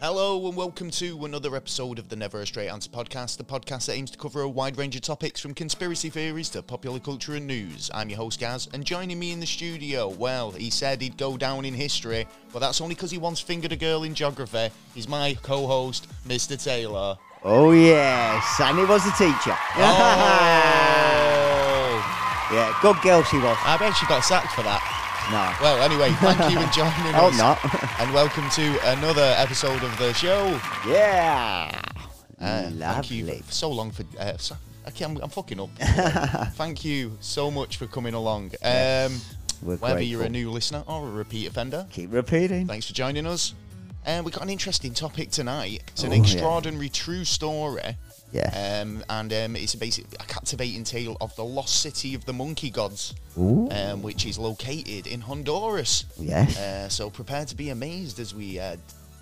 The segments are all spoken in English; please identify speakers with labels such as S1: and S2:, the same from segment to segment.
S1: Hello and welcome to another episode of the Never a Straight Answer podcast, the podcast that aims to cover a wide range of topics from conspiracy theories to popular culture and news. I'm your host Gaz, and joining me in the studio, well, he said he'd go down in history, but that's only because he once fingered a girl in geography. He's my co-host, Mr. Taylor.
S2: Oh yes, and he was a teacher.
S1: Oh,
S2: yeah, good girl she was.
S1: I bet she got sacked for that.
S2: No,
S1: Well, anyway, thank you for joining
S2: I hope
S1: us,
S2: not.
S1: and welcome to another episode of the show.
S2: yeah,
S1: Uh, Thank
S2: lovely.
S1: you f- so long for. Uh, so, okay, I'm, I'm fucking up. thank you so much for coming along. Um,
S2: we're
S1: whether you're a
S2: grateful.
S1: new listener or a repeat offender,
S2: Keep repeating.
S1: thanks for joining us. And we've got an interesting topic tonight. It's an
S2: Oh, yeah.
S1: extraordinary true story.
S2: Yeah.
S1: Um, and um, it's a basic, a captivating tale of the lost city of the monkey gods,
S2: Ooh.
S1: um, which is located in Honduras.
S2: Yes.
S1: Uh, so prepare to be amazed as we uh,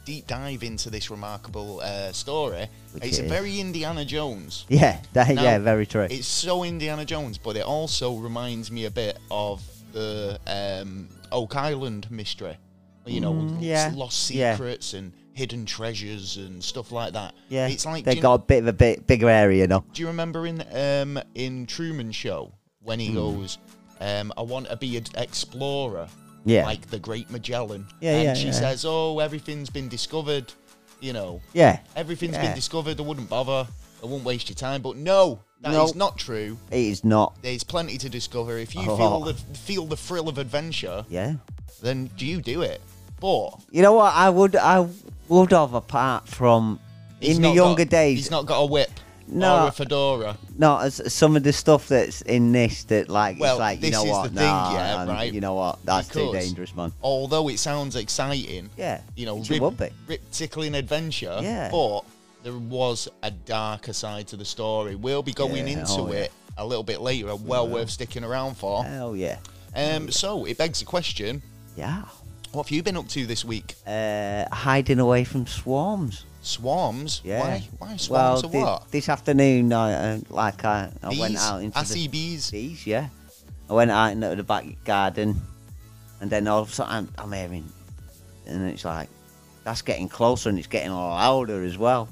S1: deep dive into this remarkable uh, story.
S2: Which
S1: it's
S2: it is.
S1: very Indiana Jones.
S2: yeah, that,
S1: Now,
S2: yeah, very true.
S1: It's so Indiana Jones, but it also reminds me a bit of the um, Oak Island mystery. You know,
S2: Mm,
S1: s-
S2: yeah,
S1: lost
S2: yeah.
S1: secrets and hidden treasures and stuff like that.
S2: Yeah,
S1: it's like do
S2: they
S1: you,
S2: got a bit of a bit bigger area, though.
S1: do you remember in um, in Truman Show when
S2: Hmm.
S1: he goes, um, "I want to be an explorer."
S2: Yeah,
S1: like the Great Magellan.
S2: Yeah,
S1: and
S2: yeah,
S1: she
S2: yeah.
S1: says, "Oh, everything's been discovered. You know,
S2: yeah,
S1: everything's
S2: Yeah.
S1: been discovered. I wouldn't bother. I wouldn't waste your time." But no, that is
S2: No.
S1: not true.
S2: it is not.
S1: There's plenty to discover. If you
S2: Oh.
S1: feel the feel the thrill of adventure,
S2: Yeah,
S1: then do you do it? But
S2: you know what? I would, I would have apart from
S1: he's
S2: in the
S1: not
S2: younger
S1: got-
S2: days.
S1: he's not got a whip.
S2: No.
S1: Or a fedora.
S2: No, as some of the stuff that's in this that like
S1: Well,
S2: it's like
S1: this
S2: you know
S1: is
S2: what,
S1: the thing,
S2: nah,
S1: yeah,
S2: man,
S1: right?
S2: You know what? That's too
S1: Because-
S2: dangerous, man.
S1: Although it sounds exciting,
S2: Yeah,
S1: you know,
S2: it would be.
S1: rip tickling adventure.
S2: Yeah.
S1: But there was a darker side to the story. We'll be going
S2: Yeah,
S1: into
S2: oh, yeah.
S1: it a little bit later. and Well worth sticking around for.
S2: Hell yeah,
S1: Um, so it begs the question:
S2: yeah.
S1: What have you been up to this week?
S2: Uh, hiding away from swarms.
S1: Swarms?
S2: Yeah.
S1: Why? Why swarms
S2: well,
S1: or
S2: thi-
S1: what?
S2: this afternoon, I, uh, like I, I went
S1: Bees?
S2: out into
S1: I
S2: the
S1: see bees.
S2: bees, yeah. I went out into the back garden, and then all of a sudden I'm, I'm hearing, and it's like that's getting closer and it's getting louder as well.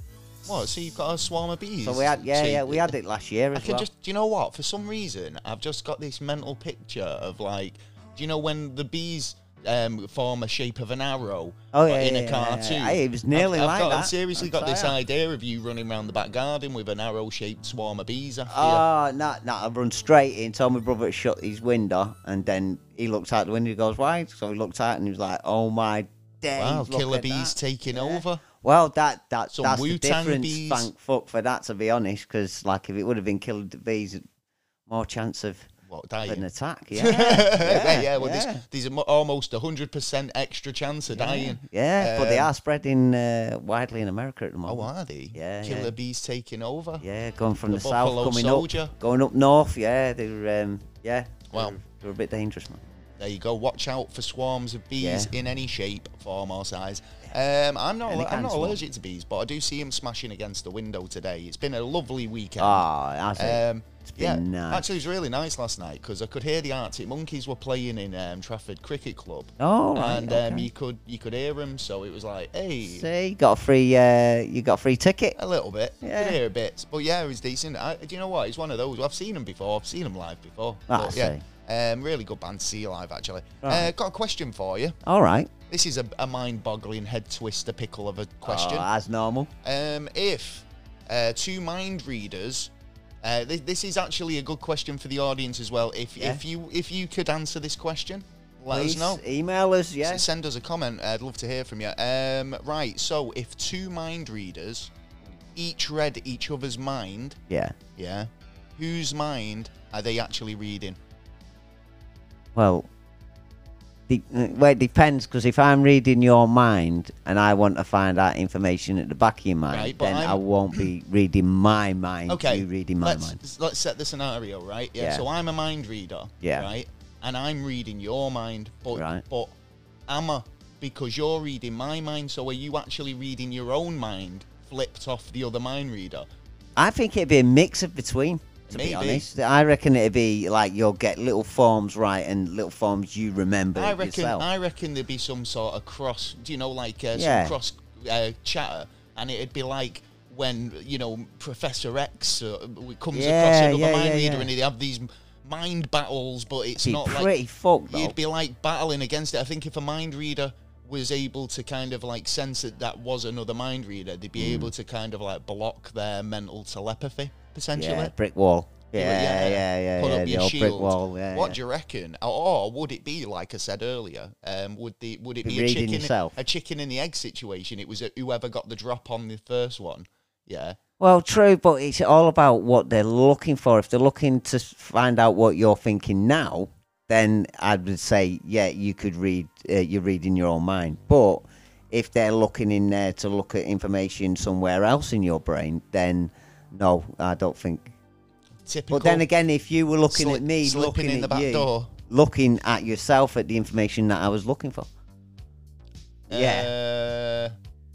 S1: What? So you've got a swarm of bees?
S2: So we had, yeah,
S1: See,
S2: yeah, we had it last year
S1: I
S2: as
S1: can
S2: well.
S1: just. Do you know what? For some reason, I've just got this mental picture of like, do you know when the bees? Um, form a shape of an arrow but
S2: Oh, yeah,
S1: in
S2: yeah,
S1: a
S2: yeah, yeah, yeah.
S1: cartoon.
S2: Hey, it was nearly
S1: I've, I've
S2: like
S1: got, I've
S2: that.
S1: seriously
S2: I'm
S1: got this
S2: sorry.
S1: idea of you running around the back garden with an arrow-shaped swarm of bees after
S2: Oh, no, no, I run straight in, told my brother to shut his window, and then he looks out the window, he goes, why? So he looked out and he was like, oh my
S1: you.
S2: days.
S1: Wow,
S2: look
S1: killer
S2: at
S1: bees
S2: that."
S1: taking
S2: Yeah.
S1: over.
S2: Well, that, that
S1: Some
S2: that's the
S1: Wu-Tang
S2: difference,
S1: bees.
S2: thank fuck for that, to be honest, because like, if it would have been killer bees, more chance of
S1: What dying?
S2: an attack, yeah.
S1: yeah,
S2: yeah,
S1: yeah, well,
S2: yeah.
S1: There's, there's a mo- almost 100% extra chance of dying.
S2: Yeah, but they
S1: Um,
S2: are spreading uh, widely in America at the
S1: Oh,
S2: moment.
S1: are they?
S2: Yeah,
S1: Killer
S2: yeah.
S1: bees taking over.
S2: Yeah, going from
S1: The
S2: the, south,
S1: Buffalo
S2: coming
S1: Soldier.
S2: up, going up north. Yeah, they're um, yeah,
S1: Wow.
S2: they're, they're a bit dangerous, man.
S1: There you go. Watch out for swarms of bees
S2: Yeah.
S1: in any shape, form, or size. Um, I'm not.
S2: Any
S1: I'm
S2: kind
S1: not
S2: of swarm.
S1: allergic to bees, but I do see them smashing against the window today. It's been a lovely weekend.
S2: Ah, oh,
S1: Um,
S2: It's
S1: yeah,
S2: been nice.
S1: actually, it was really nice last night because I could hear the Arctic Monkeys were playing in um, Trafford Cricket Club,
S2: Oh, right,
S1: and
S2: okay.
S1: um, you could you could hear them. So it was like, hey,
S2: See, you got a free, uh, you got a free ticket.
S1: A little bit. Yeah.
S2: Yeah.
S1: You can hear a bit. But yeah, he's decent. I, do you know what? He's one of those. I've seen him before. I've seen him live before.
S2: Ah,
S1: But,
S2: I
S1: yeah. Um, really good band to see you live, actually. Uh,
S2: Right.
S1: got a question for you.
S2: All right.
S1: This is a, a mind boggling head twister pickle of a question.
S2: Oh, as normal.
S1: Um, if uh, two mind readers. Uh, this, this is actually a good question for the audience as well. If
S2: Yeah.
S1: if you if you could answer this question, let us
S2: Please
S1: know.
S2: email us. Yeah.
S1: S- Send us a comment. I'd love to hear from you. Um, right, so if two mind readers each read each other's mind,
S2: Yeah.
S1: yeah, whose mind are they actually reading?
S2: Well, the, uh, well, it depends because if I'm reading your mind and I want to find out information at the back of your mind,
S1: Right, but
S2: then
S1: I'm-
S2: I won't be reading my mind.
S1: Okay,
S2: You reading my
S1: let's,
S2: mind.
S1: Let's set the scenario, right? Yeah,
S2: Yeah.
S1: So I'm a mind reader.
S2: Yeah.
S1: Right. And I'm reading your mind, but
S2: Right.
S1: but am I because you're reading my mind? So are you actually reading your own mind, flipped off the other mind reader?
S2: I think it'd be a mix of between. To
S1: Maybe.
S2: be honest, I reckon it'd be like you'll get little forms right and little forms you remember
S1: I reckon.
S2: yourself.
S1: I reckon there'd be some sort of cross. Do you know, like uh,
S2: Yeah.
S1: some cross uh, chatter, and it'd be like when you know Professor X uh, w- comes across
S2: Yeah,
S1: another
S2: yeah,
S1: mind
S2: yeah,
S1: reader,
S2: yeah.
S1: and they have these m- mind battles, but it's
S2: Be
S1: not
S2: pretty
S1: like
S2: fucked though.
S1: you'd be like battling against it. I think if a mind reader was able to kind of like sense that that was another mind reader, they'd
S2: Hmm.
S1: be able to kind of like block their mental telepathy potentially.
S2: yeah, brick wall. Yeah,
S1: Well,
S2: yeah, yeah, yeah.
S1: Put up
S2: the
S1: your
S2: old
S1: shield.
S2: brick wall. Yeah,
S1: what
S2: yeah.
S1: do you reckon? Or, or would it be like I said earlier? Um, would the would it
S2: Be
S1: be, a
S2: reading
S1: chicken
S2: yourself.
S1: a chicken and the egg situation? It was a, whoever got the drop on the first one. Yeah,
S2: Well, true, but it's all about what they're looking for. If they're looking to s- find out what you're thinking now, then I would say, yeah, you could read. Uh, you're reading your own mind. But if they're looking in there to look at information somewhere else in your brain, then no, I don't think.
S1: typical.
S2: But then again, if you were looking
S1: slip-
S2: at me,
S1: slipping
S2: looking
S1: in
S2: at
S1: the back
S2: you,
S1: door.
S2: looking at yourself at the information that I was looking for. Yeah,
S1: yeah.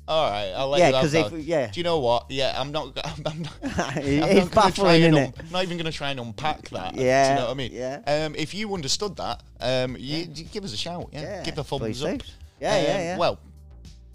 S1: uh, all right, I'll let
S2: Yeah,
S1: you have
S2: 'cause if-
S1: that.
S2: yeah.
S1: Do you know what? Yeah, I'm not. I'm, I'm not.
S2: It-
S1: I'm not
S2: it's
S1: gonna try
S2: baffling,
S1: and
S2: innit?
S1: un- I'm not even going to try and unpack that. Do
S2: Yeah,
S1: you know what I mean?
S2: yeah.
S1: Um, if you understood that, um, you, you give us a shout. Yeah.
S2: Yeah,
S1: Give a thumbs
S2: please
S1: up.
S2: do. Yeah, yeah,
S1: Um,
S2: yeah.
S1: Well,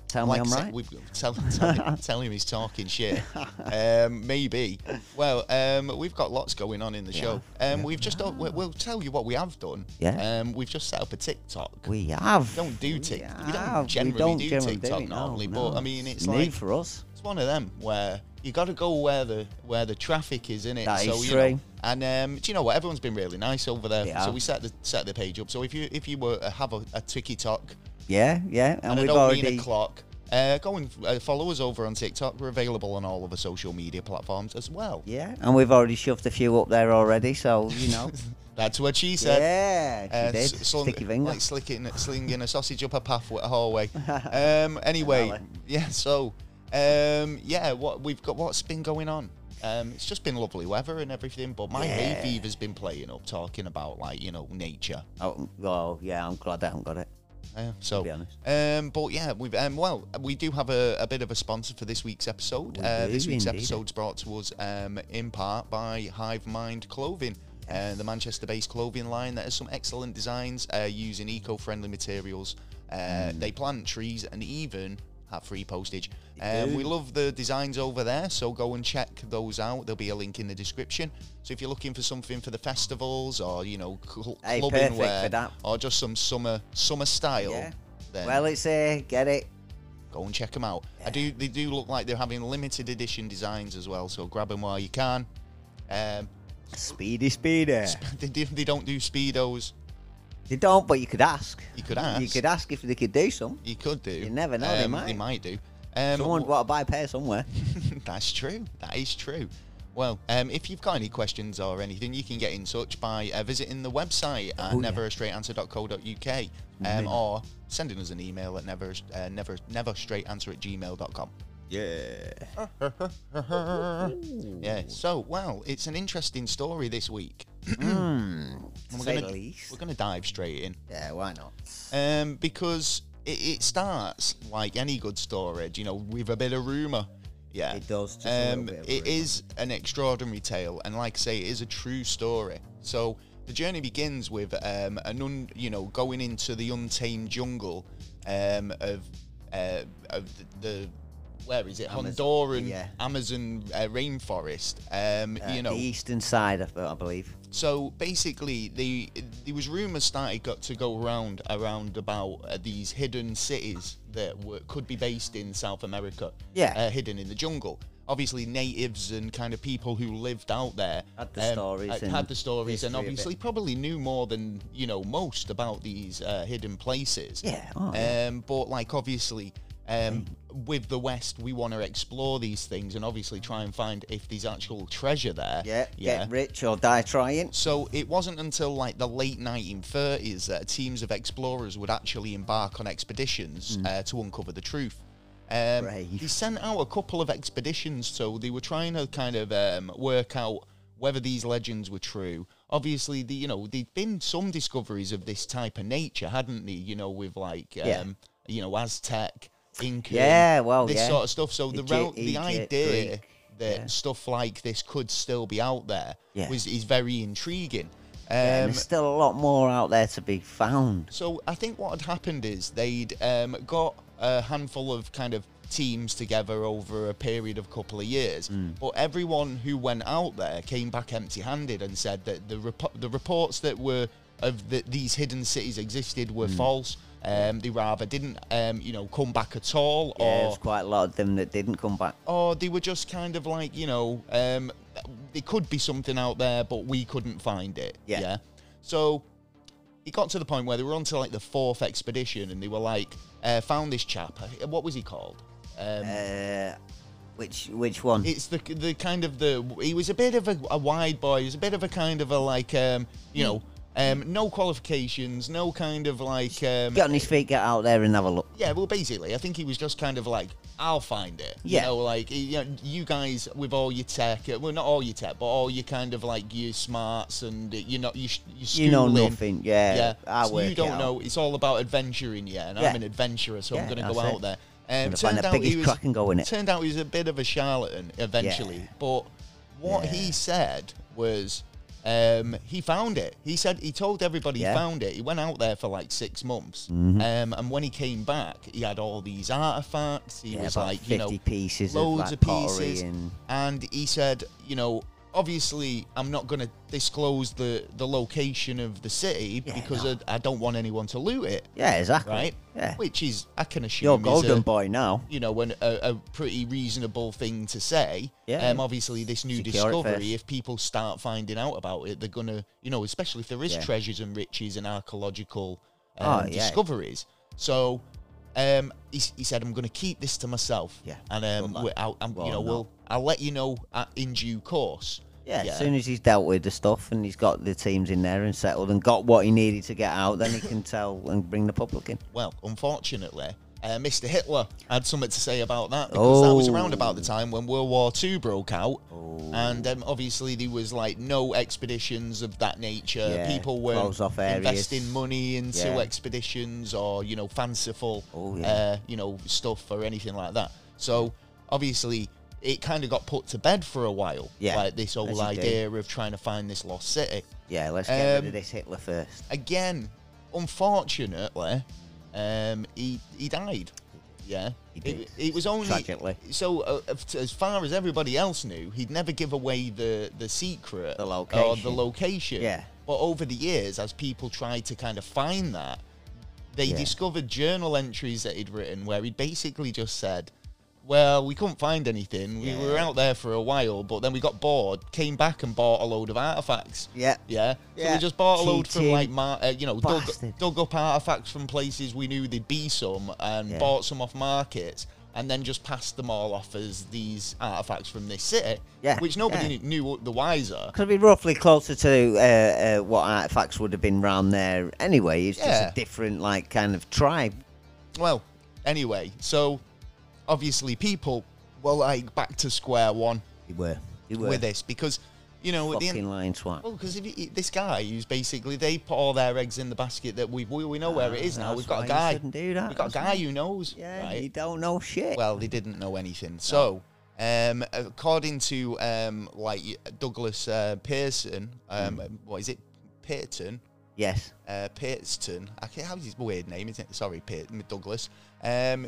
S2: tell
S1: like
S2: me
S1: I
S2: I'm
S1: said,
S2: right.
S1: we've got- tell, tell, him, tell him he's talking shit. Um, maybe. Well, um, we've got lots going on in the show. Um, we've just done, we- we'll tell you what we have done.
S2: Yeah.
S1: Um, we've just set up a TikTok.
S2: We have.
S1: don't do Tik- we don't
S2: have.
S1: generally
S2: don't
S1: do
S2: generally
S1: TikTok
S2: it, no,
S1: normally,
S2: no.
S1: but, I mean, it's
S2: new
S1: like-
S2: for us.
S1: It's one of them where you got to go where the where the traffic is in it.
S2: That
S1: so
S2: is
S1: you
S2: true.
S1: know, and um, do you know what? Everyone's been really nice over there.
S2: They
S1: So
S2: are.
S1: we set the set the page up. So if you if you were uh, have a, a TikTok,
S2: Yeah, yeah, and,
S1: and I
S2: we've
S1: don't
S2: already.
S1: mean a clock. Uh, go and uh, follow us over on TikTok. We're available on all of our social media platforms as well.
S2: yeah, and we've already shoved a few up there already. So you know.
S1: That's what she said.
S2: yeah, she
S1: Uh,
S2: did.
S1: s- slung-
S2: Sticky finger.
S1: Like slicking, slinging a sausage up a path with a hallway. Um, anyway,
S2: alley.
S1: yeah. So, um, yeah. What we've got? What's been going on? Um, it's just been lovely weather and everything. But my hay
S2: Yeah.
S1: fever's been playing up, talking about like you know nature.
S2: oh, well, yeah, I'm glad I haven't got it.
S1: Yeah, so,
S2: be honest.
S1: um, but yeah, we've um, well, we do have a, a bit of a sponsor for this week's episode.
S2: We
S1: Uh,
S2: do
S1: this week's
S2: indeed.
S1: episode's brought to us um, in part by Hive Mind Clothing. Uh, the Manchester-based clothing line that has some excellent designs uh, using eco-friendly materials. Uh,
S2: Mm.
S1: They plant trees and even have free postage. Um, we love the designs over there, so go and check those out. There'll be a link in the description. So if you're looking for something for the festivals or you know cl-
S2: Hey,
S1: clubbing
S2: perfect
S1: wear
S2: for that.
S1: or just some summer summer style,
S2: Yeah.
S1: then
S2: Well, it's there. Get it.
S1: go and check them out. I do. They do look like they're having limited edition designs as well, so grab them while you can. Um,
S2: Speedy, speedy.
S1: they, do, they don't do speedos.
S2: They don't, but you could ask.
S1: You could ask.
S2: You could ask if they could do some.
S1: You could do.
S2: You never know, they
S1: They
S2: might.
S1: might do. Um,
S2: Someone
S1: wh-
S2: want to buy a pair somewhere.
S1: That's true. That is true. Well, um, if you've got any questions or anything, you can get in touch by uh, visiting the website at
S2: Oh, yeah. Mm-hmm.
S1: neverastraightanswer.co.uk um, or sending us an email at never uh, never neverstraightanswer at gmail.com.
S2: Yeah.
S1: Yeah. So, well, it's an interesting story this week.
S2: To
S1: we're
S2: say
S1: gonna-
S2: the least.
S1: We're going to dive straight in
S2: Yeah, why not?
S1: um, because it, it starts like any good story, do you know, with a bit of rumor. Yeah,
S2: It does, just a little
S1: Um,
S2: bit of
S1: it
S2: rumour.
S1: is an extraordinary tale, and like I say, it is a true story. So the journey begins with um, an un, you know going into the untamed jungle um, of uh, of the. the where is it?
S2: Amaz-
S1: Honduran
S2: yeah.
S1: Amazon uh, rainforest. Um,
S2: Uh,
S1: you know,
S2: the eastern side, I, I believe.
S1: so basically, the there was rumours started got to go around around about uh, these hidden cities that were, could be based in South America.
S2: Yeah.
S1: uh, hidden in the jungle. Obviously, natives and kind of people who lived out there um, uh,
S2: Had the stories
S1: had-
S2: and
S1: had the stories, and
S2: history of it.
S1: obviously probably knew more than you know most about these uh, hidden places.
S2: Yeah, Mm. oh,
S1: um, but like obviously. Um, with the West, we want to explore these things and obviously try and find if there's actual treasure there.
S2: Yeah, get rich or die trying.
S1: So it wasn't until like the late 1930s that teams of explorers would actually embark on expeditions uh, to uncover the truth. Um,
S2: Hmm. Brave.
S1: they sent out a couple of expeditions, so they were trying to kind of um, work out whether these legends were true. Obviously, the you know there'd been some discoveries of this type of nature, hadn't they? You know, with like um,
S2: Yeah.
S1: you know Aztec, Inca,
S2: Yeah, well,
S1: this
S2: yeah.
S1: sort of stuff. So the
S2: Egypt-
S1: rel- the
S2: Egypt,
S1: idea
S2: Greek,
S1: that stuff like this could still be out there
S2: Yeah.
S1: was is very intriguing.
S2: Yeah, and
S1: Um,
S2: there's still a lot more out there to be found.
S1: So I think what had happened is they'd um, got a handful of kind of teams together over a period of couple of years,
S2: Mm.
S1: but everyone who went out there came back empty-handed and said that the rep- the reports that were of the, these hidden cities existed were
S2: Mm.
S1: false. Um, they rather didn't, um, you know, come back at all,
S2: Yeah,
S1: or
S2: there's quite a lot of them that didn't come back.
S1: or they were just kind of like, you know, um, there could be something out there, but we couldn't find it.
S2: Yeah.
S1: So it got to the point where they were onto like the fourth expedition, and they were like, uh, found this chap. Uh, What was he called? Um,
S2: Uh, which which one?
S1: it's the the kind of the he was a bit of a, a wide boy. He was a bit of a kind of a like, um,
S2: Hmm.
S1: you know, um, no qualifications, no kind of like. Um,
S2: get on his feet, get out there and have a look.
S1: Yeah, well, basically, I think he was just kind of like, "I'll find it."
S2: Yeah.
S1: You know, like he- you, know, you guys with all your tech, uh, well, not all your tech, but all your kind of like your smarts and uh, you know, you you
S2: You know nothing, yeah, I
S1: so
S2: work
S1: you
S2: it
S1: don't
S2: out.
S1: know. It's all about adventuring, yeah. And
S2: Yeah.
S1: I'm an adventurer, so I'm
S2: Yeah,
S1: going to
S2: that's
S1: go
S2: it.
S1: out there. Um,
S2: Gonna find
S1: turned
S2: the
S1: out he
S2: biggest
S1: was
S2: crack and go in it.
S1: turned out he was a bit of a charlatan eventually,
S2: Yeah.
S1: but what he said was. Um, he found it. He said he told everybody
S2: Yeah. Mm-hmm.
S1: he found it. He went out there for like six months, um, and when he came back, he had all these artifacts. He
S2: Yeah,
S1: was
S2: about
S1: like,
S2: 50
S1: you know,
S2: pieces of
S1: loads
S2: like
S1: of
S2: pottery
S1: pieces,
S2: and
S1: and he said, you know, obviously I'm not going to disclose the the location of the city
S2: Yeah,
S1: because
S2: no.
S1: I, I don't want anyone to loot it,
S2: yeah, exactly.
S1: right?
S2: Yeah,
S1: Which is I can assume
S2: you're
S1: is
S2: golden
S1: a-
S2: boy now.
S1: you know, an, a, a pretty reasonable thing to say.
S2: Yeah.
S1: Um, obviously, this new
S2: Secure it
S1: discovery,
S2: first.
S1: if people start finding out about it, they're going to, you know, especially if there is
S2: Yeah.
S1: treasures and riches and archaeological
S2: Oh,
S1: um,
S2: yeah.
S1: discoveries. So um, he, s- he said, I'm going to keep this to myself.
S2: Yeah,
S1: And, um,
S2: good lad.
S1: we- I'll, I'm,
S2: Well,
S1: you know,
S2: no.
S1: we'll, I'll let you know at, in due course.
S2: Yeah, as soon as he's dealt with the stuff and he's got the teams in there and settled and got what he needed to get out, then he can tell and bring the public in.
S1: Well, unfortunately, uh, Mr. Hitler had something to say about that because that was
S2: Oh.
S1: around about the time when World War II broke out, and um, obviously there was like no expeditions of that nature.
S2: Yeah,
S1: People were
S2: close off areas.
S1: investing money into
S2: Yeah.
S1: expeditions or you know fanciful,
S2: Oh, yeah.
S1: uh, you know stuff or anything like that. So obviously. It kind of got put to bed for a while,
S2: Yeah,
S1: like this
S2: as
S1: whole
S2: you do.
S1: idea of trying to find this lost city
S2: Yeah, let's get rid
S1: Um,
S2: of this Hitler first.
S1: again, unfortunately, um, he he died. Yeah,
S2: He did.
S1: It, it was only
S2: Tragically.
S1: So, uh, if- as far as everybody else knew, he'd never give away the the secret
S2: The
S1: or the
S2: location.
S1: location.
S2: Yeah.
S1: But over the years, as people tried to kind of find that, they
S2: Yeah.
S1: discovered journal entries that he'd written where he'd basically just said. Well, we couldn't find anything. We were
S2: Yeah.
S1: out there for a while, but then we got bored, came back and bought a load of artifacts.
S2: Yeah.
S1: Yeah. So
S2: Yeah.
S1: we just bought a load from
S2: Cheating
S1: like, mar- uh, you know, dug,
S2: bastard.
S1: dug up artifacts from places we knew there'd be some and
S2: Yeah.
S1: bought some off markets and then just passed them all off as these artifacts from this city,
S2: Yeah,
S1: which nobody
S2: yeah.
S1: knew the wiser.
S2: Could be roughly closer to uh, uh, what artifacts would have been round there anyway. It's
S1: Yeah.
S2: just a different, like, kind of tribe.
S1: Well, anyway, so obviously people were like back to square one
S2: They were. They were.
S1: with this because, you know, at the end,
S2: fucking lion swat.
S1: Well, because if you, this guy who's basically they put all their eggs in the basket that we we, we know where it is now.
S2: Ah, That's
S1: We've got
S2: why
S1: a
S2: you
S1: guy.
S2: shouldn't do that,
S1: We've got a
S2: that's
S1: guy
S2: right.
S1: who knows.
S2: Yeah,
S1: right?
S2: you don't know shit.
S1: Well, they didn't know anything. So, um, according to um, like Douglas uh, Pearson, um, what is it, Peyton?
S2: yes.
S1: uh, Pittston. I can't, how is his weird name, isn't it? Sorry, Pitt, Douglas. Um,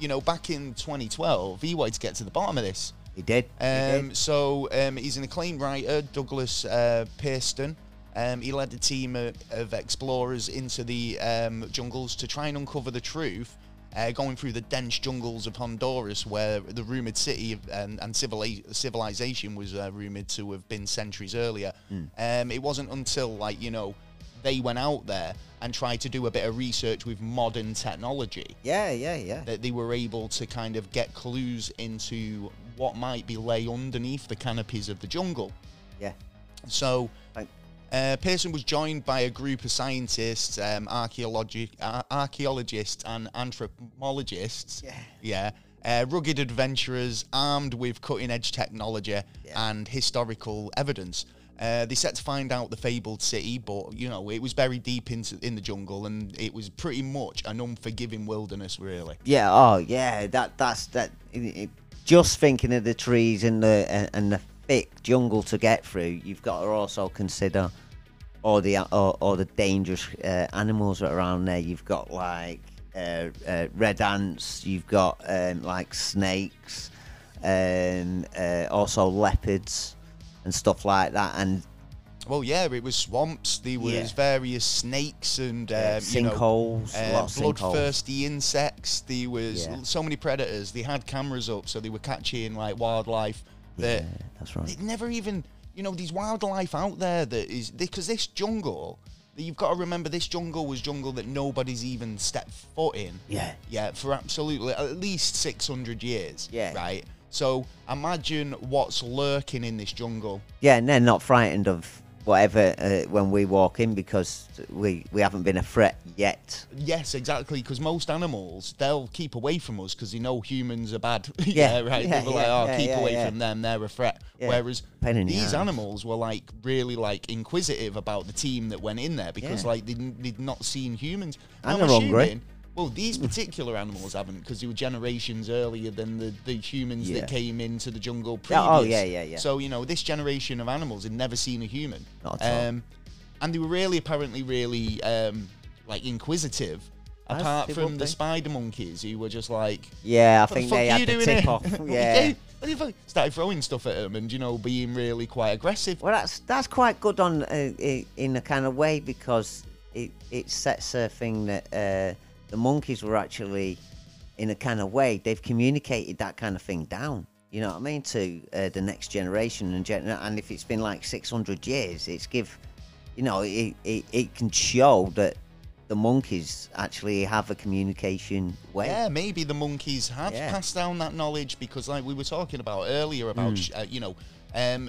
S1: you know, back in 2012, he wanted to get to the bottom of this.
S2: He did. He did.
S1: Um, so um, he's an acclaimed writer, Douglas uh, Pearson. Um, he led a team of, of explorers into the um, jungles to try and uncover the truth, uh, going through the dense jungles of Honduras, where the rumored city of, um, and civili- civilization was uh, rumored to have been centuries earlier. Um, it wasn't until, like, you know, they went out there and tried to do a bit of research with modern technology
S2: Yeah, yeah, yeah.
S1: that they were able to kind of get clues into what might be lay underneath the canopies of the jungle.
S2: Yeah.
S1: So,
S2: Thank-
S1: uh, Pearson was joined by a group of scientists, um, archaeologi- ar- archaeologists, and anthropologists.
S2: Yeah.
S1: Yeah. Uh, rugged adventurers armed with cutting edge technology
S2: Yeah.
S1: and historical evidence. Uh, they set to find out the fabled city, but you know it was buried deep into in the jungle, and it was pretty much an unforgiving wilderness, really.
S2: Yeah. Oh, yeah. That that's that. i i just thinking of the trees and the and, and the thick jungle to get through, you've got to also consider or the or, or the dangerous uh, animals that are around there. You've got like uh, uh, red ants. You've got um, like snakes, um, uh, also leopards and stuff like that. And
S1: Well, yeah, it was swamps. There was
S2: Yeah.
S1: various snakes and um, you know, uh,
S2: sinkholes, lots of sinkholes.
S1: bloodthirsty insects. There was
S2: Yeah.
S1: so many predators. They had cameras up, so they were catching like wildlife that
S2: Yeah, that's right.
S1: it never even you know these wildlife out there that is because this jungle that you've got to remember this jungle was jungle that nobody's even stepped foot in
S2: Yeah.
S1: yeah for absolutely at least 600 years
S2: Yeah.
S1: right so imagine what's lurking in this jungle
S2: Yeah, and they're not frightened of whatever uh, when we walk in because we we haven't been a threat yet.
S1: Yes, exactly. Because most animals, they'll keep away from us because they know humans are bad.
S2: Yeah,
S1: yeah, right.
S2: yeah,
S1: People are like,
S2: yeah,
S1: oh,
S2: yeah,
S1: keep
S2: yeah,
S1: away
S2: yeah.
S1: from them. They're a threat.
S2: Yeah.
S1: Whereas
S2: Pain in the
S1: these
S2: ass.
S1: animals were like really like inquisitive about the team that went in there because
S2: Yeah.
S1: like they'd, they'd not seen humans.
S2: And
S1: I'm
S2: they're hungry.
S1: assuming- Well, these particular animals haven't because they were generations earlier than the, the humans
S2: Yeah.
S1: that came into the jungle
S2: Yeah,
S1: previous.
S2: oh, yeah, yeah, yeah.
S1: So, you know, this generation of animals had never seen a human.
S2: Not at all.
S1: Um, and they were really apparently really um, like inquisitive.
S2: As
S1: Apart
S2: they
S1: from
S2: would
S1: the
S2: be.
S1: spider monkeys who were just like,
S2: Yeah, I
S1: "What the
S2: think
S1: fuck
S2: they
S1: are
S2: had
S1: you
S2: the
S1: doing
S2: tip
S1: here?
S2: off.
S1: What are you
S2: Yeah.
S1: doing? What the fuck?" started throwing stuff at them and you know being really quite aggressive.
S2: Well, that's that's quite good on uh, i- in a kind of way because it it sets a thing that uh, the monkeys were actually in a kind of way they've communicated that kind of thing down. You know what I mean to uh, the next generation and gen- and if it's been like six hundred years, it's give you know it, it it can show that the monkeys actually have a communication way.
S1: Yeah, maybe the monkeys have
S2: Yeah.
S1: passed down that knowledge because, like we were talking about earlier, about sh uh, you know, um,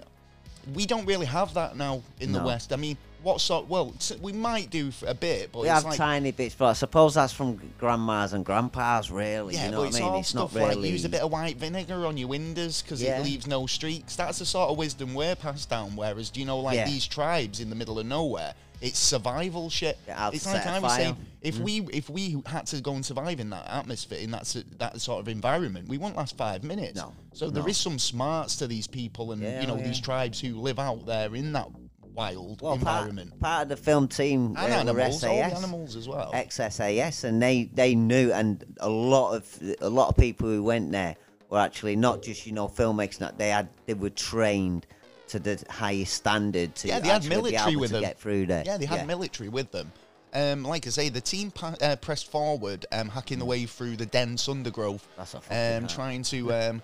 S1: we don't really have that now in the
S2: No.
S1: West. I mean, what sort? Well, t- we might do for a bit, but
S2: We
S1: it's
S2: have
S1: like
S2: tiny bits, but I suppose that's from grandmas and grandpas, really.
S1: yeah,
S2: you know
S1: but
S2: what
S1: it's
S2: I mean?
S1: all
S2: it's
S1: stuff
S2: not really.
S1: like use a bit of white vinegar on your windows because
S2: Yeah.
S1: it leaves no streaks. That's the sort of wisdom we're passed down. Whereas, do you know, like
S2: Yeah.
S1: these tribes in the middle of nowhere, it's survival shit.
S2: Get out,
S1: it's
S2: set
S1: like
S2: a
S1: I was
S2: fire. Mm.
S1: saying, if we if we had to go and survive in that atmosphere, in that s- that sort of environment, we won't last five minutes.
S2: No,
S1: So there
S2: no.
S1: is some smarts to these people, and
S2: Yeah,
S1: you know
S2: oh,
S1: these
S2: yeah.
S1: tribes who live out there in that wild environment.
S2: Part, part of the film team
S1: and
S2: uh, were
S1: animals, all the
S2: SAS,
S1: animals as well.
S2: ex-SAS, and they, they knew, and a lot of a lot of people who went there were actually not just you know filmmakers. Not they had they were trained to the highest standard to
S1: Yeah, they had
S2: actually be
S1: military
S2: able
S1: with
S2: to
S1: them.
S2: get through there.
S1: Yeah, they had military with them. Um, like I say, the team pa- uh, pressed forward, um, hacking the way through the dense undergrowth,
S2: Mm. That's a fucking
S1: um,
S2: hard.
S1: trying to, um,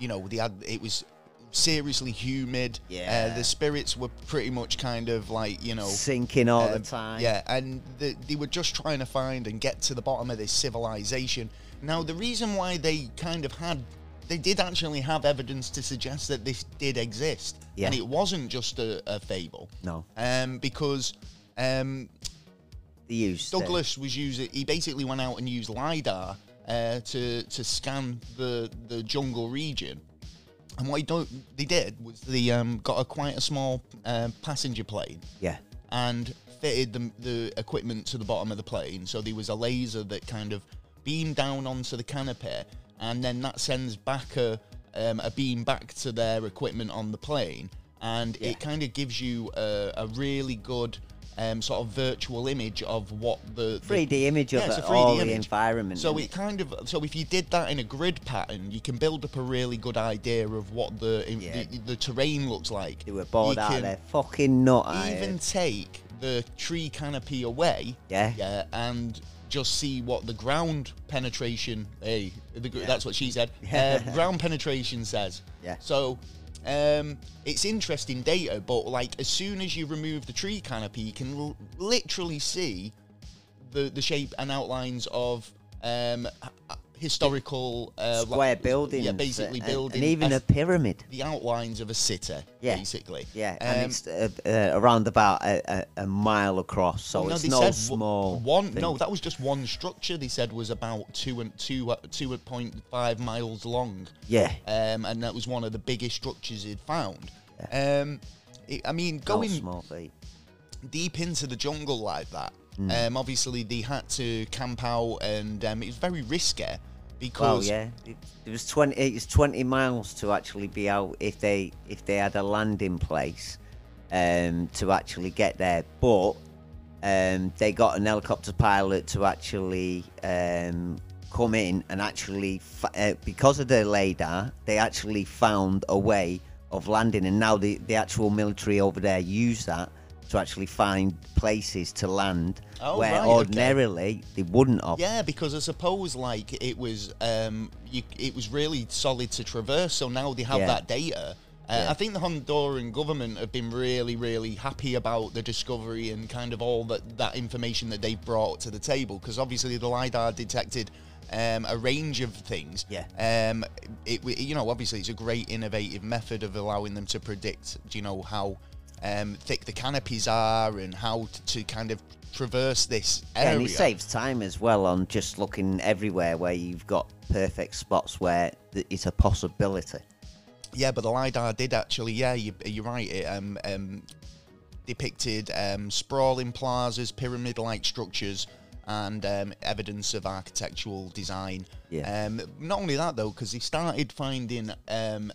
S1: you know, they had it was seriously humid.
S2: Yeah.
S1: uh, the spirits were pretty much kind of like you know.
S2: sinking all the
S1: um,
S2: time.
S1: Yeah, and the, they were just trying to find and get to the bottom of this civilization. Now, the reason why they kind of had, they did actually have evidence to suggest that this did exist,
S2: Yeah.
S1: and it wasn't just a, a fable.
S2: No.
S1: um, because um,
S2: they used to-
S1: Douglas was using. He basically went out and used lidar uh, to to scan the the jungle region. And what he do- they did was they um, got a quite a small um, passenger plane
S2: yeah,
S1: and fitted the, the equipment to the bottom of the plane. So there was a laser that kind of beamed down onto the canopy, and then that sends back a um, a beam back to their equipment on the plane, and
S2: Yeah.
S1: it kind of gives you a, a really good um, sort of virtual image of what the, the
S2: 3D image of
S1: it's
S2: it,
S1: a 3D
S2: all the
S1: image.
S2: environment.
S1: So
S2: and
S1: it kind of so if you did that in a grid pattern, you can build up a really good idea of what the
S2: Yeah.
S1: the, the terrain looks like.
S2: they were bored
S1: You
S2: out
S1: can-
S2: there, fucking nut. uh,
S1: even
S2: Even
S1: take the tree canopy away.
S2: Yeah.
S1: Yeah, and just see what the ground penetration. Hey, the, gr that's what she said. Uh, ground penetration says.
S2: Yeah.
S1: So. Um, it's interesting data, but like as soon as you remove the tree canopy, you can l- literally see the the shape and outlines of um, h- h- historical uh, like-
S2: square buildings,
S1: Yeah,
S2: uh,
S1: basically
S2: and-
S1: building
S2: and even a pyramid.
S1: the outlines of a city,
S2: Yeah.
S1: basically.
S2: Yeah,
S1: Um,
S2: and it's uh, uh, around about a, a, a mile across, so
S1: Well,
S2: it's
S1: Oh, they
S2: no
S1: said w-
S2: small.
S1: One
S2: thing.
S1: no, that was just one structure. They said was about two and two uh, two point five miles long.
S2: Yeah.
S1: um, and that was one of the biggest structures he'd found. Um, it, I mean,
S2: no
S1: going
S2: small feat.
S1: deep into the jungle like that,
S2: Mm.
S1: um, obviously they had to camp out, and um, it was very risky
S2: Well,
S1: because
S2: Oh, yeah, it, it was twenty. It's twenty miles to actually be out if they if they had a landing place, um, to actually get there. But um, they got an helicopter pilot to actually um, come in and actually, f- uh, because of their radar, they actually found a way of landing. And now the, the actual military over there use that to actually find places to land
S1: Oh,
S2: where
S1: right, okay.
S2: ordinarily they wouldn't have.
S1: Yeah, because I suppose like it was, um, you, it was really solid to traverse. So now they have
S2: Yeah.
S1: that data. Uh, I think the Honduran government have been really, really happy about the discovery and kind of all that that information that they've brought to the table. Because obviously the lidar detected um, a range of things.
S2: Yeah.
S1: Um, it w- you know obviously it's a great innovative method of allowing them to predict. You know how. Um, thick the canopies are, and how t- to kind of traverse this area.
S2: and it saves time as well on just looking everywhere where you've got perfect spots where th- it's a possibility.
S1: Yeah, but the lidar did actually. Yeah, you, you're right. It um, um, depicted um, sprawling plazas, pyramid-like structures, and um, evidence of architectural design.
S2: Yeah.
S1: Um, not only that though, because he started finding um,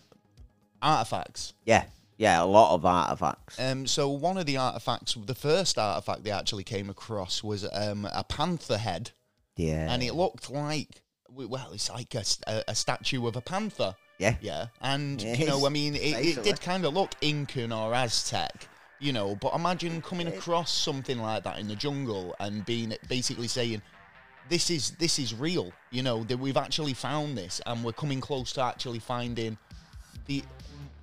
S1: artifacts.
S2: Yeah, yeah, a lot of artifacts.
S1: Um, so one of the artifacts, the first artifact they actually came across was um, a panther head,
S2: yeah,
S1: and it looked like well, it's like a, st- a- a statue of a panther.
S2: yeah,
S1: Yeah, and
S2: Yes,
S1: you know, I mean, it, it
S2: basically.
S1: did kind of look Incan or Aztec, you know. But imagine coming across something like that in the jungle and being basically saying, "This is this is real," you know, that we've actually found this, and we're coming close to actually finding the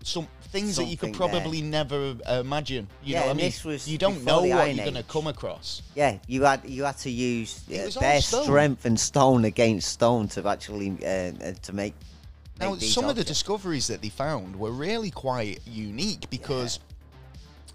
S1: some things that you could
S2: Something there.
S1: probably never uh, imagine. You
S2: Yeah,
S1: know, what I
S2: and
S1: mean,
S2: this was
S1: you don't
S2: before
S1: know
S2: the
S1: what
S2: Iron
S1: you're going to
S2: Age.
S1: come across.
S2: yeah. You had you had to use
S1: It
S2: uh,
S1: was all
S2: their
S1: stone.
S2: strength and stone against stone to actually uh, uh, to make.
S1: Now,
S2: make these
S1: some of the
S2: objects.
S1: discoveries that they found were really quite unique because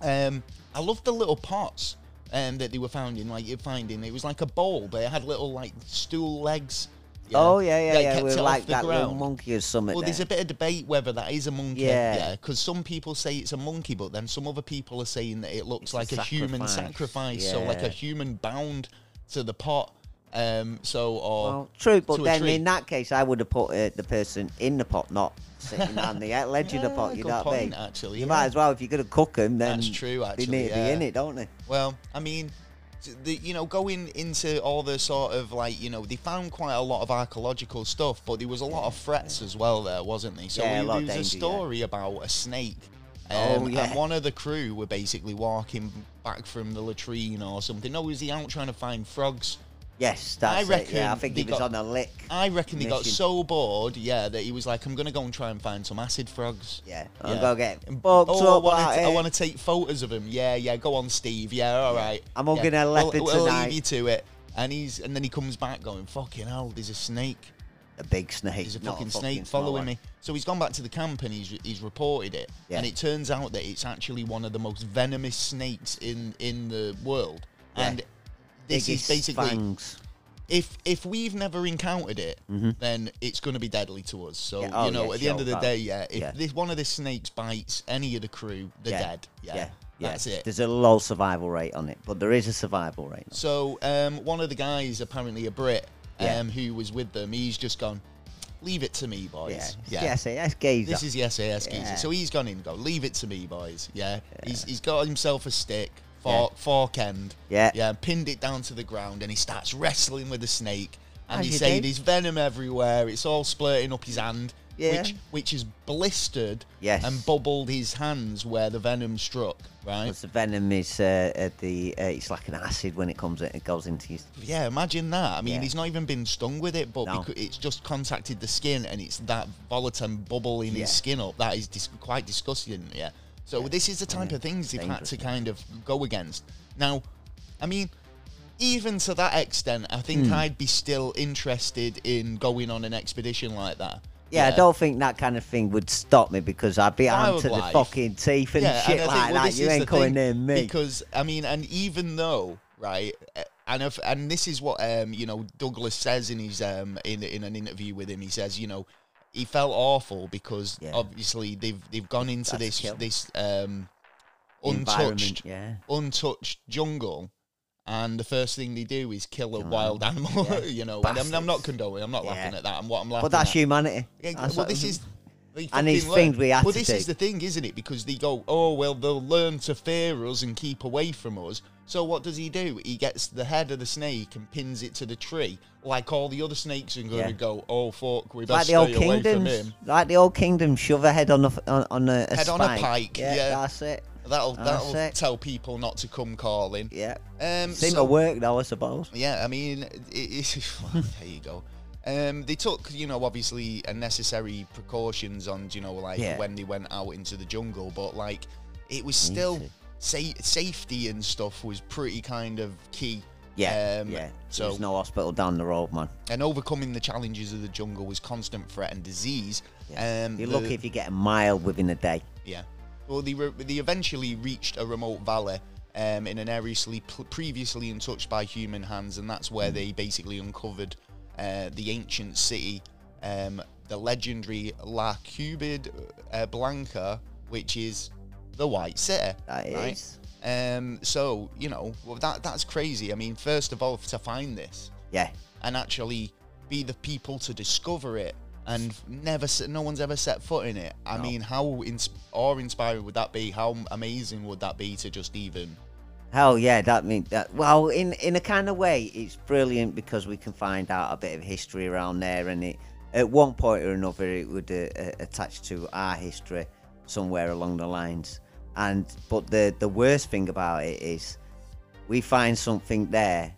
S1: um, I love the little pots um, that they were found in. Like you're finding, it was like a bowl, but it had little like stool legs. you know,
S2: oh yeah, yeah,
S1: that
S2: yeah.
S1: kept
S2: We're
S1: it off
S2: like
S1: the
S2: that little
S1: ground.
S2: monkey or something.
S1: Well,
S2: there.
S1: there's a bit of debate whether that is a monkey.
S2: Yeah.
S1: because some people say it's a monkey, but then some other people are saying that it looks
S2: It's a
S1: like a, human
S2: sacrifice.
S1: sacrifice, so like a
S2: Yeah.
S1: human bound to the pot. Um, so or
S2: Well, true,
S1: to
S2: but
S1: a
S2: then
S1: tree.
S2: in that case, I would have put uh, the person in the pot, not sitting on the uh, ledge of the
S1: Yeah,
S2: pot. You
S1: good
S2: know what I mean?
S1: point, actually,
S2: you
S1: yeah.
S2: might as well if you're going to cook them, then
S1: That's true,
S2: they
S1: actually,
S2: need to
S1: yeah.
S2: be in it, don't they?
S1: Well, I mean, t- the, you know, going into all the sort of like, you know, they found quite a lot of archaeological stuff, but there was a lot of threats as well there, wasn't there? So
S2: Yeah, a
S1: we,
S2: lot of
S1: there was
S2: danger,
S1: a
S2: yeah.
S1: story about a snake.
S2: Oh,
S1: Um,
S2: yeah.
S1: And one of the crew were basically walking back from the latrine or something. No, was he out trying to find frogs?
S2: Yes, that's
S1: I
S2: it. Yeah, I
S1: reckon
S2: think
S1: they
S2: he was
S1: got-
S2: on a lick.
S1: I reckon he got
S2: Mission.
S1: so bored, yeah, that he was like, I'm going to go and try and find some acid frogs.
S2: Yeah,
S1: Yeah.
S2: I'm gonna get
S1: Oh,
S2: bugged
S1: I
S2: up.
S1: wanna
S2: like
S1: t- I
S2: it.
S1: want to take photos of him. Yeah, yeah. Go on, Steve. Yeah, all right.
S2: I'm all
S1: yeah.
S2: gonna
S1: We'll-
S2: leopard
S1: we'll,
S2: tonight.
S1: leave you to it. And he's and then he comes back going, "Fucking hell, there's a snake.
S2: a big snake.
S1: There's a
S2: not
S1: fucking
S2: a
S1: snake
S2: fucking small
S1: following
S2: one.
S1: me." So he's gone back to the camp and he's he's reported it.
S2: Yeah.
S1: And it turns out that it's actually one of the most venomous snakes in in the world.
S2: Yeah.
S1: And this
S2: Biggest
S1: is basically
S2: fangs.
S1: if if we've never encountered it, then it's going to be deadly to us. So
S2: Mm-hmm. Yeah, oh,
S1: you know,
S2: yeah,
S1: at the end
S2: sure,
S1: of the
S2: that-
S1: day, yeah, if
S2: yeah.
S1: this one of the snakes bites any of the crew, they're
S2: Yeah,
S1: dead. Yeah,
S2: yeah, yeah.
S1: that's it.
S2: There's a low survival rate on it, but there is a survival rate. on it.
S1: So um, one of the guys, apparently a Brit, um,
S2: Yeah.
S1: who was with them, he's just gone. Leave Oh, it to me,
S2: Yeah,
S1: boys.
S2: yes, yes, gaze
S1: This
S2: up.
S1: is the SAS geezer.
S2: Yeah.
S1: So he's gone in and go, leave it to me, boys. Yeah. He's, he's got himself a stick, fork, fork end.
S2: Yeah.
S1: Yeah. Pinned it down to the ground and he starts wrestling with the snake. And
S2: As
S1: he's
S2: you
S1: saying
S2: do.
S1: there's venom everywhere. It's all splurting up his hand,
S2: Yeah.
S1: which which is blistered
S2: Yes.
S1: and bubbled his hands where the venom struck, right?
S2: 'Cause the venom is uh, at the uh, it's like an acid when it comes in, it goes into your
S1: Yeah, imagine that. I mean,
S2: Yeah.
S1: he's not even been stung with it, but
S2: No.
S1: becau- it's just contacted the skin, and it's that volatile bubble in
S2: Yeah.
S1: his skin up. That is dis- quite disgusting. Yeah. So this is the type of things they've had
S2: Mm-hmm. dangerous,
S1: to kind of go against. Now, I mean, even to that extent, I think
S2: Hmm.
S1: I'd be still interested in going on an expedition like that.
S2: Yeah, I don't think that kind of thing would stop me because I'd be on to the
S1: Wildlife.
S2: fucking teeth and
S1: Yeah,
S2: shit
S1: and I
S2: like
S1: think, well,
S2: that.
S1: this
S2: You
S1: is
S2: ain't
S1: the thing,
S2: coming near me.
S1: Because I mean, and even though, right, uh, and if, and this is what um you know Douglas says in his um in in an interview with him, he says you know he felt awful because
S2: Yeah.
S1: obviously they've they've gone into
S2: That's
S1: this
S2: killed.
S1: this um
S2: Environment,
S1: untouched
S2: yeah.
S1: untouched jungle. And the first thing they do is kill a wild animal, you know. And I'm, I'm not
S2: Bastards.
S1: condoning, I'm not laughing
S2: Yeah.
S1: at that. And what I'm laughing
S2: But that's
S1: at,
S2: humanity.
S1: yeah,
S2: That's
S1: well,
S2: what-
S1: this is They
S2: And it's
S1: fucking learn.
S2: things we had
S1: Well,
S2: to
S1: this
S2: do.
S1: is the thing, isn't it? Because they go, oh, well, they'll learn to fear us and keep away from us. So what does he do? He gets the head of the snake and pins it to the tree, like all the other snakes are going
S2: Yeah.
S1: to go, oh, fuck, we better
S2: Like
S1: stay
S2: the old
S1: away from
S2: kingdoms,
S1: him.
S2: like the old kingdom, shove a head on a f- on, on a, a
S1: Head on a
S2: spike.
S1: pike,
S2: Yeah,
S1: yeah.
S2: that's it.
S1: That'll,
S2: That's
S1: that'll
S2: it.
S1: tell people not to come calling.
S2: Oh, Yeah,
S1: Um,
S2: seemed
S1: so-
S2: to work though, I suppose.
S1: Yeah, I mean, it, it, well, there you go. Um, they took, you know, obviously unnecessary precautions on, you know, like
S2: Yeah.
S1: when they went out into the jungle, but like it was still
S2: Easy.
S1: sa- safety and stuff was pretty kind of key.
S2: Yeah,
S1: Um,
S2: yeah. So
S1: So
S2: there's no hospital down the road, man.
S1: and overcoming the challenges of the jungle was constant threat and disease.
S2: Yeah.
S1: Um,
S2: You're
S1: the-
S2: lucky if you get a mile within a day.
S1: yeah. Well, they, re- they eventually reached a remote valley um, in an area sleep- previously untouched by human hands, and that's
S2: Hmm.
S1: where they basically uncovered uh, the ancient city, um, the legendary La Cubid uh, Blanca, which is the White City.
S2: That is.
S1: right? Um, so, you know, well, that that's crazy. I mean, first of all, to find this
S2: Yeah,
S1: and actually be the people to discover it and never s- no one's ever set foot in it i
S2: No.
S1: mean how ins- awe inspiring would that be how amazing would that be to just even
S2: Hell yeah, that means that. Well, in in a kind of way, it's brilliant because we can find out a bit of history around there, and it at one point or another it would uh, uh, attach to our history somewhere along the lines. And but the the worst thing about it is we find something there.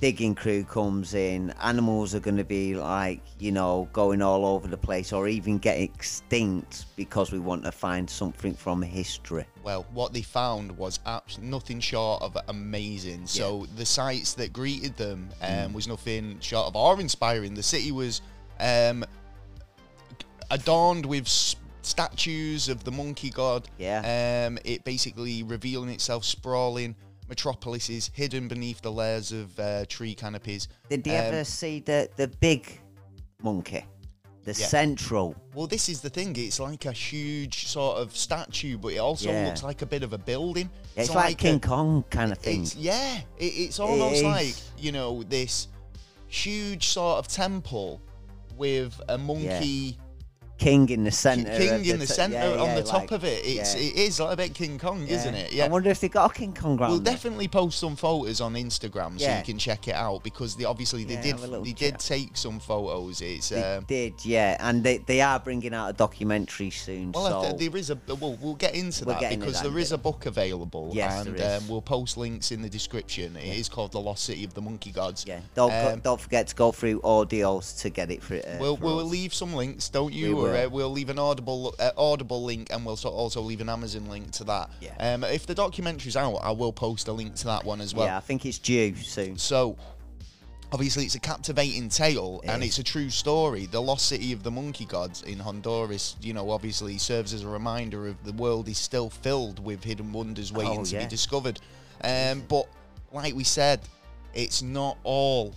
S2: Digging crew comes in. Animals are going to be like you know going all over the place, or even get extinct because we want to find something from history.
S1: well what they found was abs- nothing short of amazing so the sights that greeted them um,
S2: Mm.
S1: was nothing short of awe inspiring the city was um, adorned with s- statues of the monkey god.
S2: Yeah.
S1: Um, it basically revealing itself sprawling metropolises hidden beneath the layers of uh, tree canopies.
S2: Did you
S1: Um,
S2: ever see the the big monkey, the
S1: Yeah.
S2: central?
S1: Well, this is the thing. It's like a huge sort of statue, but it also
S2: Yeah.
S1: looks like a bit of a building.
S2: It's
S1: So
S2: like,
S1: a-
S2: King Kong kind of thing.
S1: It's yeah. It, it's almost
S2: is.
S1: like you know this huge sort of temple with a monkey.
S2: King in the center. of
S1: King in the
S2: t-
S1: centre
S2: yeah,
S1: on
S2: yeah,
S1: the top
S2: like-
S1: of it. It's
S2: yeah,
S1: it is like a bit King Kong, isn't it?
S2: I wonder if they got a King Kong round.
S1: We'll
S2: there.
S1: definitely post some photos on Instagram so
S2: Yeah.
S1: you can check it out because they obviously they
S2: Yeah,
S1: did
S2: have a little
S1: they did
S2: check.
S1: take some photos. It's
S2: They
S1: um,
S2: did, yeah, and they, they are bringing out a documentary soon.
S1: well, I
S2: so
S1: th- there is a well, we'll get into
S2: We'll
S1: that
S2: get into
S1: because
S2: that in
S1: there
S2: a
S1: is a book available
S2: Yes,
S1: and
S2: there is.
S1: Um, we'll post links in the description. It is called The Lost City of the Monkey Gods.
S2: yeah, don't go,
S1: Um,
S2: don't forget to go through audios to get it for. Uh,
S1: We'll,
S2: for
S1: we'll
S2: us.
S1: leave some links, don't you?
S2: We will.
S1: Or, uh, we'll leave an Audible uh, Audible link, and we'll so- also leave an Amazon link to that.
S2: Yeah.
S1: Um, if the documentary's out, I will post a link to that one as well.
S2: yeah, I think it's due soon.
S1: So, obviously, it's a captivating tale and
S2: is.
S1: it's a true story. The lost city of the monkey gods in Honduras, you know, obviously serves as a reminder of the world is still filled with hidden wonders waiting
S2: Oh,
S1: to be
S2: yeah.
S1: discovered. Um, but, like we said, it's not all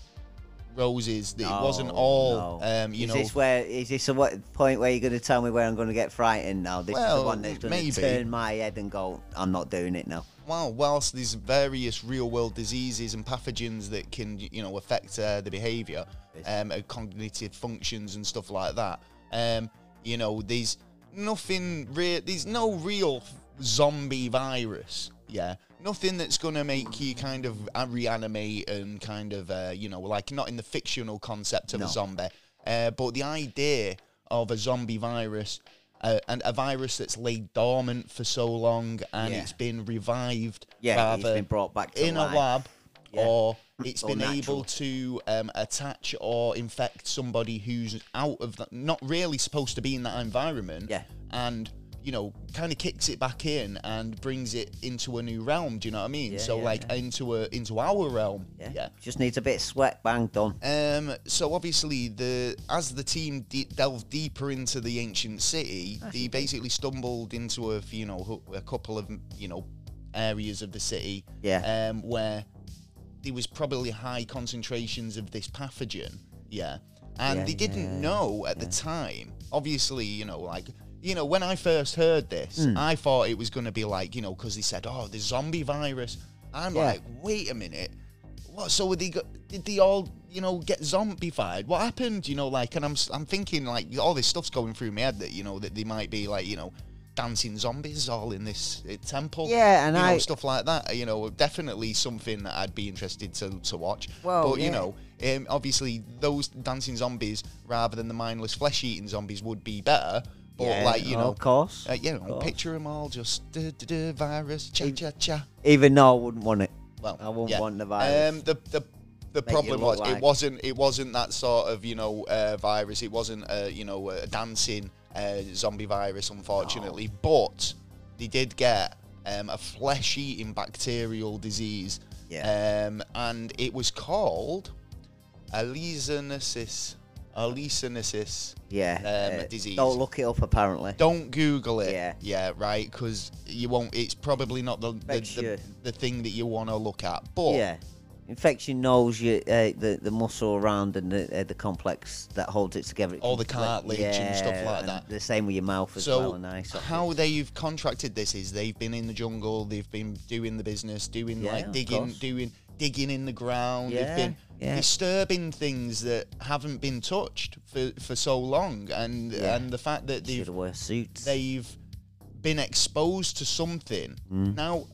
S1: roses. It wasn't
S2: No,
S1: all,
S2: Oh, no.
S1: um, you
S2: is
S1: know.
S2: this where is this a what, point where you're going to tell me where I'm going to get frightened now? This is
S1: Well,
S2: the one that's going
S1: maybe.
S2: to turn my head and go, I'm not doing it now.
S1: Well, whilst there's various real-world diseases and pathogens that can, you know, affect uh, the behaviour, um, uh, cognitive functions and stuff like that, um, you know, there's nothing real. There's no real zombie virus. Yeah, nothing that's gonna make you kind of uh, reanimate and kind of, uh, you know, like not in the fictional concept of a
S2: No.
S1: zombie, uh, but the idea of a zombie virus. Uh, and a virus that's laid dormant for so long and
S2: Yeah.
S1: it's been revived
S2: Yeah, it's
S1: rather
S2: been brought back to
S1: in
S2: life.
S1: a lab
S2: Yeah.
S1: or it's
S2: Or
S1: been
S2: natural.
S1: able to um, attach or infect somebody who's out of that, not really supposed to be in that environment.
S2: Yeah.
S1: And, you know, kind of kicks it back in and brings it into a new realm. Do you know what I mean? so,
S2: yeah,
S1: like, into a into our realm.
S2: Yeah.
S1: yeah.
S2: Just needs a bit of sweat, bang, done.
S1: Um, so obviously, the as the team de- delved deeper into the ancient city, they basically stumbled into a f- you know hu- a couple of you know areas of the city,
S2: Yeah.
S1: um, where there was probably high concentrations of this pathogen, yeah, and
S2: Yeah,
S1: they didn't
S2: yeah,
S1: know at the time. Obviously, you know, like you know, when I first heard this,
S2: Hmm.
S1: I thought it was going to be like you know because they said, oh, the zombie virus. I'm
S2: Yeah.
S1: like, wait a minute what? So were they go- did they all you know get zombified? What happened? You know, like, and I'm s- I'm thinking like all this stuff's going through my head that you know that they might be like you know dancing zombies all in this uh, temple.
S2: Yeah, and
S1: you know,
S2: I-
S1: stuff like that. You know, definitely something that I'd be interested to to watch.
S2: Well,
S1: but you
S2: yeah.
S1: know. Um, obviously, those dancing zombies, rather than the mindless flesh-eating zombies, would be better. But
S2: Yeah,
S1: like you
S2: oh,
S1: know,
S2: of course,
S1: uh, you know,
S2: of course.
S1: picture them all just duh, duh, duh, virus, cha cha cha.
S2: Even though I wouldn't want it.
S1: Well,
S2: I wouldn't
S1: yeah.
S2: want the virus.
S1: Um, the the the
S2: you
S1: problem was
S2: look
S1: it
S2: like-
S1: wasn't it wasn't that sort of you know uh, virus. It wasn't uh, you know a dancing uh, zombie virus, unfortunately. But they did get um, a flesh-eating bacterial disease.
S2: Yeah.
S1: Um, and it was called Alesonesis. Alesonesis.
S2: yeah,
S1: Um,
S2: uh,
S1: disease.
S2: Don't look it up. Apparently,
S1: Don't Google it.
S2: Yeah.
S1: Yeah, right, because you won't. It's probably not the the,
S2: Makes
S1: the,
S2: you-
S1: the thing that you want to look at. But
S2: yeah. Infects your nose, your uh, the the muscle around and the uh, the complex that holds it together. It
S1: All the
S2: can flip-
S1: cartilage and stuff like
S2: and
S1: that.
S2: The same with your mouth as
S1: so
S2: well. And eye sockets.
S1: how they've contracted this is they've been in the jungle, they've been doing the business, doing
S2: Yeah,
S1: like
S2: of
S1: digging,
S2: course.
S1: doing digging in the ground.
S2: Yeah,
S1: they've been
S2: yeah.
S1: disturbing things that haven't been touched for, for so long, and
S2: Yeah.
S1: and the fact that they've
S2: should wear suits.
S1: they've been exposed to something. Now,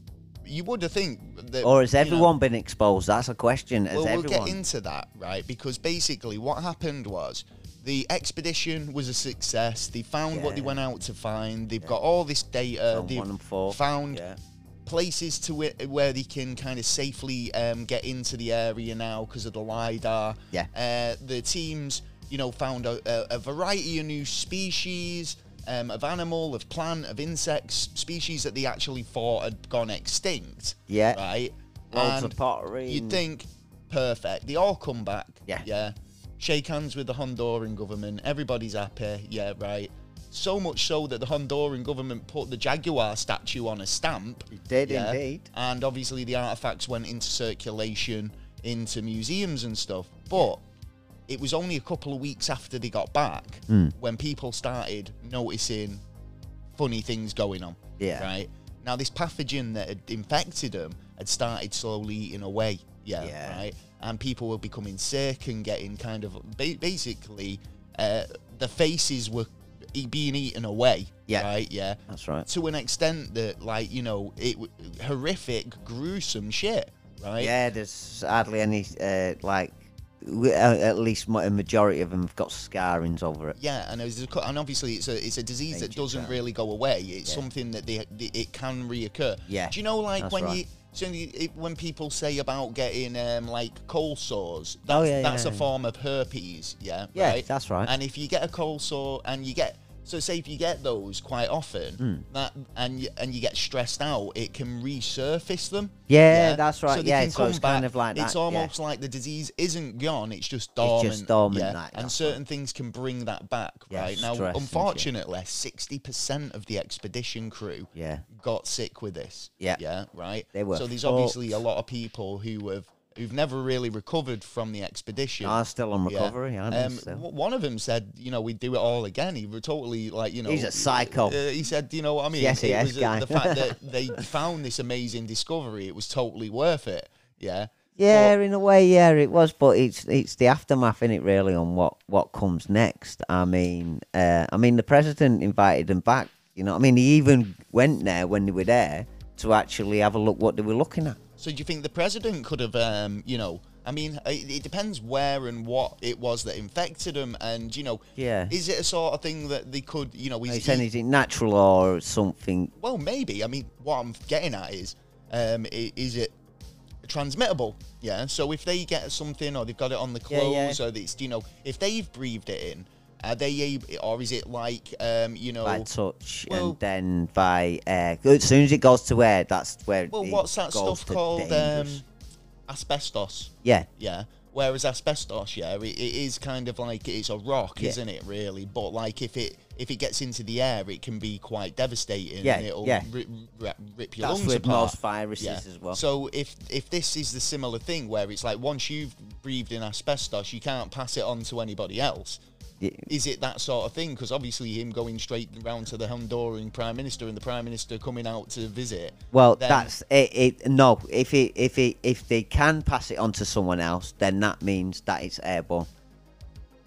S1: you would think that
S2: Mm. or has
S1: you know,
S2: everyone been exposed? That's a question. Has
S1: well,
S2: everyone?
S1: we'll get into that, right? Because basically, what happened was the expedition was a success. They found what they
S2: Yeah.
S1: went out to find. They've got all this data.
S2: Found
S1: They've
S2: one and four.
S1: found
S2: Yeah.
S1: places to whi- where they can kind of safely um, get into the area now because of the lidar.
S2: Yeah.
S1: Uh, the teams, you know, found a, a, a variety of new species. Um, of animal, of plant, of insects, species that they actually thought had gone extinct.
S2: Yeah.
S1: Right.
S2: Loads of
S1: And
S2: pottery.
S1: You'd
S2: and-
S1: think perfect. They all come back.
S2: Yeah.
S1: Yeah. Shake hands with the Honduran government. Everybody's happy. Yeah, right. So much so that the Honduran government put the jaguar statue on a stamp.
S2: It did
S1: Yeah.
S2: indeed.
S1: And obviously the artifacts went into circulation into museums and stuff. But it was only a couple of weeks after they got back
S2: Hmm.
S1: when people started noticing funny things going on.
S2: Yeah.
S1: Right. Now this pathogen that had infected them had started slowly eating away. Yeah.
S2: Yeah.
S1: Right. And people were becoming sick and getting kind of ba- basically uh, the faces were e- being eaten away.
S2: Yeah.
S1: Right. Yeah.
S2: That's right.
S1: To an extent that, like you know, it w- horrific, gruesome shit. Right.
S2: Yeah, there's hardly any uh, like. We, uh, at least mo- a majority of them have got scarrings over it.
S1: Yeah, and it's a co- and obviously it's a it's a disease that
S2: Major
S1: doesn't
S2: problem.
S1: really go away. It's
S2: Yeah.
S1: something that they, they it can reoccur.
S2: Yeah,
S1: Do you know like
S2: that's
S1: when
S2: right.
S1: you so you- it, when people say about getting um, like cold sores, that's,
S2: Oh, yeah,
S1: that's
S2: yeah,
S1: a
S2: yeah.
S1: form of herpes. Yeah.
S2: Yeah,
S1: right?
S2: that's right.
S1: And if you get a cold sore and you get so say if you get those quite often
S2: Hmm.
S1: that and you, and you get stressed out, it can resurface them.
S2: Yeah, that's right.
S1: they
S2: Yeah,
S1: can
S2: so it's
S1: come
S2: kind
S1: back.
S2: of like
S1: it's
S2: that, yeah.
S1: almost like the disease isn't gone; it's just
S2: just
S1: dormant.
S2: dormant, like,
S1: and
S2: that's
S1: certain things can bring that back.
S2: Yeah,
S1: right now,
S2: stress and shit.
S1: unfortunately, sixty percent of the expedition crew
S2: Yeah.
S1: got sick with this.
S2: Yeah.
S1: yeah, right.
S2: They were
S1: So there's
S2: fucked.
S1: obviously a lot of people who have who've never really recovered from the expedition.
S2: I'm still on
S1: Yeah.
S2: recovery. aren't I
S1: Um,
S2: still?
S1: w- one of them said, you know, we'd do it all again. He was totally like, you know,
S2: He's a psycho.
S1: Uh, he said, you know what I mean?
S2: Yes, he
S1: it
S2: is,
S1: was uh,
S2: guy.
S1: the fact that they found this amazing discovery. It was totally worth it. Yeah.
S2: Yeah, in a way, yeah, it was, but it's it's the aftermath in it really on what what comes next. I mean, uh, I mean, the president invited them back. You know, what I mean, he even went there when they were there to actually have a look what they were looking at.
S1: So do you think the president could have, um, you know, I mean, it, it depends where and what it was that infected him, and you know,
S2: Yeah.
S1: is it a sort of thing that they could, you know,
S2: It's
S1: he's, he-
S2: anything natural or something.
S1: well, maybe. I mean, what I'm getting at is, um, i- is it transmittable? Yeah. So if they get something, or they've got it on the
S2: Yeah,
S1: clothes,
S2: yeah.
S1: or it's you know, if they've breathed it in, are they able, or is it like, um, you know,
S2: By touch
S1: well-
S2: and then by air. As soon as it goes to air, that's where.
S1: well,
S2: it
S1: what's that
S2: goes
S1: stuff
S2: to
S1: called? Um,
S2: dangerous.
S1: asbestos.
S2: yeah,
S1: Yeah. Whereas asbestos, yeah, it, it is kind of like it's a rock,
S2: Yeah.
S1: isn't it? Really, but like if it if it gets into the air, it can be quite devastating.
S2: Yeah,
S1: and it'll
S2: yeah.
S1: ri- ri- rip your
S2: That's
S1: lungs
S2: with
S1: apart.
S2: most viruses as well.
S1: So if if this is the similar thing where it's like once you've breathed in asbestos, you can't pass it on to anybody else.
S2: Y-
S1: Is it that sort of thing? Because obviously, him going straight round to the Honduran prime minister and the prime minister coming out to visit.
S2: Well,
S1: then-
S2: that's it, it. No, if it, if it, if they can pass it on to someone else, then that means that it's airborne.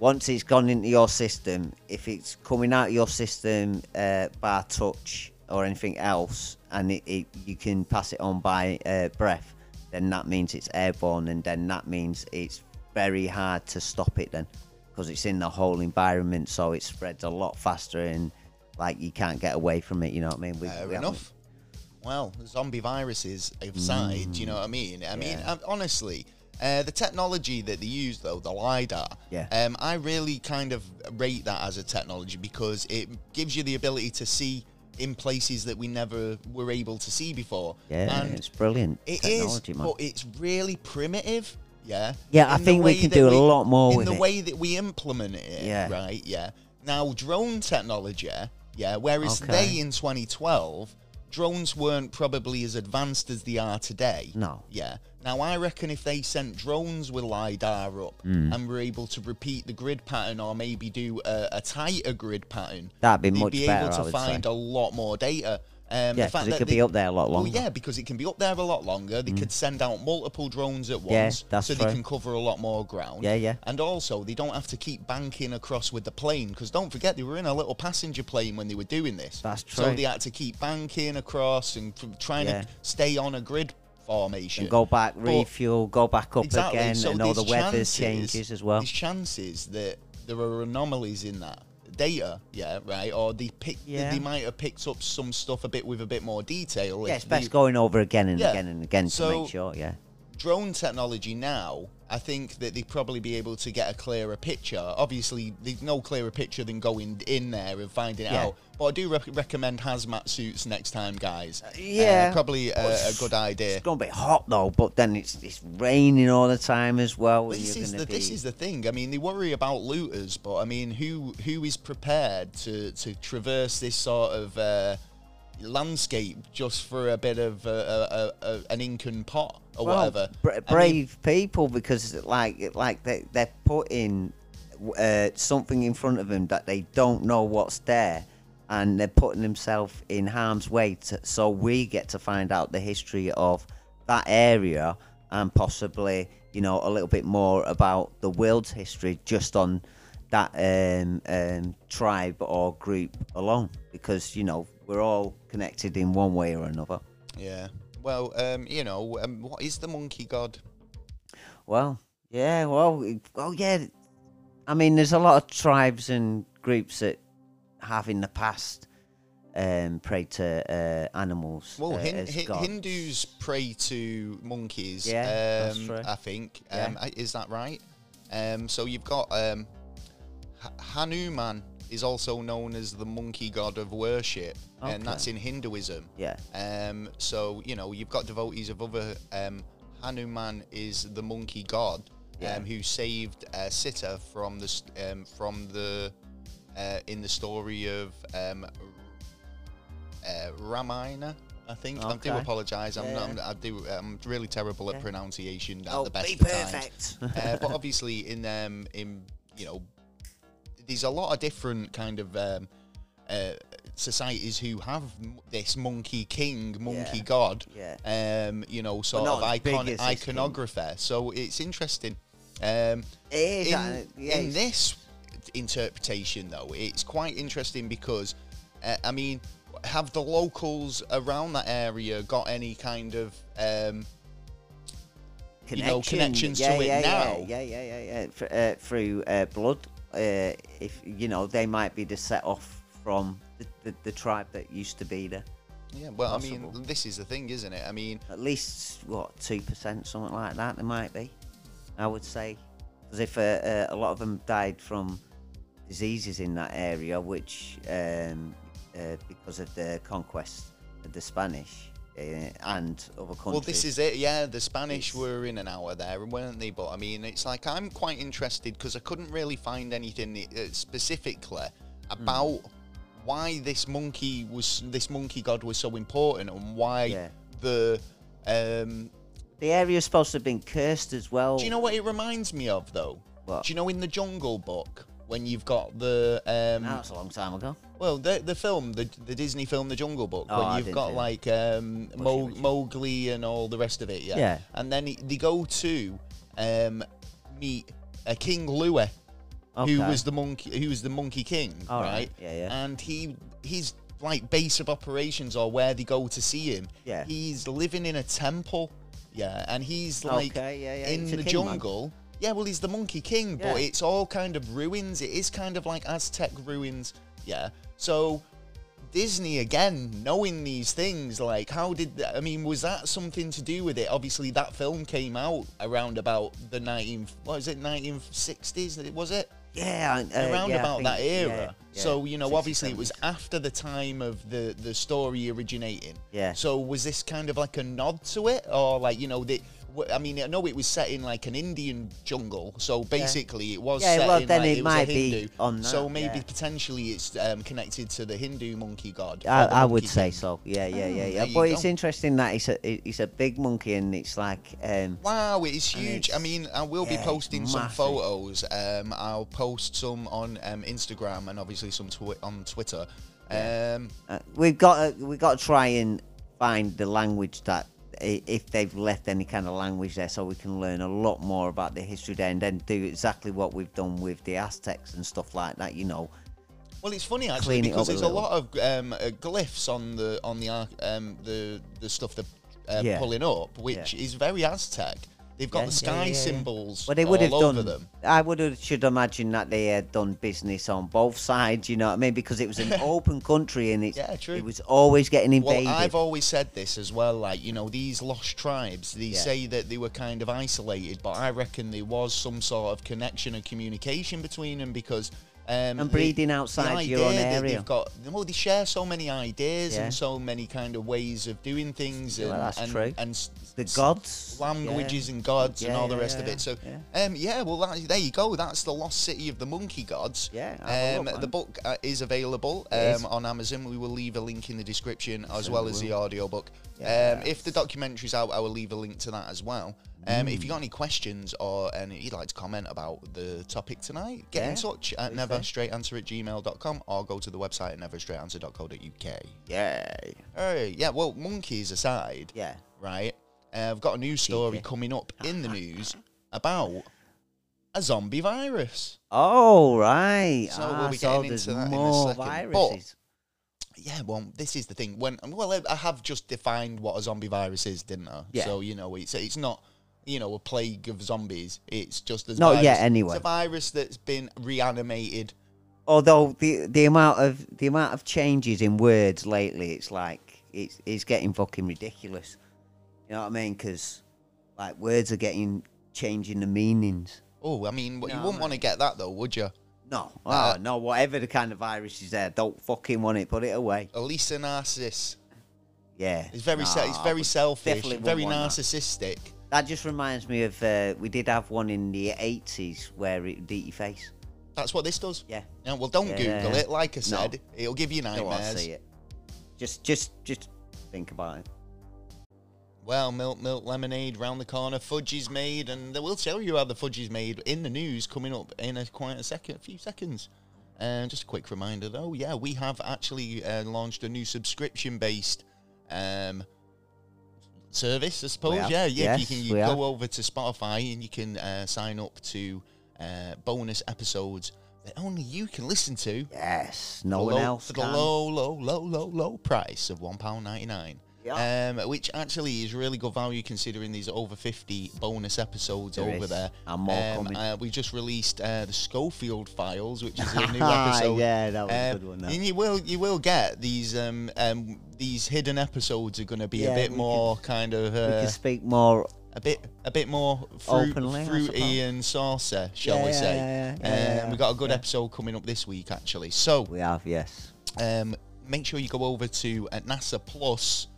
S2: Once it's gone into your system, if it's coming out of your system uh, by touch or anything else, and it, it, you can pass it on by uh, breath, then that means it's airborne, and then that means it's very hard to stop it then, because it's in the whole environment, so it spreads a lot faster, and like you can't get away from it. You know what I mean? We-
S1: Fair
S2: we haven't-
S1: enough. Well, zombie viruses aside, you know what I mean? I mean,
S2: Mm. Yeah.
S1: um, honestly, uh, the technology that they use, though, the LiDAR,
S2: Yeah.
S1: um, I really kind of rate that as a technology because it gives you the ability to see in places that we never were able to see before.
S2: Yeah,
S1: and
S2: it's brilliant
S1: It is,
S2: technology, man.
S1: but it's really primitive. Yeah.
S2: Yeah, I
S1: In the
S2: think we
S1: way
S2: can
S1: that
S2: do a lot more
S1: in
S2: with
S1: the
S2: it.
S1: way that we implement it.
S2: Yeah.
S1: Right. Yeah. Now drone technology. Yeah. Whereas
S2: Okay.
S1: they in 2012, drones weren't probably as advanced as they are today.
S2: No.
S1: Yeah. Now I reckon if they sent drones with lidar up
S2: Hmm.
S1: and were able to repeat the grid pattern or maybe do a, a tighter grid pattern,
S2: That'd be
S1: they'd
S2: much
S1: be
S2: better,
S1: able
S2: I
S1: to
S2: would say.
S1: find a lot more data. Um,
S2: Yeah,
S1: the fact
S2: 'cause it
S1: that
S2: could
S1: they-
S2: be up there a lot
S1: Well,
S2: longer.
S1: yeah, because it can be up there a lot longer. They could send out multiple drones at
S2: Mm. Yeah,
S1: once,
S2: that's
S1: so
S2: true.
S1: they can cover a lot more ground.
S2: Yeah, yeah.
S1: And also, they don't have to keep banking across with the plane because don't forget they were in a little passenger plane when they were doing this.
S2: That's
S1: So
S2: true.
S1: they had to keep banking across and f- trying
S2: Yeah.
S1: to stay on a grid formation.
S2: and go back,
S1: But-
S2: refuel, go back up
S1: exactly.
S2: again,
S1: so
S2: and all the
S1: there's
S2: weather
S1: chances-
S2: changes as well.
S1: There's chances that there are anomalies in that data, yeah, right? Or they pick,
S2: Yeah.
S1: they might have picked up some stuff a bit with a bit more detail. if
S2: Yeah, it's
S1: they-
S2: best going over again and
S1: Yeah.
S2: again and again to
S1: So-
S2: make sure. Yeah,
S1: drone technology now, I think that they'd probably be able to get a clearer picture. Obviously, there's no clearer picture than going in there and finding it
S2: Yeah.
S1: out. But I do rec- recommend hazmat suits next time, guys. Uh,
S2: yeah.
S1: probably a, a good idea.
S2: it's gonna be hot though, but then it's it's raining all the time as well. and
S1: This
S2: you're
S1: is
S2: gonna
S1: the this
S2: be-
S1: is the thing. I mean, they worry about looters, but I mean, who who is prepared to to traverse this sort of uh, landscape just for a bit of uh, uh uh uh an incan pot or
S2: Well,
S1: whatever?
S2: bra-
S1: I mean,
S2: brave people because like like they they're putting uh, something in front of them that they don't know what's there, and they're putting themselves in harm's way. To, so we get to find out the history of that area and possibly you know a little bit more about the world's history just on that um, um, tribe or group alone because you know we're all connected in one way or another.
S1: Yeah. Well, um, you know, um, what is the monkey god?
S2: Well, yeah, well, it- oh yeah. I mean, there's a lot of tribes and groups that have in the past um, preyed to uh, animals.
S1: Well,
S2: uh,
S1: hin-
S2: as
S1: hin-
S2: gods.
S1: Hindus pray to monkeys.
S2: Yeah, that's
S1: um,
S2: true.
S1: I think.
S2: Yeah.
S1: Um, I- is that right? Um, so you've got um, H- Hanuman is also known as the monkey god of worship,
S2: Okay.
S1: and that's in Hinduism.
S2: Yeah.
S1: Um, so you know you've got devotees of other. Um, Hanuman is the monkey god
S2: Yeah.
S1: um, who saved uh, Sita from the st- um, from the uh, in the story of um, uh, Ramayana. I think I do
S2: Okay.
S1: apologise. I'm,
S2: Yeah,
S1: not- I'm I do. I'm really terrible at pronunciation at
S2: Oh,
S1: the best
S2: be
S1: of times.
S2: perfect.
S1: Uh, but obviously, in um, in you know, there's a lot of different kind of um, uh, societies who have m- this monkey king, monkey
S2: Yeah.
S1: god,
S2: Yeah.
S1: um, you know, sort
S2: not
S1: of
S2: as big
S1: icon-
S2: as this king.
S1: iconographer. So it's interesting. Um,
S2: It is,
S1: in,
S2: uh, yeah,
S1: in
S2: it's-
S1: this interpretation, though, it's quite interesting because, uh, I mean, have the locals around that area got any kind of um, you know, connections
S2: yeah,
S1: to it
S2: yeah,
S1: now.
S2: Yeah, yeah, yeah, yeah. yeah. Fr- uh, through uh, blood, uh, if you know, they might be the set off from the, the, the tribe that used to be there.
S1: Yeah, well, I
S2: Possible.
S1: mean, this is the thing, isn't it? I mean,
S2: at least what two percent, something like that. There might be, I would say, because if uh, uh, a lot of them died from diseases in that area, which um, uh, because of the conquest of the Spanish uh, and other countries.
S1: well, this is it. Yeah, the Spanish
S2: It's-
S1: were in an hour there, weren't they? But I mean, it's like I'm quite interested because I couldn't really find anything uh, specifically about
S2: Mm.
S1: why this monkey was this monkey god was so important and why
S2: Yeah.
S1: the um,
S2: the area is supposed to have been cursed as well.
S1: Do you know what it reminds me of though?
S2: What?
S1: Do you know in the Jungle Book when you've got the um,
S2: Now it's a long time ago.
S1: well the the film the the Disney film The Jungle Book
S2: Oh,
S1: when
S2: I
S1: you've
S2: didn't
S1: got
S2: see
S1: like um, Mo-
S2: Bushy.
S1: Mowgli and all the rest of it yeah,
S2: Yeah.
S1: and then he- they go to um, meet a King Louie who
S2: Okay.
S1: was the monkey who was the monkey king
S2: All
S1: right?
S2: right, yeah, yeah.
S1: and he his like base of operations or where they go to see him
S2: Yeah.
S1: he's living in a temple yeah and he's like
S2: Okay, yeah, yeah,
S1: in
S2: he's a
S1: the
S2: king, man.
S1: jungle yeah well he's the monkey king but
S2: Yeah.
S1: it's all kind of ruins it is kind of like aztec ruins yeah so Disney again knowing these things like how did th- I mean was that something to do with it obviously that film came out around about the 19 what is it 1960s was it
S2: Yeah, and, uh,
S1: around
S2: yeah, I
S1: about
S2: think-
S1: that era.
S2: yeah, yeah,
S1: so you know,
S2: 60s,
S1: obviously, it was
S2: 70s.
S1: after the time of the the story originating.
S2: Yeah.
S1: So was this kind of like a nod to it, or like you know the. wh- I mean, I know it was set in like an Indian jungle, so basically it was
S2: Yeah,
S1: set
S2: well,
S1: in
S2: then
S1: like
S2: it
S1: was a
S2: might be
S1: Hindu.
S2: on
S1: so
S2: that,
S1: maybe
S2: yeah.
S1: potentially it's um, connected to the Hindu monkey god. or
S2: I,
S1: the
S2: I would
S1: monkey
S2: say
S1: king.
S2: so. Yeah, yeah, yeah, yeah.
S1: there you
S2: But it's
S1: go.
S2: interesting that it's a it- it's a big monkey and it's like um,
S1: Wow, it is huge. I
S2: it's-
S1: mean, I will
S2: yeah,
S1: be
S2: it's
S1: posting some
S2: massive.
S1: photos. Um, I'll post some on um, Instagram and obviously some twi- on Twitter. Um,
S2: uh, we've got to, we've got to try and find the language that i- if they've left any kind of language there, so we can learn a lot more about the history there, and then do exactly what we've done with the Aztecs and stuff like that. You know,
S1: Well, it's funny actually
S2: Clean it
S1: because
S2: up a
S1: there's a
S2: little.
S1: lot of um, uh, glyphs on the on the arch- um, the the stuff they're uh,
S2: Yeah.
S1: pulling up, which
S2: Yeah.
S1: is very Aztec. They've got
S2: Yeah,
S1: the
S2: yeah,
S1: sky
S2: yeah, yeah.
S1: symbols
S2: Well, they
S1: all
S2: would have
S1: over
S2: done.
S1: them.
S2: I would have, should imagine that they had done business on both sides. You know what I mean? Because it was an open country and it's,
S1: Yeah, true.
S2: it was always getting invaded.
S1: Well, I've always said this as well. Like you know, these lost tribes, they
S2: Yeah.
S1: say that they were kind of isolated, but I reckon there was some sort of connection and communication between them because. Um,
S2: And breeding outside your own
S1: idea that
S2: area.
S1: They've got well, they share so many ideas
S2: Yeah.
S1: and so many kind of ways of doing things,
S2: Yeah,
S1: and
S2: well, that's
S1: and,
S2: true.
S1: and s-
S2: the
S1: s-
S2: gods,
S1: languages and gods and
S2: Yeah,
S1: all the
S2: yeah,
S1: rest of
S2: yeah,
S1: it. So,
S2: yeah.
S1: um, yeah, well, that, there you go. That's the lost city of the monkey gods.
S2: Yeah, have a
S1: um,
S2: look,
S1: the
S2: man.
S1: book uh, is available
S2: It is.
S1: um, on Amazon. We will leave a link in the description as
S2: Certainly
S1: well as
S2: will.
S1: the audiobook.
S2: Yeah.
S1: Um, if the documentary's out, I will leave a link to that as well. Um, If you got any questions or any you'd like to comment about the topic tonight, get in
S2: Yeah,
S1: touch at
S2: please do.
S1: neverstraightanswer at gmail.com or go to the website at neverstraightanswer.co.uk.
S2: Yeah,
S1: Hey, yeah, well, monkeys aside,
S2: yeah.
S1: right? Uh, I've got a news story
S2: Cheeky.
S1: coming up in the news about a zombie virus.
S2: Oh right.
S1: So we'll
S2: ah,
S1: be
S2: so
S1: getting
S2: there's
S1: into that in a
S2: more
S1: second, but-
S2: viruses.
S1: Yeah, well, this is the thing. When well, I, I have just defined what a zombie virus is, didn't I?
S2: Yeah.
S1: So you know, it's it's not you know a plague of zombies. It's just as
S2: Not yet,
S1: virus-
S2: anyway.
S1: It's a virus that's been reanimated.
S2: Although the the amount of the amount of changes in words lately, it's like it's it's getting fucking ridiculous. You know what I mean? Because like words are getting changing the meanings.
S1: Oh, I mean, what you
S2: No,
S1: wouldn't want to get that though, would you?
S2: No, oh,
S1: Uh,
S2: no, whatever the kind of virus is there, don't fucking want it. Put it away.
S1: Elisa Narcissus.
S2: Yeah,
S1: It's very se-
S2: sad.
S1: it's very selfish,
S2: definitely wouldn't
S1: very
S2: want that.
S1: narcissistic.
S2: That just reminds me of uh, we did have one in the eighties where it beat your face.
S1: That's what this does.
S2: Yeah,
S1: Yeah, well, don't
S2: Yeah.
S1: Google it. Like I
S2: No.
S1: said, it'll give you
S2: don't want
S1: nightmares.
S2: to see it. Just, just, just think about it.
S1: Well, milk, milk, lemonade, round the corner, fudge is made, and we'll tell you how the fudge is made in the news coming up in a quite a second, a few seconds. And just a quick reminder, though, yeah, we have actually uh, launched a new subscription-based um, service, I suppose.
S2: have.
S1: Yeah, yeah,
S2: Yes,
S1: you can you
S2: we
S1: go
S2: have.
S1: over to Spotify and you can uh, sign up to uh, bonus episodes that only you can listen to.
S2: Yes, no
S1: for
S2: one
S1: low,
S2: else
S1: for the
S2: can.
S1: low, low, low, low, low price of one pound ninety nine.
S2: Yeah.
S1: Um, which actually is really good value considering there's over 50 bonus episodes
S2: There
S1: over
S2: is,
S1: there.
S2: and more
S1: Um,
S2: coming.
S1: uh, we just released uh, the Schofield Files, which is a new episode.
S2: Yeah, that was a
S1: Um,
S2: good one, that.
S1: And you will you will get these um, um these hidden episodes are going to be a
S2: Yeah,
S1: bit
S2: we
S1: more kind of
S2: we
S1: uh,
S2: can speak more.
S1: a bit a bit more fruit,
S2: Openly, I
S1: fruity
S2: suppose.
S1: and saucer, shall
S2: Yeah,
S1: we
S2: yeah,
S1: say?
S2: yeah, yeah,
S1: um,
S2: yeah, yeah,
S1: we got a good episode coming up this week actually. So
S2: We have yes.
S1: um, make sure you go over to uh, NASA Plus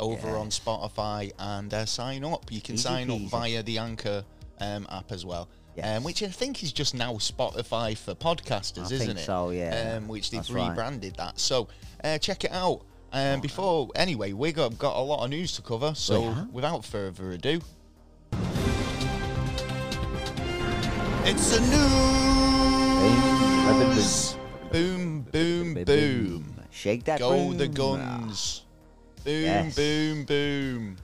S1: over
S2: Yeah.
S1: on Spotify and uh, sign up. You can
S2: Easy
S1: sign up
S2: peasy.
S1: via the Anchor um, app as well.
S2: Yes.
S1: Um, which I think is just now Spotify for podcasters,
S2: I
S1: isn't
S2: think
S1: it?
S2: so, yeah.
S1: Um, which they've
S2: That's right.
S1: rebranded that. So uh, check it out. Um, before anyway, we've got, got a lot of news to cover. So
S2: have.
S1: without further ado, it's the news.
S2: Hey.
S1: Booze. Boom, boom, boom.
S2: Shake that Ah,
S1: Go
S2: broom.
S1: the guns. Boom,
S2: Yes.
S1: boom, boom.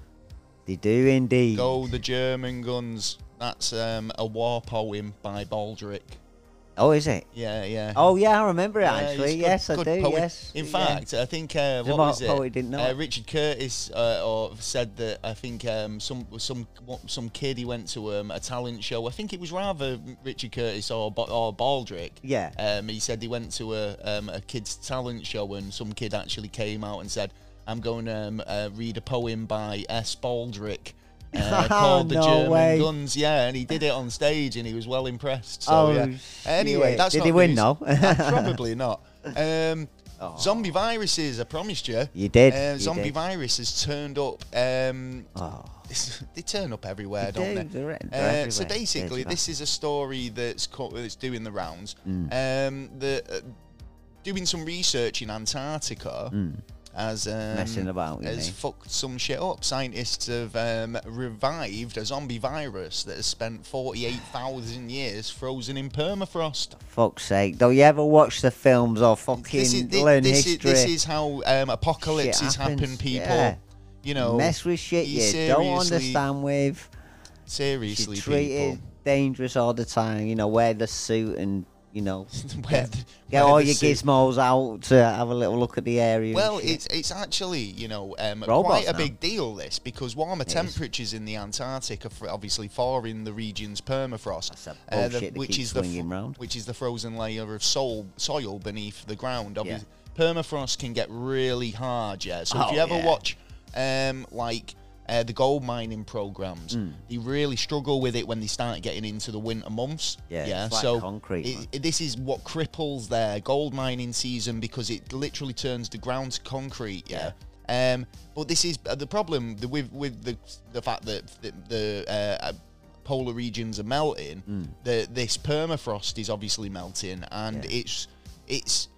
S2: They do indeed.
S1: Go the German guns. That's um, a war poem by Baldric.
S2: Oh, is it?
S1: Yeah, yeah.
S2: Oh, yeah, I remember it
S1: Yeah, he's
S2: actually.
S1: good-
S2: yes, I
S1: good
S2: do.
S1: poet.
S2: Yes.
S1: In
S2: Yeah.
S1: fact, I think uh,
S2: The
S1: what
S2: mo-
S1: was it?
S2: poet didn't know
S1: Uh,
S2: it.
S1: Richard Curtis uh, or said that I think um, some some some kid he went to um, a talent show. I think it was rather Richard Curtis or Bo- or Baldric.
S2: Yeah.
S1: Um, he said he went to a um, a kid's talent show and some kid actually came out and said, "I'm going to um, uh, read a poem by S. Baldric." Uh,
S2: Oh,
S1: called the
S2: no
S1: German
S2: way.
S1: guns, yeah, and he did it on stage, and he was well impressed. So,
S2: Oh,
S1: yeah. Anyway,
S2: shit.
S1: that's
S2: Did
S1: not
S2: he win,
S1: news.
S2: though? Oh.
S1: Uh, Probably not. Um, Zombie viruses, I promised you.
S2: You did,
S1: Uh,
S2: you
S1: zombie
S2: did.
S1: virus has turned up. Um,
S2: Oh.
S1: they turn up everywhere,
S2: They
S1: don't
S2: do,
S1: they? Uh,
S2: they're- they're
S1: So
S2: everywhere.
S1: basically,
S2: There's
S1: this is a story that's co- that's doing the rounds.
S2: Mm.
S1: Um, the uh, doing some research in Antarctica. As um,
S2: Mm. Messing about, you
S1: has
S2: mean?
S1: fucked some shit up. Scientists have um, revived a zombie virus that has spent forty-eight thousand years frozen in permafrost.
S2: Fuck's sake. Don't you ever watch the films or fucking
S1: this is, thi-
S2: learn
S1: this, is,
S2: history?
S1: this is how um, apocalypses
S2: happens,
S1: happen, people.
S2: yeah.
S1: You know,
S2: Mess with shit you don't
S1: seriously-
S2: understand with. She's
S1: Seriously,
S2: treated
S1: people.
S2: dangerous all the time. You know, wear the suit and, you know,
S1: Wear the- wear
S2: get all
S1: the
S2: your
S1: suit.
S2: gizmos out to have a little look at the area. and
S1: Well,
S2: shit.
S1: it's it's actually you know um,
S2: Robots
S1: quite a
S2: now.
S1: big deal this because warmer temperatures in the Antarctic are fr- obviously far in the region's permafrost,
S2: That's that
S1: uh,
S2: bullshit they keep swinging round.
S1: which is the frozen layer of soil soil beneath the ground. Obviously, permafrost can get really hard. Yeah, so if
S2: Oh,
S1: you ever
S2: yeah.
S1: watch um, like. Uh, the gold mining programs,
S2: Hmm.
S1: they really struggle with it when they start getting into the winter months.
S2: Yeah, it's like
S1: so
S2: concrete,
S1: it-
S2: man.
S1: it- this is what cripples their gold mining season because it literally turns the ground to concrete. Yeah. Um, but this is uh, the problem th- with with the the fact that the, the uh, uh, polar regions are melting.
S2: Hmm.
S1: The this permafrost is obviously melting, and it's it's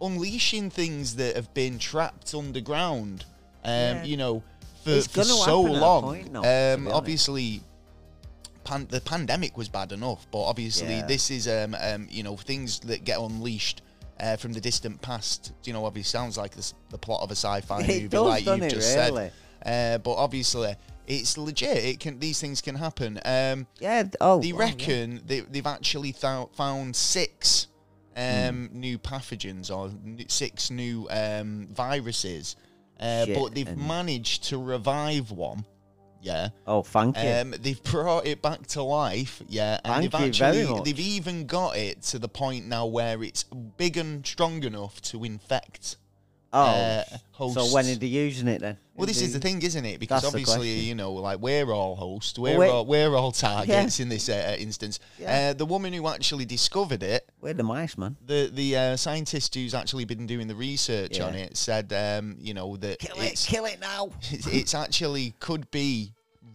S1: unleashing things that have been trapped underground. Um, you know. For,
S2: It's
S1: for
S2: gonna
S1: so
S2: happen at a
S1: long,
S2: point, though, to be
S1: um,
S2: honest.
S1: obviously, pan- the pandemic was bad enough, but obviously
S2: Yeah.
S1: this is um, um you know things that get unleashed uh, from the distant past. You know, obviously sounds like this, the plot of a sci-fi
S2: It
S1: movie,
S2: does,
S1: like
S2: doesn't
S1: you've
S2: it,
S1: just
S2: really?
S1: said. Uh, but obviously it's legit. It can these things can happen. Um,
S2: yeah. d- Oh,
S1: they
S2: well, yeah.
S1: reckon they, they've actually thou found six um,
S2: Hmm.
S1: new pathogens or n- six new um, viruses, uh,
S2: Shit,
S1: but they've
S2: and-
S1: managed to revive one. Yeah.
S2: Oh, thank you.
S1: Um, they've brought it back to life, yeah, and
S2: Thank
S1: they've
S2: you very
S1: actually
S2: much.
S1: they've even got it to the point now where it's big and strong enough to infect.
S2: oh,
S1: uh,
S2: so when
S1: hosts.
S2: are they using it then?
S1: Well, this is the thing, isn't it? Because
S2: That's the
S1: obviously,
S2: question.
S1: you know, like we're all hosts, we're
S2: wait-
S1: all we're all targets in this uh, instance.
S2: Yeah.
S1: Uh, the woman who actually discovered it,
S2: We're the mice, man.
S1: the the uh, scientist who's actually been doing the research on
S2: Yeah.
S1: it, said, um, you know, that it's
S2: kill it now.
S1: it's, it's actually could be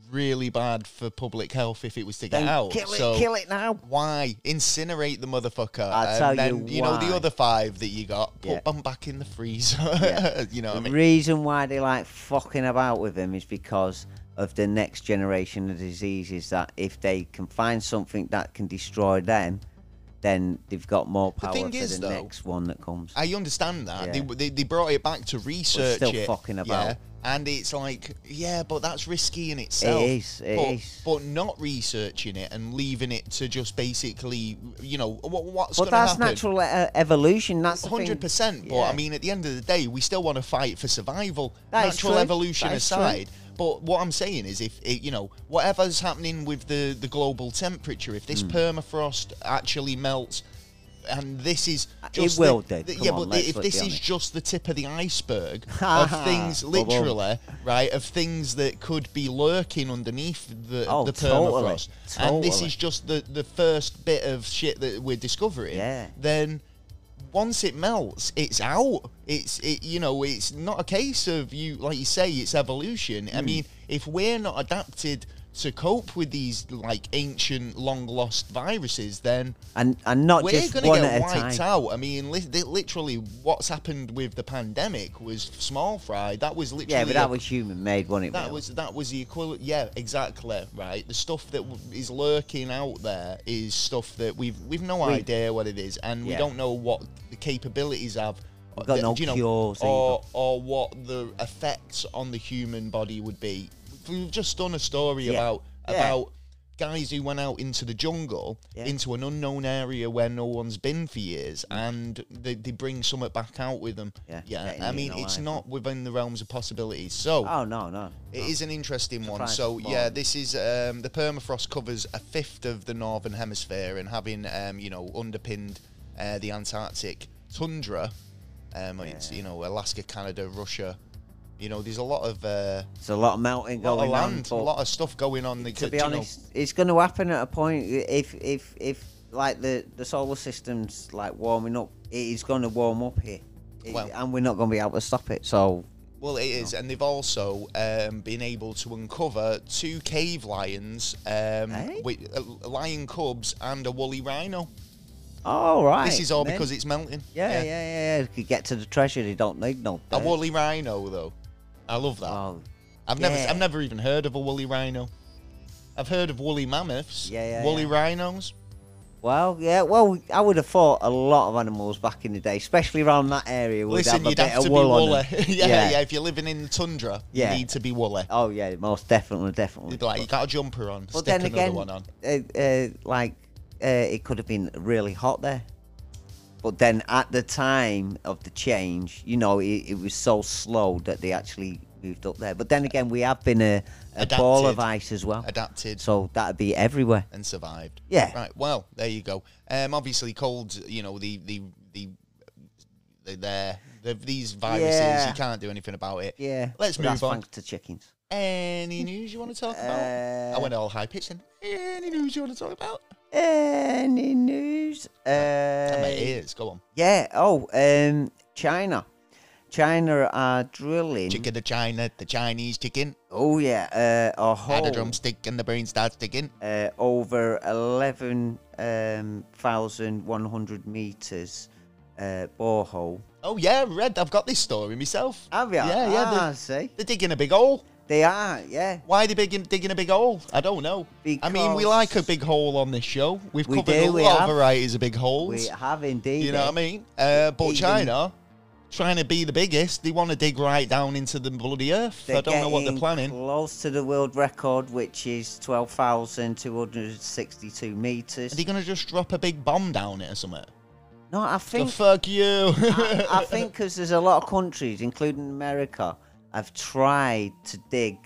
S1: really bad for public health if it was to get
S2: oh,
S1: out. so
S2: it now.
S1: why incinerate the motherfucker?
S2: I'll
S1: and
S2: tell
S1: then,
S2: you
S1: know the
S2: why.
S1: other five that you got, put
S2: Yeah.
S1: them back in the freezer.
S2: Yeah.
S1: you know what I
S2: The
S1: mean?
S2: reason why they like fucking about with him is because of the next generation of diseases that if they can find something that can destroy them, then they've got more power
S1: thing
S2: for
S1: is,
S2: the
S1: though,
S2: next one that comes.
S1: I understand that they,
S2: Yeah.
S1: they they brought it back to research
S2: still
S1: it,
S2: fucking
S1: yeah,
S2: about.
S1: and it's like yeah, but that's risky in itself.
S2: is, it
S1: but,
S2: is.
S1: but not researching it and leaving it to just basically, you know, what what's
S2: but
S1: going to
S2: that's
S1: happen?
S2: natural uh, evolution. That's the thing.
S1: Hundred percent. But
S2: Yeah.
S1: I mean, at the end of the day, we still want to fight for survival.
S2: That is
S1: Natural
S2: true.
S1: evolution
S2: That is true.
S1: aside. But what I'm saying is, if it, you know whatever's happening with the the global temperature, if
S2: Hmm.
S1: this permafrost actually melts, and this is
S2: It
S1: just the-
S2: will do.
S1: the-
S2: Come
S1: yeah,
S2: on,
S1: but the-
S2: let's-
S1: if
S2: let's
S1: this
S2: be
S1: is
S2: honest.
S1: just the tip of the iceberg of things,
S2: Bubble.
S1: literally, right, of things that could be lurking underneath the
S2: Oh,
S1: the
S2: totally.
S1: permafrost, and this
S2: Totally.
S1: is just the the first bit of shit that we're discovering
S2: Yeah.
S1: then once it melts, it's out. It's it, you know,
S2: Hmm.
S1: it's not a case of you like you say, it's evolution. I mean, if we're not adapted to cope with these like ancient, long lost viruses, then
S2: and and not
S1: we're
S2: just
S1: going to
S2: one
S1: get
S2: at a
S1: wiped
S2: time.
S1: out. I mean, li- they- literally, what's happened with the pandemic was small fry. That was literally
S2: Yeah, but
S1: a-
S2: that was human made, wasn't it?
S1: that
S2: Will?
S1: was that was the equivalent. Yeah, exactly. Right. The stuff that w- is lurking out there is stuff that we've we've no
S2: We-
S1: idea what it is, and we
S2: Yeah.
S1: don't know what the capabilities have.
S2: We've got
S1: that-
S2: no
S1: do you know,
S2: cures
S1: or or what the effects on the human body would be. We've just done a story
S2: Yeah.
S1: about
S2: Yeah.
S1: about guys who went out into the jungle
S2: Yeah. Mm.
S1: into an unknown area where no one's been for years and they, they bring something back out with them
S2: Yeah, getting
S1: i
S2: eaten
S1: mean it's
S2: alive.
S1: not within the realms of possibilities so
S2: Oh no, no.
S1: it is an interesting one.
S2: Surprise,
S1: So
S2: Bob.
S1: yeah, this is um, the permafrost covers a fifth of the northern hemisphere, and having um, you know underpinned uh, the Antarctic tundra, um, it's you know Alaska, Canada, Russia. You know, there's a lot of uh,
S2: There's a lot of melting
S1: lot
S2: going
S1: of
S2: on.
S1: land, a
S2: but-
S1: lot of stuff going on. They
S2: to
S1: could,
S2: be
S1: you know-
S2: honest, it's going to happen at a point. If if if like the the solar system's like warming up, it is going to warm up here, It-
S1: Well-
S2: and we're not going to be able to stop it. So
S1: Well, it is, and they've also um, been able to uncover two cave lions, um,
S2: Eh?
S1: with, uh, lion cubs, and a woolly rhino.
S2: all right,
S1: This is all
S2: then.
S1: because it's melting.
S2: yeah yeah yeah yeah. You could get to the treasure, they don't need no.
S1: A
S2: dirt.
S1: woolly rhino, though. I love that.
S2: Oh,
S1: I've never,
S2: yeah.
S1: I've never even heard of a woolly rhino. I've heard of woolly mammoths.
S2: Yeah, yeah,
S1: Woolly
S2: yeah.
S1: rhinos.
S2: well, yeah, well, I would have thought a lot of animals back in the day, especially around that area, would
S1: Listen,
S2: have a
S1: you'd
S2: bit
S1: have to be
S2: of wool on
S1: woolly.
S2: them.
S1: yeah, yeah,
S2: Yeah.
S1: If you're living in the tundra,
S2: Yeah.
S1: you need to be woolly.
S2: Oh yeah, most definitely, definitely.
S1: You'd be like,
S2: But-
S1: you got a jumper on.
S2: But
S1: stick
S2: then
S1: another
S2: again,
S1: one on.
S2: Uh, uh, like uh, it could have been really hot there. But then at the time of the change, you know, it, it was so slow that they actually moved up there. But then again, we have been a, a ball
S1: Adapted.
S2: of ice as well,
S1: Adapted
S2: so that'd be everywhere.
S1: and survived.
S2: Yeah.
S1: Right. Well, there you go. Um, obviously, colds. You know, the the the they're there. The, these viruses,
S2: Yeah.
S1: you can't do anything about it.
S2: Yeah.
S1: Let's
S2: but
S1: move
S2: that's
S1: on.
S2: Thanks to chickens.
S1: Any news you want to talk about? I
S2: Uh,
S1: went all high pitched. then. Any news you want to talk about?
S2: Any news?
S1: And my
S2: Uh,
S1: ears. Go on.
S2: yeah. Oh, um, China. China are drilling.
S1: Chicken to China, the Chinese chicken.
S2: Oh yeah. Uh, a
S1: Had a
S2: hole.
S1: drumstick and the brain starts ticking.
S2: uh, over um, 11,100 metres uh, borehole.
S1: Oh yeah, red. I've got this story myself.
S2: Have you?
S1: Yeah, yeah.
S2: Ah,
S1: They're,
S2: see?
S1: they're digging a big hole.
S2: They are, yeah.
S1: Why are they big digging a big hole? I don't know. I mean, we
S2: Because-
S1: like a big hole on this show. We've
S2: We
S1: covered a
S2: do, we
S1: lot of
S2: have.
S1: varieties of big holes.
S2: We have indeed.
S1: you know what I
S2: eh?
S1: mean? Uh, but
S2: Even-
S1: China, trying to be the biggest, they want to dig right down into the bloody earth. I
S2: They're
S1: don't know what they're
S2: getting
S1: planning.
S2: Close to the world record, which is 12,262 metres.
S1: Are they going to just drop a big bomb down it or something?
S2: No, I think
S1: the fuck you.
S2: I, I think because there's a lot of countries, including America, have tried to dig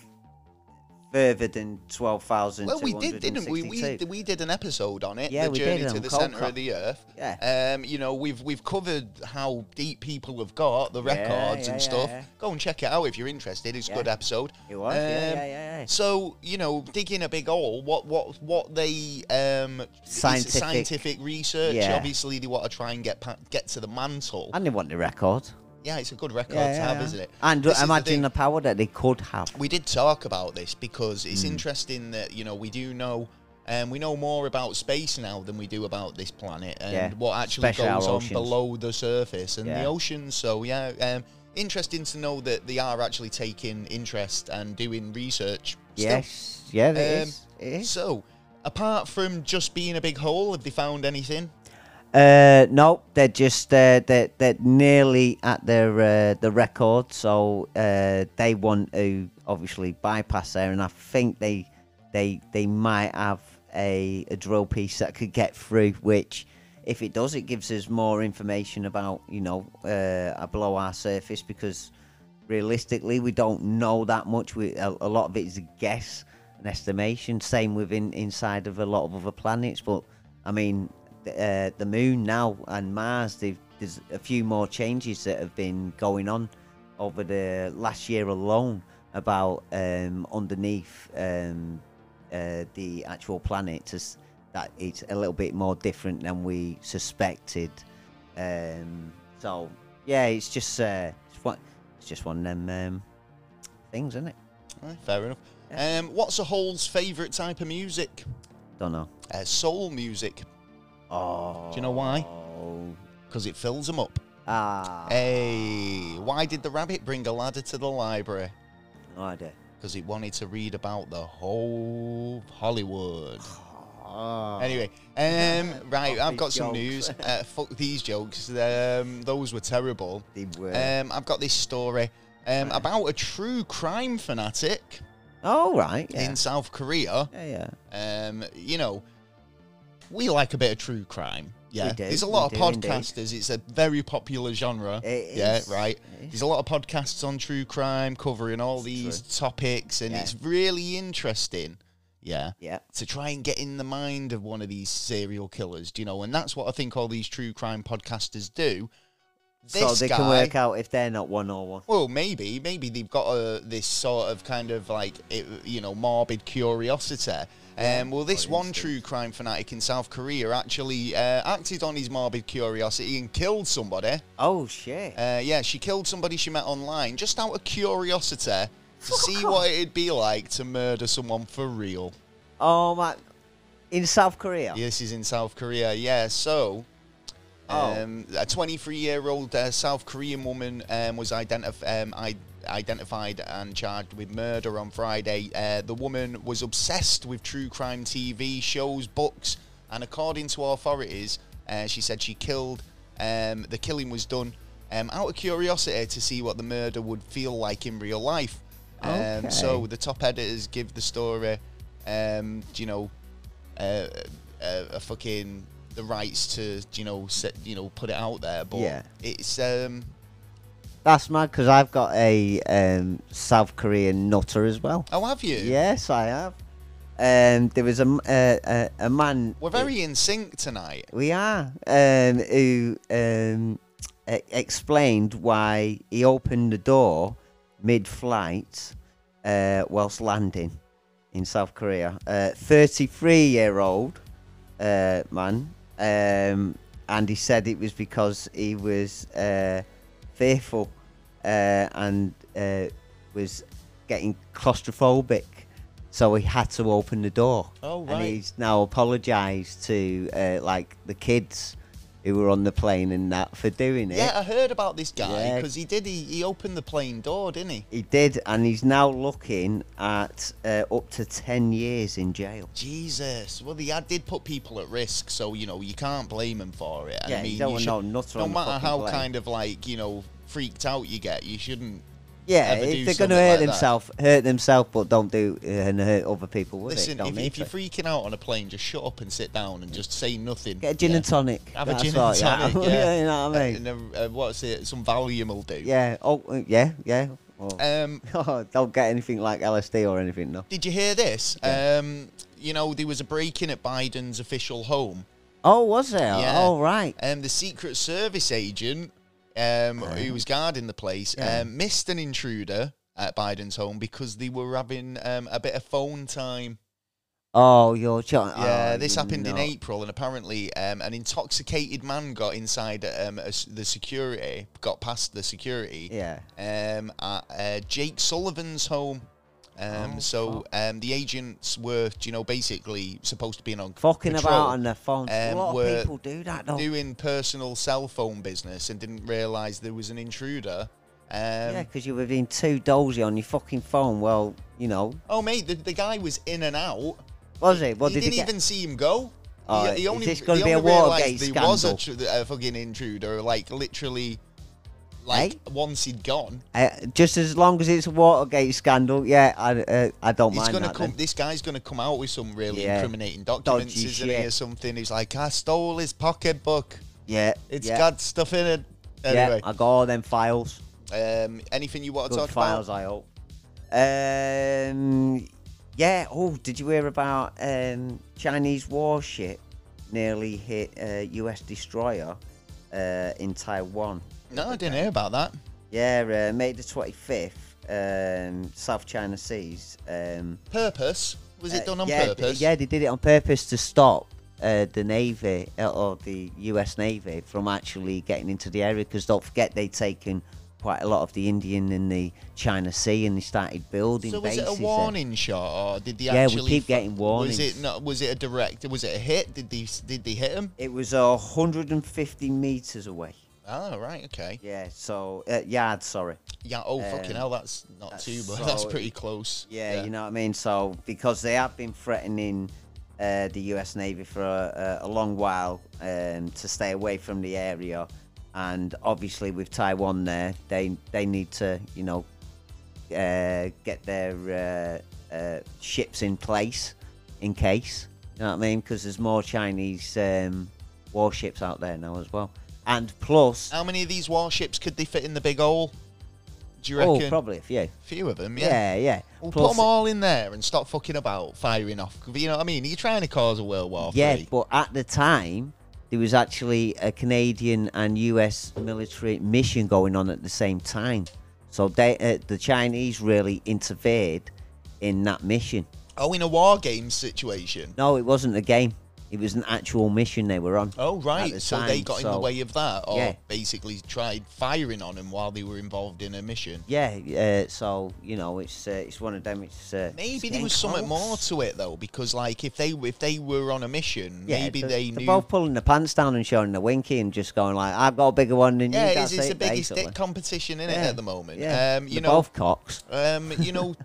S2: further than 12,000.
S1: Well, we did, didn't we? We we did an episode on it.
S2: Yeah,
S1: the
S2: we
S1: journey
S2: did,
S1: to
S2: on
S1: the center
S2: Kolkata.
S1: of the earth.
S2: Yeah.
S1: Um, you know, we've we've covered how deep people have got the
S2: Yeah,
S1: records
S2: yeah,
S1: and stuff.
S2: yeah.
S1: Go and check it out if you're interested. It's a
S2: Yeah.
S1: good episode. Um,
S2: It was, yeah, yeah, yeah, yeah.
S1: So you know, digging a big hole. What what what they um it's
S2: Scientific.
S1: scientific research.
S2: Yeah.
S1: Obviously, they want to try and get pa- get to the mantle.
S2: And they want the record.
S1: yeah, it's a good record to have, isn't it?
S2: And
S1: This is the
S2: imagine
S1: thing.
S2: the, power that they could have.
S1: we did talk about this because it's
S2: Mm.
S1: interesting that you know we do know um, we know more about space now than we do about this planet and
S2: Yeah,
S1: what actually
S2: especially our
S1: goes on
S2: oceans.
S1: below the surface and the
S2: Yeah.
S1: oceans. So yeah, um, interesting to know that they are actually taking interest and doing research. still.
S2: Yes. Yeah, it
S1: Um,
S2: is. It is.
S1: So apart from just being a big hole, have they found anything?
S2: Uh, no, they're just uh, they're, they're nearly at their uh, the record, so uh, they want to obviously bypass there, and I think they they they might have a, a drill piece that could get through, which if it does, it gives us more information about you know uh, below our surface because realistically we don't know that much. We a, a lot of it is a guess, an estimation. Same within inside of a lot of other planets, but I mean th- uh, the moon now and Mars, they've, there's a few more changes that have been going on over the last year alone about um, underneath um, uh, the actual planet to s- that it's a little bit more different than we suspected. Um, so yeah, it's just uh, it's, one, it's just one of them um, things, isn't it?
S1: Eh, Fair enough. Um, what's a hole's favourite type of music?
S2: Don't know.
S1: Uh, soul music,
S2: Oh.
S1: Do you know why? because it fills them up.
S2: Ah.
S1: Hey, why did the rabbit bring a ladder to the library?
S2: No idea.
S1: Because he wanted to read about the whole of Hollywood.
S2: Oh.
S1: Anyway, um, right,
S2: Fuck
S1: I've got
S2: these
S1: some news.
S2: jokes.
S1: Uh, fuck these jokes. Um, those were terrible.
S2: They were.
S1: Um, I've got this story um, about a true crime fanatic
S2: oh, right. Yeah.
S1: in South Korea.
S2: yeah, yeah.
S1: Um, you know, we like a bit of true crime. Yeah,
S2: We do,
S1: there's a lot
S2: we
S1: of
S2: do indeed.
S1: podcasters. It's a very popular genre.
S2: It
S1: yeah,
S2: is,
S1: right.
S2: it is.
S1: There's a lot of podcasts on true crime covering all these topics, and
S2: Yeah.
S1: it's really interesting. Yeah.
S2: Yeah.
S1: To try and get in the mind of one of these serial killers, do you know? And that's what I think all these true crime podcasters do.
S2: So
S1: This
S2: they
S1: guy-
S2: can work out if they're not 101.
S1: well, maybe, maybe they've got a, this sort of kind of like it, you know morbid curiosity. Um, well, this one true crime fanatic in South Korea actually uh, acted on his morbid curiosity and killed somebody.
S2: Oh, shit.
S1: Uh, yeah, she killed somebody she met online just out of curiosity to see what it'd be like to murder someone for real.
S2: oh, my. In South Korea?
S1: This is in South Korea. Yeah, so.
S2: Oh.
S1: Um, a 23-year-old uh, South Korean woman um, was identif- um, I- identified and charged with murder on Friday. Uh, the woman was obsessed with true crime TV shows, books, and according to authorities, uh, she said she killed. Um, the killing was done um, out of curiosity to see what the murder would feel like in real life. Um, So
S2: Okay.
S1: the top editors give the story, um, you know, uh, uh, a fucking the rights to you know set, you know put it out there. But
S2: Yeah.
S1: it's um
S2: That's mad because I've got a um, South Korean nutter as well.
S1: oh have you?
S2: Yes, I have. Um, there was a, m- uh, a, a man.
S1: We're very in sync tonight.
S2: We are. Um, who um, e- explained why he opened the door mid flight uh, whilst landing in South Korea. 33 year old uh, man. Um, and he said it was because he was uh, fearful uh, and uh, was getting claustrophobic. So he had to open the door.
S1: Oh,
S2: And
S1: right.
S2: he he's now apologised to uh, like the kids who were on the plane and that for doing it.
S1: Yeah, I heard about this guy
S2: Yeah.
S1: because he did. He, he opened the plane door, didn't he?
S2: He did, and he's now looking at uh, up to ten years in jail.
S1: Jesus. Well, the ad did put people at risk, so you know you can't blame him for it. And
S2: Yeah,
S1: I
S2: you
S1: mean,
S2: don't want no
S1: should-
S2: nutter
S1: no
S2: on the
S1: matter
S2: fucking
S1: how
S2: plane.
S1: kind of like you know freaked out you get, you shouldn't.
S2: Yeah,
S1: ever do
S2: if they're going to
S1: something
S2: hurt
S1: like that.
S2: themselves, hurt themselves, but don't do uh, and hurt other people with it.
S1: Listen,
S2: Don't
S1: if,
S2: need
S1: if you're
S2: to.
S1: freaking out on a plane, just shut up and sit down and just say nothing.
S2: get a gin
S1: Yeah.
S2: and tonic.
S1: Have
S2: that's
S1: a gin
S2: all,
S1: and tonic, yeah.
S2: you know what I mean.
S1: Uh, and a- uh, what's it? Some Valium will do.
S2: yeah, oh uh, yeah, yeah. Oh.
S1: Um,
S2: don't get anything like LSD or anything. No.
S1: did you hear this? Um, you know, there was a break-in at Biden's official home.
S2: Oh, was there?
S1: Yeah.
S2: Oh, right.
S1: Um, the Secret Service agent um, who was guarding the place
S2: Yeah.
S1: um, missed an intruder at Biden's home because they were having um, a bit of phone time.
S2: Oh, you're. jo-
S1: Yeah,
S2: oh,
S1: this
S2: you're
S1: happened in
S2: not.
S1: April, and apparently, um, an intoxicated man got inside um, a s the security, got past the security,
S2: Yeah.
S1: um, at uh, Jake Sullivan's home.
S2: Oh,
S1: Um, so um, the agents were, you know, basically supposed to be on
S2: Fucking
S1: patrol,
S2: about on their phones. a
S1: um,
S2: lot
S1: were
S2: of people do that, though.
S1: doing personal cell phone business and didn't realise there was an intruder. Um,
S2: yeah, because you were being too dozy on your fucking phone. Well, you know,
S1: Oh mate, the, the guy was in and out.
S2: was it? Well,
S1: he
S2: did
S1: didn't
S2: he get?
S1: even see him go.
S2: Oh,
S1: he, he
S2: is
S1: only,
S2: this gonna
S1: he
S2: be a
S1: only realised
S2: Watergate
S1: There was a, tr-
S2: scandal?
S1: a fucking intruder, like literally, like once he'd gone,
S2: Uh, just as long as it's a Watergate scandal, yeah, I uh, I don't
S1: He's
S2: mind
S1: gonna
S2: that.
S1: come.
S2: then.
S1: This guy's gonna come out with some really
S2: Yeah.
S1: incriminating documents,
S2: Dodgy
S1: isn't he,
S2: shit.
S1: or something? He's like, I stole his pocketbook.
S2: Yeah,
S1: It's
S2: yeah,
S1: got stuff in it. Anyway,
S2: yeah. I got all them files.
S1: um, anything you want to
S2: Good
S1: talk
S2: files,
S1: about?
S2: I hope. Um, yeah. Oh, did you hear about um, Chinese warship nearly hit uh, U.S. destroyer uh, in Taiwan?
S1: No, I didn't hear about that.
S2: Yeah, uh, May the 25th, um, South China Seas. Um,
S1: Purpose? Was it
S2: uh,
S1: done on
S2: yeah, th-
S1: purpose?
S2: yeah, they did it on purpose to stop uh, the Navy uh, or the US Navy from actually getting into the area because don't forget they'd taken quite a lot of the Indian and the China Sea, and they started building
S1: So was
S2: bases.
S1: it a
S2: there.
S1: warning shot, or did they
S2: Yeah, we
S1: actually?
S2: keep getting warnings.
S1: Was it not? Was it a direct? Was it a hit? Did they did they hit him?
S2: It was uh, 150 meters away.
S1: Oh right, okay.
S2: Yeah, so uh, yards, sorry.
S1: Yeah. Oh fucking
S2: Um,
S1: hell, that's not
S2: that's
S1: too, but
S2: so-
S1: that's pretty close.
S2: Yeah, you know what I mean. So because they have been threatening uh, the U.S. Navy for a, a a long while um, to stay away from the area, and obviously with Taiwan there, they they need to you know uh, get their uh, uh, ships in place in case. You know what I mean? Because there's more Chinese um, warships out there now as well, and plus,
S1: How many of these warships could they fit in the big hole? Do you
S2: oh,
S1: reckon?
S2: probably a few.
S1: few of them.
S2: Yeah, yeah.
S1: Well, put
S2: Plus-
S1: them all in there and stop fucking about firing off. You know what I mean? Are you trying to cause a World War
S2: Yeah,
S1: Three?
S2: but at the time, there was actually a Canadian and US military mission going on at the same time. So they, uh, the Chinese really interfered in that mission.
S1: Oh, in a war game situation.
S2: No, it wasn't a game. It was an actual mission they were on.
S1: Oh right,
S2: the
S1: so they
S2: time,
S1: got in the
S2: so-
S1: way of that, or
S2: Yeah.
S1: basically tried firing on him while they were involved in a mission.
S2: Yeah, uh, so you know, it's uh, it's one of them. It's uh, it's
S1: Maybe there
S2: getting
S1: was something more
S2: close.
S1: to it though, because like if they if they were on a mission,
S2: Yeah,
S1: maybe
S2: they're,
S1: they
S2: they're
S1: knew.
S2: both pulling their pants down and showing their winky and just going like, "I've got a bigger one than you."
S1: yeah, it's,
S2: that's
S1: it's
S2: it,
S1: the biggest
S2: basically.
S1: dick competition in it
S2: Yeah,
S1: at the moment.
S2: Yeah,
S1: Um, you
S2: They're
S1: know,
S2: both cocks.
S1: Um, you know,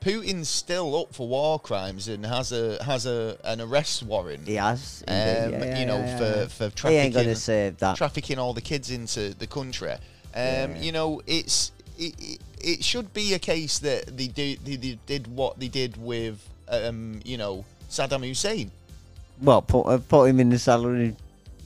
S1: Putin's still up for war crimes and has a has a an arrest warrant.
S2: He has.
S1: Um,
S2: indeed, yeah, yeah,
S1: you know,
S2: yeah,
S1: for
S2: yeah.
S1: for
S2: he
S1: trafficking
S2: ain't gonna save that.
S1: trafficking all the kids into the country. Um,
S2: Yeah.
S1: You know, it's it, it, it should be a case that they do they, they did what they did with um, you know Saddam Hussein.
S2: well, put uh, put him in the salary.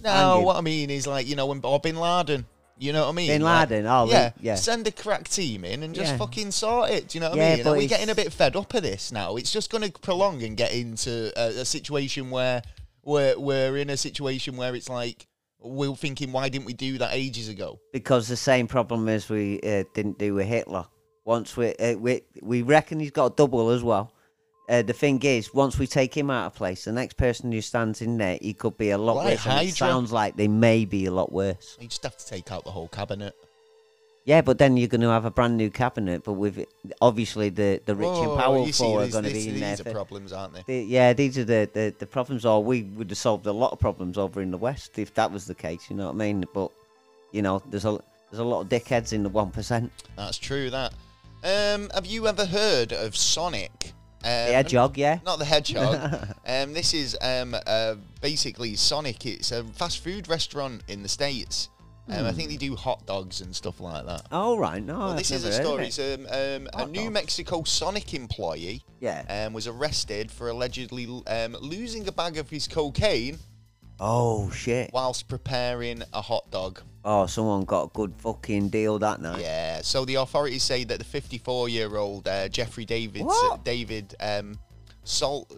S1: No,
S2: him.
S1: what I mean is like you know, when or Bin Laden. You know what I mean?
S2: Bin
S1: Like,
S2: Laden, oh,
S1: yeah,
S2: yeah.
S1: Send a crack team in and just
S2: Yeah.
S1: fucking sort it. Do you know what
S2: Yeah,
S1: I mean?
S2: but
S1: We're
S2: it's-
S1: getting a bit fed up of this now. It's just going to prolong and get into a, a situation where we're we're in a situation where it's like we're thinking, why didn't we do that ages ago?
S2: Because the same problem as we uh, didn't do with Hitler. Once we, uh, we we reckon he's got a double as well. Uh, the thing is, once we take him out of place, the next person who stands in there, he could be a lot
S1: Like
S2: worse. and
S1: Hydra.
S2: it sounds like they may be a lot worse.
S1: You just have to take out the whole cabinet.
S2: Yeah, but then you're going to have a brand new cabinet, but with obviously the, the rich
S1: Whoa,
S2: and
S1: Oh, you see,
S2: powerful are
S1: these-
S2: going to
S1: these-
S2: be in there.
S1: These
S2: For,
S1: are problems, aren't they?
S2: The, yeah, these are the, the, the problems. Or we would have solved a lot of problems over in the West if that was the case. You know what I mean? But you know, there's a there's a lot of dickheads in the one percent.
S1: That's true. That. Um, have you ever heard of Sonic? Um,
S2: The hedgehog, yeah.
S1: Not the hedgehog. um, this is um, uh, basically Sonic. It's a fast food restaurant in the states. Um, I
S2: Hmm.
S1: think they do hot dogs and stuff like that.
S2: All right, no.
S1: Well,
S2: I've
S1: this is a
S2: Oh, never heard of
S1: story.
S2: it.
S1: It's, um, um, a
S2: Hot
S1: New
S2: dogs.
S1: Mexico Sonic employee
S2: Yeah.
S1: um, was arrested for allegedly um, losing a bag of his cocaine
S2: Oh shit.
S1: whilst preparing a hot dog.
S2: Oh, someone got a good fucking deal that night.
S1: Yeah. So the authorities say that the 54-year-old uh, Jeffrey David
S2: What?
S1: David um, Salt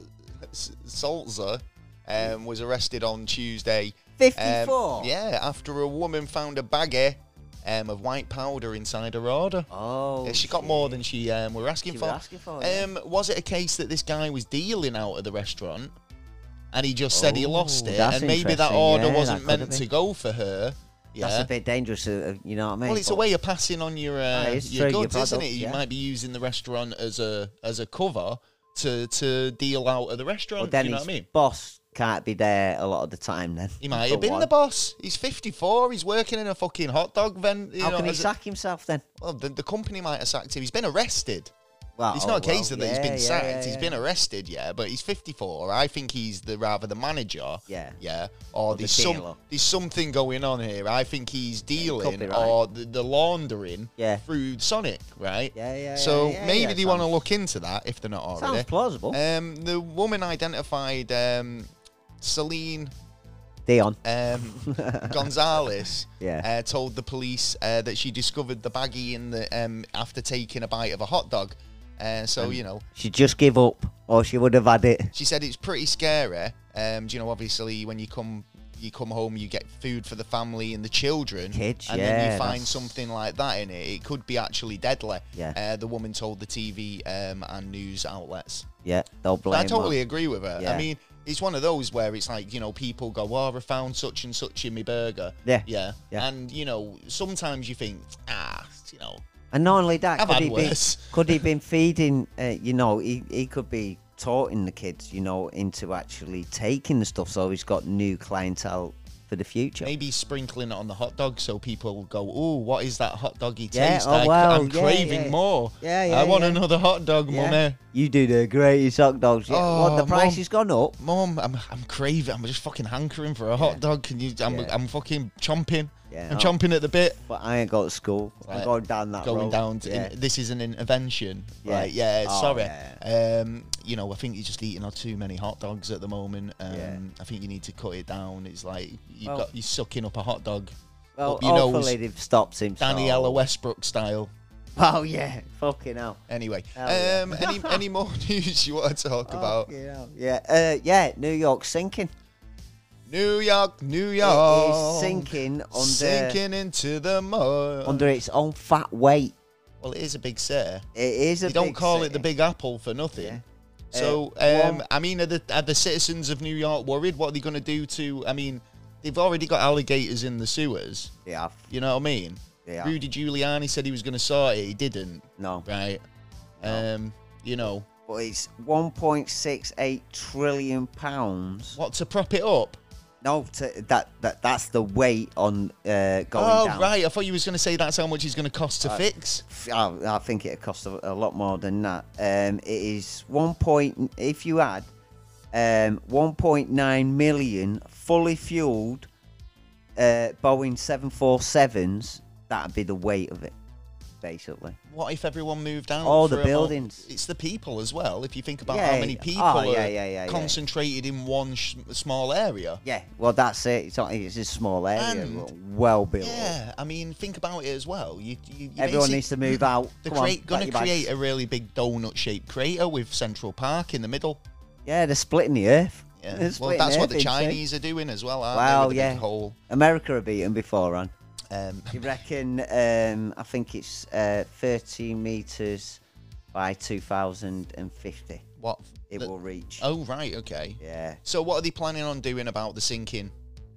S1: Salzer um, was arrested on Tuesday. Um,
S2: 54?
S1: yeah, after a woman found a baggie um, of white powder inside her order.
S2: Oh.
S1: Yeah, she got
S2: shit.
S1: more than she um, were asking
S2: She
S1: for.
S2: were asking for, yeah.
S1: um, was it a case that this guy was dealing out of the restaurant, and he just said he lost
S2: Oh,
S1: it,
S2: that's
S1: and maybe that
S2: interesting.
S1: order
S2: Yeah,
S1: wasn't
S2: that could
S1: meant
S2: have
S1: to
S2: been.
S1: go for her? Yeah.
S2: That's a bit dangerous. Uh, uh, you know what I mean?
S1: Well, it's a
S2: But-
S1: way of passing on your uh,
S2: Ah, it's
S1: your
S2: true, your
S1: goods, isn't it?
S2: product,
S1: You
S2: yeah.
S1: might be using the restaurant as a as a cover to to deal out of the restaurant.
S2: But then
S1: do you know
S2: his
S1: what I mean?
S2: boss can't be there a lot of the time. Then
S1: He might
S2: for
S1: have been
S2: one.
S1: the boss. He's 54. He's working in a fucking hot dog vent. You
S2: How
S1: know,
S2: can he
S1: as a-
S2: sack himself then?
S1: well, the, the company might have sacked him. He's been arrested.
S2: Well,
S1: It's not a
S2: oh,
S1: case
S2: well,
S1: of that he's
S2: yeah,
S1: been
S2: yeah,
S1: sacked.
S2: yeah,
S1: He's
S2: yeah.
S1: been arrested, yeah, but he's 54. I think he's the rather the manager.
S2: Yeah.
S1: Yeah. Or,
S2: the
S1: there's some
S2: dealer.
S1: there's something going on here. I think he's dealing
S2: be right.
S1: or the, the laundering
S2: Yeah.
S1: through Sonic, right?
S2: Yeah, yeah,
S1: So
S2: yeah, yeah,
S1: maybe
S2: yeah,
S1: they want to
S2: sounds-
S1: look into eh? that if they're not already.
S2: Sounds plausible.
S1: Um, the woman identified um, Celine
S2: Dion.
S1: um, Gonzalez
S2: Yeah.
S1: uh, told the police uh, that she discovered the baggie in the um, after taking a bite of a hot dog. Uh, so you know,
S2: She just give up, or she would have had it.
S1: she said it's pretty scary. Um, do you know? Obviously, when you come you come home, you get food for the family and the children,
S2: Kids,
S1: and then you
S2: yeah,
S1: find
S2: that's-
S1: something like that in it. It could be actually deadly.
S2: Yeah.
S1: Uh, the woman told the TV um, and news outlets.
S2: Yeah, don't blame
S1: I
S2: her.
S1: totally agree with her. I
S2: Yeah.
S1: mean, it's one of those where it's like, you know, people go, oh, I found such and such in my burger.
S2: Yeah.
S1: Yeah.
S2: Yeah.
S1: And, you know, sometimes you think, ah, you know.
S2: And not only that,
S1: I've
S2: could
S1: had
S2: he, be,
S1: worse.
S2: could he been feeding, uh, you know, he, he could be taughting the kids, you know, into actually taking the stuff so he's got new clientele for the future.
S1: Maybe sprinkling it on the hot dog so people go, oh, what is that hot doggy
S2: Yeah,
S1: taste?
S2: oh,
S1: I,
S2: wow,
S1: I'm
S2: yeah,
S1: craving
S2: yeah.
S1: more.
S2: Yeah, yeah,
S1: I want
S2: yeah.
S1: another hot dog,
S2: Yeah.
S1: mummy.
S2: You do the greatest hot dogs. Yeah. what, the
S1: Oh,
S2: price
S1: Mum.
S2: has gone up?
S1: Mom, I'm I'm craving. I'm just fucking hankering for a hot dog. Can you? I'm
S2: Yeah.
S1: I'm fucking chomping.
S2: Yeah,
S1: I'm
S2: oh.
S1: chomping at the bit.
S2: But I ain't got to school. I'm
S1: Right.
S2: going down that
S1: Going
S2: road.
S1: down. To,
S2: yeah.
S1: this is an intervention.
S2: Yeah.
S1: Right. Yeah.
S2: Oh,
S1: sorry.
S2: yeah,
S1: Um. You know, I think you're just eating on too many hot dogs at the moment. Um,
S2: Yeah.
S1: I think you need to cut it down. It's like you
S2: Well-
S1: got you sucking up a hot dog,
S2: well,
S1: up your
S2: hopefully
S1: nose.
S2: they've stopped him.
S1: Daniela
S2: so-
S1: Westbrook style.
S2: Oh yeah, fucking hell.
S1: Anyway,
S2: Hell yeah.
S1: um, any any more news you want to talk about?
S2: Fucking hell. Yeah, uh, yeah. New York's sinking.
S1: New York, New
S2: It
S1: York,
S2: is sinking under
S1: Oh. sinking into the mud.
S2: under its own fat weight.
S1: well, it is a big sir.
S2: It is a.
S1: They don't
S2: big
S1: call
S2: city.
S1: it the Big Apple for nothing.
S2: Yeah.
S1: So,
S2: Uh,
S1: um,
S2: one-
S1: I mean, are the, are the citizens of New York worried? What are they going to do to? I mean, they've already got alligators in the sewers.
S2: Yeah.
S1: You know what I mean?
S2: Yeah.
S1: Rudy Giuliani said he was going to sort it. He didn't.
S2: No.
S1: Right. Um, you know
S2: But it's 1.68 trillion pounds.
S1: what to prop it up?
S2: No, to, that that that's the weight on uh, going
S1: oh
S2: down. Uh,
S1: right, I thought you was going to say that's how much it's going to cost to fix.
S2: I, I think it cost a, a lot more than that. Um, it is one point. If you add um, 1.9 million fully fueled uh, Boeing 747s, that'd be the weight of it, basically.
S1: What if everyone moved out?
S2: All the
S1: for a mo-
S2: buildings.
S1: It's the people as well. If you think about
S2: Yeah,
S1: how many
S2: yeah.
S1: people
S2: Oh, yeah,
S1: are
S2: yeah, yeah, yeah.
S1: concentrated in one sh- small area.
S2: Yeah, well, that's it. It's, not, it's a small area,
S1: And-
S2: but well built.
S1: Yeah, I mean, think about it as well. You, you, you
S2: Everyone
S1: basic-
S2: needs to move out.
S1: They're
S2: Come on,
S1: create,
S2: pack
S1: gonna
S2: your bags.
S1: create a really big donut-shaped crater with Central Park in the middle.
S2: Yeah, they're splitting the earth.
S1: Yeah.
S2: They're
S1: Well,
S2: splitting
S1: that's what
S2: Earth
S1: the
S2: in two.
S1: Chinese are doing as well, aren't
S2: Wow,
S1: they? With a
S2: yeah.
S1: big hole.
S2: America are beaten beforehand.
S1: Um,
S2: You reckon? Um, I think it's uh, 13 meters by 2050.
S1: what?
S2: It
S1: the-
S2: will reach.
S1: Oh right, okay.
S2: Yeah.
S1: So what are they planning on doing about the sinking?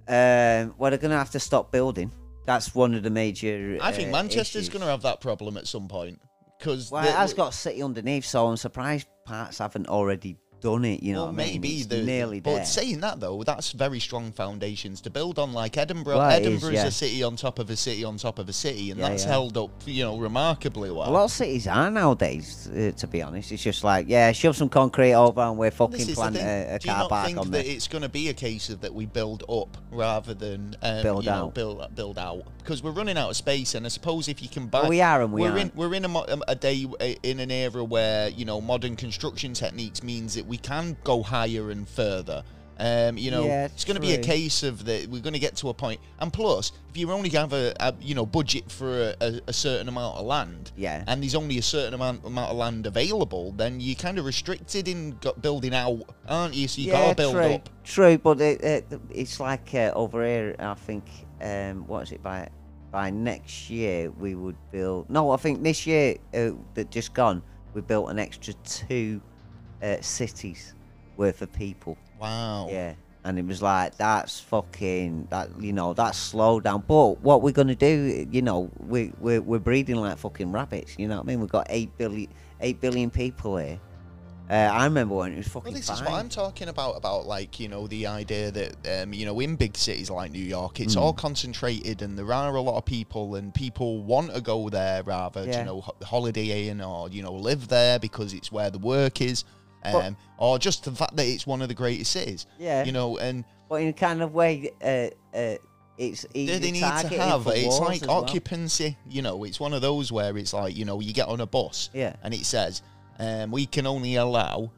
S2: Um, well, they're going to have to stop building. That's one of the major.
S1: I think
S2: uh,
S1: Manchester's
S2: issues.
S1: going to have that problem at some point because
S2: Well, it has got city underneath, so I'm surprised parts haven't already done it. You know,
S1: Well,
S2: what I mean?
S1: maybe
S2: It's
S1: the
S2: nearly
S1: but
S2: there.
S1: saying that though, that's very strong foundations to build on. Like Edinburgh,
S2: Well, it is,
S1: Edinburgh is,
S2: yeah.
S1: a city on top of a city on top of a city, and
S2: Yeah,
S1: that's
S2: yeah.
S1: held up, you know, remarkably well.
S2: A lot of cities are nowadays, uh, to be honest. It's just like, yeah, shove some concrete over and we're
S1: This
S2: fucking
S1: is the
S2: planting
S1: thing.
S2: a, a
S1: Do you
S2: car
S1: not
S2: park
S1: think
S2: on
S1: that
S2: there.
S1: it's going to be a case of that we build up rather than um,
S2: Build
S1: you know,
S2: out.
S1: build build out? Because we're running out of space, and I suppose if you can buy,
S2: we are and we
S1: are in
S2: aren't.
S1: we're in a, mo- um, a day uh, in an era where you know modern construction techniques means that we can go higher and further. Um, you know,
S2: Yeah,
S1: it's going to be a
S2: true.
S1: case of that we're going to get to a point, and plus, if you only have a, a you know budget for a, a, a certain amount of land,
S2: Yeah.
S1: and there's only a certain amount, amount of land available, then you're kind of restricted in go- building out, aren't you? So you
S2: yeah,
S1: gotta build
S2: true,
S1: up.
S2: true, but it, it, it's like uh, over here. I think um, what is it by by next year we would build. No, I think this year uh, that just gone, we built an extra two uh, cities worth of people.
S1: Wow.
S2: Yeah, and it was like that's fucking that you know that's slow down. But what we're gonna do, you know, we we're, we're breeding like fucking rabbits. You know what I mean? We've got eight billion eight billion people here. Uh, I remember when it was
S1: Well,
S2: fucking
S1: this
S2: five.
S1: is what I'm talking about. About like you know the idea that um, you know in big cities like New York, it's
S2: Mm.
S1: all concentrated, and there are a lot of people, and people want to go there rather
S2: Yeah.
S1: you know ho- holiday in or you know live there because it's where the work is,
S2: But-
S1: um, or just the fact that it's one of the greatest cities.
S2: Yeah.
S1: You know, and
S2: But in a kind of way, uh, uh, it's easy
S1: they, they need
S2: targeting
S1: to have
S2: for
S1: it's
S2: wars
S1: like
S2: as well.
S1: occupancy you know it's one of those where it's like you know you get on a bus
S2: Yeah. Mm.
S1: and it says um, we can only allow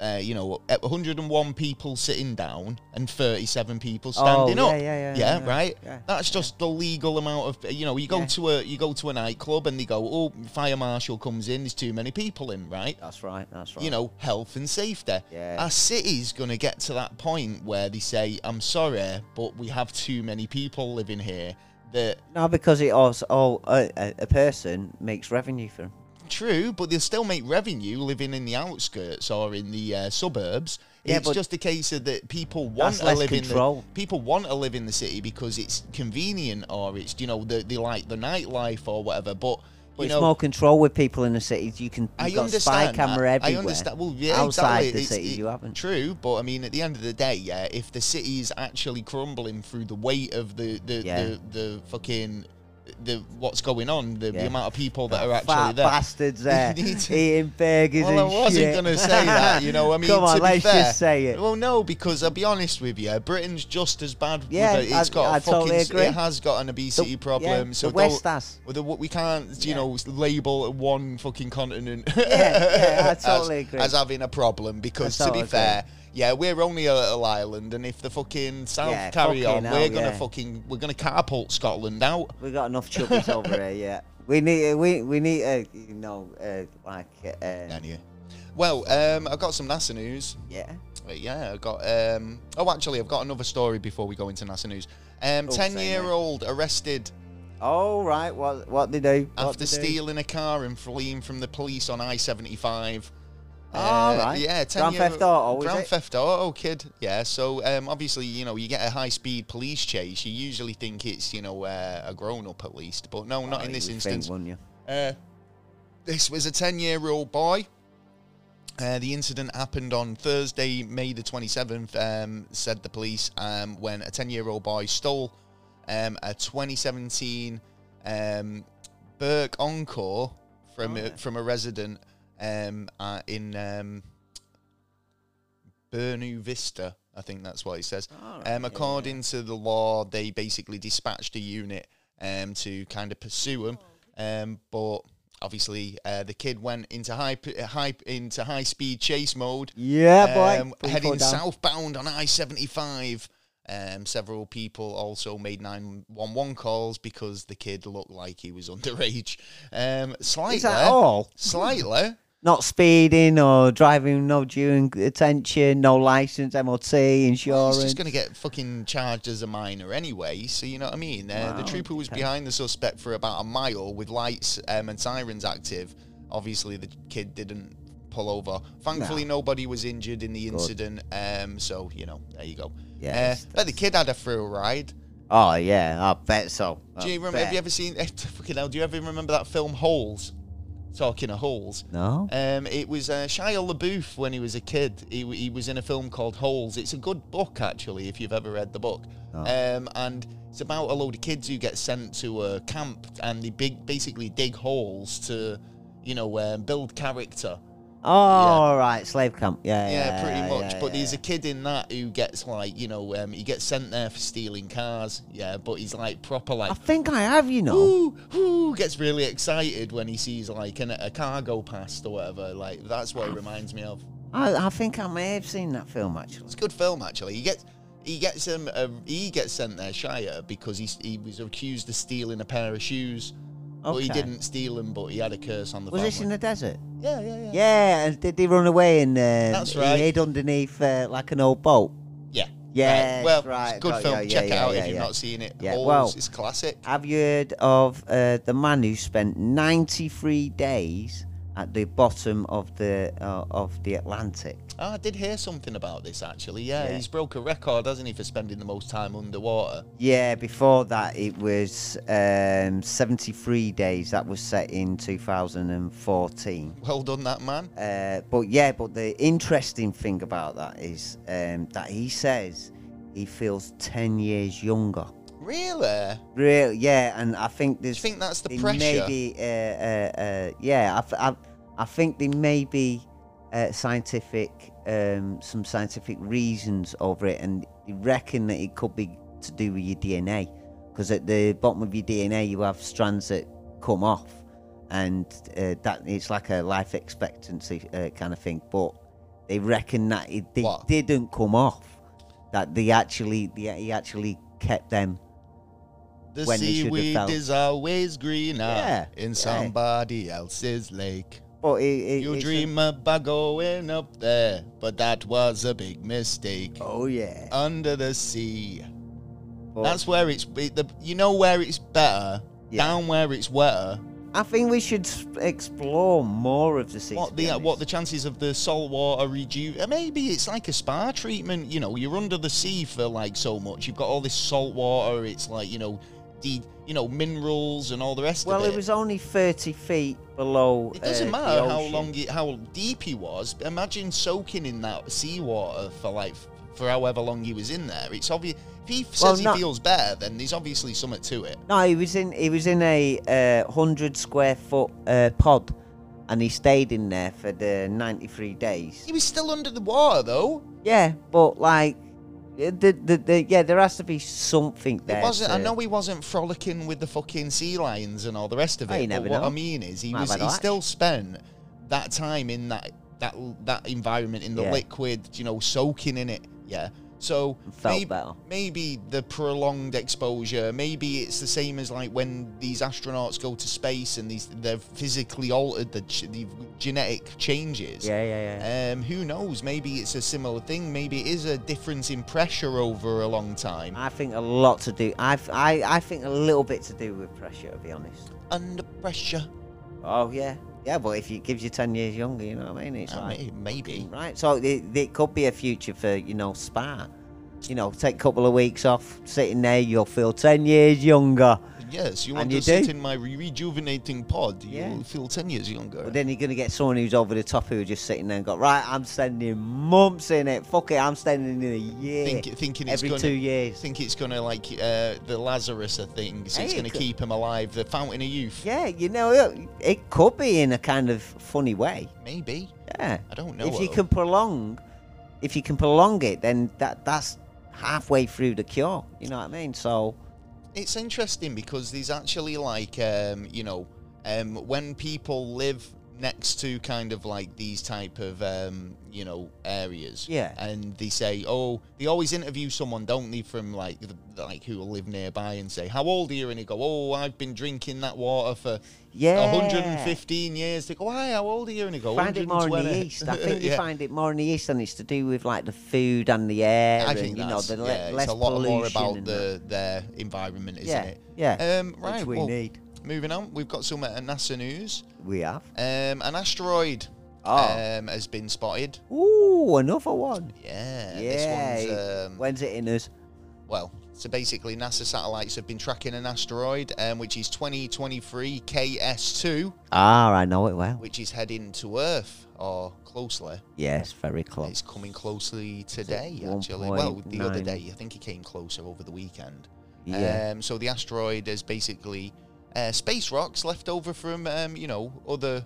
S1: uh, you know a- 101 people sitting down and 37 people standing
S2: Oh, yeah,
S1: up
S2: yeah, yeah, yeah, yeah,
S1: right
S2: yeah,
S1: that's just the legal amount of you know you go
S2: Yeah.
S1: to a you go to a nightclub and they go oh fire marshal comes in there's too many people in right
S2: That's right. That's right.
S1: you know, health and safety.
S2: Yeah.
S1: Our city's going to get to that point where they say, I'm sorry, but we have too many people living here. That
S2: no, because it also oh, a, a- a person makes revenue for 'em.
S1: true, but they'll still make revenue living in the outskirts or in the uh, suburbs.
S2: Yeah,
S1: it's
S2: but-
S1: just a case of that people want
S2: That's
S1: to
S2: less
S1: live in
S2: control.
S1: the people want to live in the city because it's convenient or it's you know they, they like the nightlife or whatever. But But,
S2: it's
S1: you know,
S2: more control with people in the cities. You can you've
S1: I
S2: got spy
S1: understand.
S2: camera
S1: that.
S2: everywhere.
S1: I understand. Well, yeah,
S2: outside
S1: exactly.
S2: the
S1: It's-
S2: cities
S1: it-
S2: you haven't.
S1: True, but I mean, at the end of the day, yeah, if the city is actually crumbling through the weight of the the,
S2: Yeah.
S1: the, the fucking the what's going on, the, the
S2: Yeah.
S1: amount of people that are actually
S2: Fat
S1: there.
S2: bastards there
S1: need to-
S2: eating burgers
S1: Well,
S2: and
S1: I wasn't
S2: shit.
S1: gonna say that, you know. I mean,
S2: come on,
S1: to
S2: let's
S1: be fair,
S2: just say it.
S1: Well, no, because I'll be honest with you, Britain's just as bad.
S2: Yeah,
S1: with it. has
S2: I-
S1: got a
S2: I
S1: fucking,
S2: totally agree.
S1: It has got an obesity
S2: yeah,
S1: problem.
S2: the
S1: so
S2: West
S1: don't-
S2: has.
S1: well, the, what we can't, you
S2: Yeah.
S1: know, label one fucking continent.
S2: yeah, I
S1: as-
S2: totally agree.
S1: As having a problem because,
S2: I
S1: to
S2: totally
S1: be
S2: agree.
S1: fair, yeah, we're only a little island, and if the fucking South
S2: Yeah,
S1: carry on,
S2: fucking hell,
S1: we're gonna
S2: yeah.
S1: fucking we're gonna catapult Scotland out.
S2: We got enough chubbies over here. Yeah, we need we we need uh, you know uh, like uh, yeah.
S1: Anyway, well, um, I've got some NASA news.
S2: yeah.
S1: Uh, Yeah, I've got. Um, oh, actually, I've got another story before we go into NASA news. Um,
S2: Oh,
S1: Ten
S2: same
S1: year
S2: here.
S1: old arrested
S2: All right. What what they do What
S1: after
S2: they do?
S1: stealing a car and fleeing from the police on I seventy five. Uh,
S2: All Ah, right.
S1: Yeah, 10
S2: Grand
S1: year-
S2: Theft Auto, is
S1: Grand
S2: it?
S1: Theft Auto, kid. Yeah. So um, obviously, you know, you get a high speed police chase. You usually think it's you know uh, a grown up at least, but no, not
S2: Oh,
S1: in
S2: you
S1: this
S2: would
S1: instance.
S2: think, wouldn't you?
S1: Uh, this was a 10 year old boy. Uh, the incident happened on Thursday, May the 27th, um, said the police, um, when a 10 year old boy stole um, a 2017 um, Burke Encore from,
S2: Oh,
S1: a,
S2: yeah.
S1: from a resident um, uh, in um, Bernu Vista. I think that's what it says.
S2: All right,
S1: Um,
S2: yeah,
S1: according to the law, they basically dispatched a unit um, to kind of pursue him, um, but obviously uh, the kid went into high, p- uh, high into high speed chase mode,
S2: Yeah, boy.
S1: um,
S2: Pretty
S1: heading
S2: far down.
S1: southbound on I seventy five. Um, several people also made 911 calls because the kid looked like he was underage. Um,
S2: Is
S1: slightly,
S2: that all?
S1: slightly,
S2: Not speeding or driving, no due attention, no license, MOT,
S1: Well,
S2: insurance.
S1: He's just going to get fucking charged as a minor anyway, so you know what I mean? Uh, the
S2: Wow,
S1: trooper was
S2: okay.
S1: behind the suspect for about a mile with lights um, and sirens active. Obviously, the kid didn't pull over. Thankfully, nobody was injured in the incident, um, so, you know, there you go.
S2: Yeah,
S1: uh,
S2: that's-
S1: but the kid had a thrill ride.
S2: Oh yeah, I bet so. I
S1: Do you remember,
S2: bet.
S1: have you ever seen, fucking hell, do you ever remember that film Holes? Talking of holes.
S2: No.
S1: Um, it was uh, Shia LaBeouf when he was a kid. He, w- he was in a film called Holes. It's a good book, actually, if you've ever read the book.
S2: Oh.
S1: Um, and it's about a load of kids who get sent to a camp and they big, basically dig holes to, you know, um, build character.
S2: oh, all right, slave camp. Yeah, yeah,
S1: Yeah, pretty
S2: yeah,
S1: much.
S2: yeah,
S1: but
S2: yeah.
S1: there's a kid in that who gets like, you know, um, he gets sent there for stealing cars. Yeah, but he's like proper like
S2: I think I have, you know.
S1: whoo, whoo, gets really excited when he sees like an, a car go past or whatever. Like that's what it reminds me of.
S2: I, I think I may have seen that film actually.
S1: It's a good film actually. He gets he gets him uh, he gets sent there Shire because he he was accused of stealing a pair of shoes. But he
S2: Okay.
S1: didn't steal them, but he had a curse on the
S2: Was
S1: family.
S2: this in the desert?
S1: yeah, yeah, yeah,
S2: Yeah, and did he run away and uh,
S1: That's right.
S2: he hid underneath uh, like an old boat?
S1: yeah.
S2: Yes,
S1: right. Well,
S2: right,
S1: it's a good
S2: got-
S1: film.
S2: yeah, yeah,
S1: Check it
S2: yeah,
S1: out
S2: yeah,
S1: if you've
S2: yeah.
S1: not seen it.
S2: Yeah,
S1: Holes,
S2: well-
S1: it's classic.
S2: Have you heard of uh, the man who spent 93 days at the bottom of the uh, of the Atlantic?
S1: Oh, I did hear something about this actually. Yeah,
S2: Yeah.
S1: he's broke a record, hasn't he, for spending the most time underwater?
S2: Yeah, before that it was um, 73 days. That was set in 2014.
S1: Well done, that man.
S2: Uh, but yeah, but the interesting thing about that is um, that he says he feels 10 years younger.
S1: Really?
S2: Real, yeah, and I think there's.
S1: Do you think that's the
S2: they
S1: pressure?
S2: Maybe, uh, uh, uh, yeah, I, th- I, I think there may be uh, scientific, um, some scientific reasons over it, and you reckon that it could be to do with your DNA, because at the bottom of your DNA you have strands that come off, and uh, that it's like a life expectancy uh, kind of thing. But they reckon that it they
S1: What?
S2: didn't come off, that they actually, they, he actually kept them.
S1: The
S2: when they should have
S1: seaweed
S2: felt-
S1: is always greener
S2: Yeah,
S1: in
S2: yeah.
S1: somebody else's lake.
S2: But it, it,
S1: You
S2: it's a-
S1: dream about going up there, but that was a big mistake.
S2: Oh yeah.
S1: Under the sea.
S2: But-
S1: That's where it's it- the you know where it's better.
S2: Yeah.
S1: Down where it's wetter.
S2: I think we should s- explore more of the sea. to
S1: What
S2: be
S1: the uh, what the
S2: honest.
S1: chances of the salt water reduce? Maybe it's like a spa treatment. You know, you're under the sea for like so much. You've got all this salt water. It's like you know, the you know minerals and all the rest
S2: Well,
S1: of it.
S2: it was only 30 feet below.
S1: It doesn't
S2: uh, the
S1: matter how
S2: ocean.
S1: long, it, how deep he was. Imagine soaking in that seawater for like for however long he was in there. It's obvious. If he says
S2: Well,
S1: he
S2: not-
S1: feels better, then there's obviously something to it.
S2: No, he was in. He was in a uh, hundred square foot uh, pod, and he stayed in there for the ninety three days.
S1: He was still under the water though.
S2: Yeah, but like, yeah, the, the, the, yeah, there has to be something there.
S1: It wasn't. I
S2: to-
S1: know he wasn't frolicking with the fucking sea lions and all the rest of
S2: Oh,
S1: it.
S2: you
S1: but
S2: never
S1: what
S2: know.
S1: I mean is, he
S2: Might
S1: was.
S2: have had
S1: He
S2: a
S1: still spent that time in that that that environment in the
S2: Yeah.
S1: liquid. You know, soaking in it. Yeah. So
S2: Felt
S1: maybe,
S2: better.
S1: maybe the prolonged exposure. Maybe it's the same as like when these astronauts go to space and these they're physically altered. The, ch- the genetic changes.
S2: Yeah, yeah, yeah.
S1: Um, who knows? Maybe it's a similar thing. Maybe it is a difference in pressure over a long time.
S2: I think a lot to do. I, I, I think a little bit to do with pressure, to be honest.
S1: Under pressure.
S2: Oh yeah, yeah. But if it gives you ten years younger, you know what I mean? It's
S1: Oh,
S2: like
S1: may- maybe.
S2: right. So it, it could be a future for you know spa. You know, take a couple of weeks off, sitting there, you'll feel ten years younger.
S1: Yes, you want
S2: you
S1: to sit
S2: do.
S1: in my re- rejuvenating pod. You
S2: Yeah.
S1: will feel 10 years younger.
S2: But then you're going to get someone who's over the top who's just sitting there and got, right, I'm spending months in it. Fuck it, I'm spending in a year.
S1: Think, thinking it's
S2: every
S1: gonna,
S2: two years.
S1: Think it's going to, like, uh, the Lazarus of things.
S2: Hey,
S1: it's
S2: it
S1: going to
S2: could-
S1: keep him alive. The fountain of youth.
S2: Yeah, you know, it, it could be in a kind of funny way.
S1: Maybe.
S2: Yeah.
S1: I don't know.
S2: if you
S1: though.
S2: can prolong, if you can prolong it, then that that's halfway through the cure. You know what I mean? So,
S1: It's interesting because there's actually, like, um, you know, um, when people live next to kind of like these type of um, you know areas
S2: Yeah.
S1: and they say oh they always interview someone don't they from like the, like who live nearby and say how old are you and they go oh i've been drinking that water for
S2: yeah.
S1: 115 years they go why how old are you and they go
S2: Find it more in the
S1: 120."
S2: east. I think you
S1: Yeah.
S2: find it more in the east, and it's to do with like the food and the air,
S1: I
S2: and
S1: think
S2: you know
S1: that's,
S2: the le-
S1: yeah,
S2: less
S1: it's a lot
S2: pollution.
S1: more about
S2: and that.
S1: the their environment isn't
S2: Yeah,
S1: it
S2: yeah,
S1: um right
S2: which we
S1: well,
S2: need.
S1: moving on we've got some uh, nasa news
S2: We have.
S1: um an asteroid
S2: Oh.
S1: um has been spotted
S2: Ooh, another one.
S1: yeah,
S2: Yeah,
S1: this one's um,
S2: When's it in us?
S1: Well, so basically, NASA satellites have been tracking an asteroid, um, which is 2023 KS2,
S2: Ah, I know it well.
S1: which is heading to Earth or closely.
S2: Yes, very
S1: It's
S2: close.
S1: coming closely today,
S2: one
S1: actually.
S2: point
S1: Well, the other
S2: nine?
S1: day, I think it came closer over the weekend.
S2: Yeah.
S1: Um, so the asteroid is basically uh, space rocks left over from, um, you know, other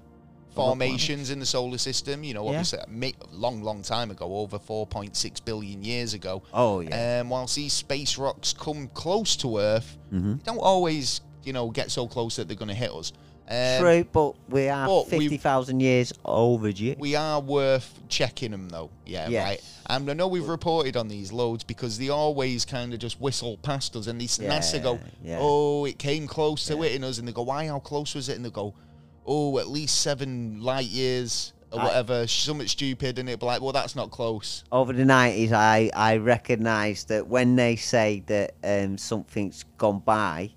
S1: formations in the solar system. You know,
S2: Yeah.
S1: obviously, a mi- long, long time ago, over 4.6 billion years ago.
S2: Oh yeah.
S1: Um, whilst these space rocks come close to Earth,
S2: Mhm.
S1: they don't always, you know, get so close that they're going to hit us. Um,
S2: True, but we are
S1: but we-
S2: fifty thousand years overdue.
S1: We are worth checking them, though. Yeah,
S2: Yes.
S1: right. And I know we've reported on these loads because they always kind of just whistle past us, and these NASA go,
S2: Yeah, yeah.
S1: "Oh, it came close to hitting us," and they go, "Why? How close was it?" And they go, "Oh, at least seven light years." Or
S2: I-
S1: whatever, something stupid, and it'd be like, well, that's not close.
S2: Over the nineties, I I recognise that when they say that um, something's gone by,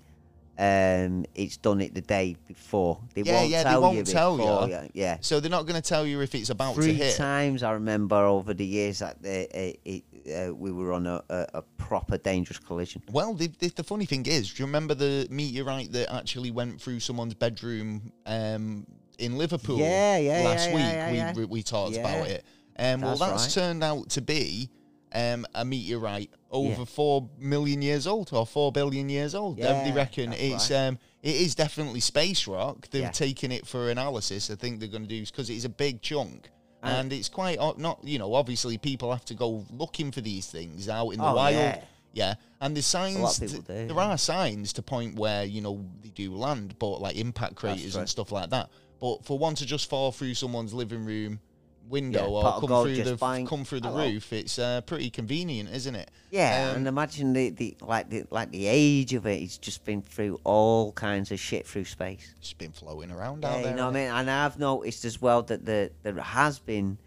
S2: um, it's done it the day before. They
S1: Yeah,
S2: won't
S1: yeah, they
S2: tell you
S1: won't tell
S2: before.
S1: you.
S2: yeah, yeah.
S1: So they're not going to tell you if it's about to
S2: Three
S1: hit.
S2: times I remember over the years that the, it, it, uh, we were on a, a, a proper dangerous collision.
S1: Well, the, the, the funny thing is, do you remember the meteorite that actually went through someone's bedroom um, in Liverpool?
S2: Yeah, yeah,
S1: Last
S2: yeah,
S1: week
S2: yeah, yeah,
S1: we,
S2: yeah.
S1: we we talked
S2: Yeah.
S1: about it. Um, well, that's
S2: That's right.
S1: turned out to be um, a meteorite over
S2: Yeah.
S1: four million years old or four billion years old. They- they
S2: Yeah,
S1: reckon
S2: that's
S1: it's um, it is definitely space rock. They've
S2: Yeah.
S1: taken it for analysis. I think they're going to do because it's a big chunk.
S2: Uh.
S1: And it's quite o- not, you know. Obviously, people have to go looking for these things out in the
S2: Oh,
S1: wild.
S2: yeah.
S1: Yeah, and there's signs.
S2: lot of
S1: to-
S2: people do,
S1: there
S2: yeah.
S1: are signs to point where you know they do land, but like impact craters and
S2: right.
S1: stuff like that. But for one to just fall through someone's living room window
S2: Yeah, pot
S1: or
S2: of
S1: come
S2: gold
S1: through
S2: just
S1: the
S2: bang.
S1: come through the
S2: Hello.
S1: roof, it's uh, pretty convenient, isn't it?
S2: Yeah,
S1: Um,
S2: and imagine the, the like the like the age of it. It's just been through all kinds of shit through space.
S1: It's been floating around out
S2: Yeah,
S1: there.
S2: you know what I
S1: innit?
S2: mean. And I've noticed as well that the, there has been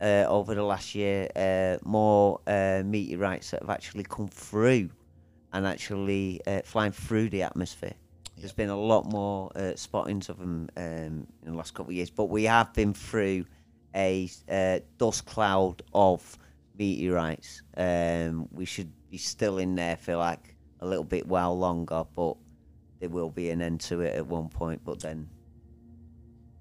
S2: uh, over the last year uh, more uh, meteorites that have actually come through and actually uh, flying through the atmosphere. There's been a lot more uh, spottings of them um, in the last couple of years, but we have been through a uh, dust cloud of meteorites. Um, we should be still in there for like a little bit while longer, but there will be an end to it at one point, but then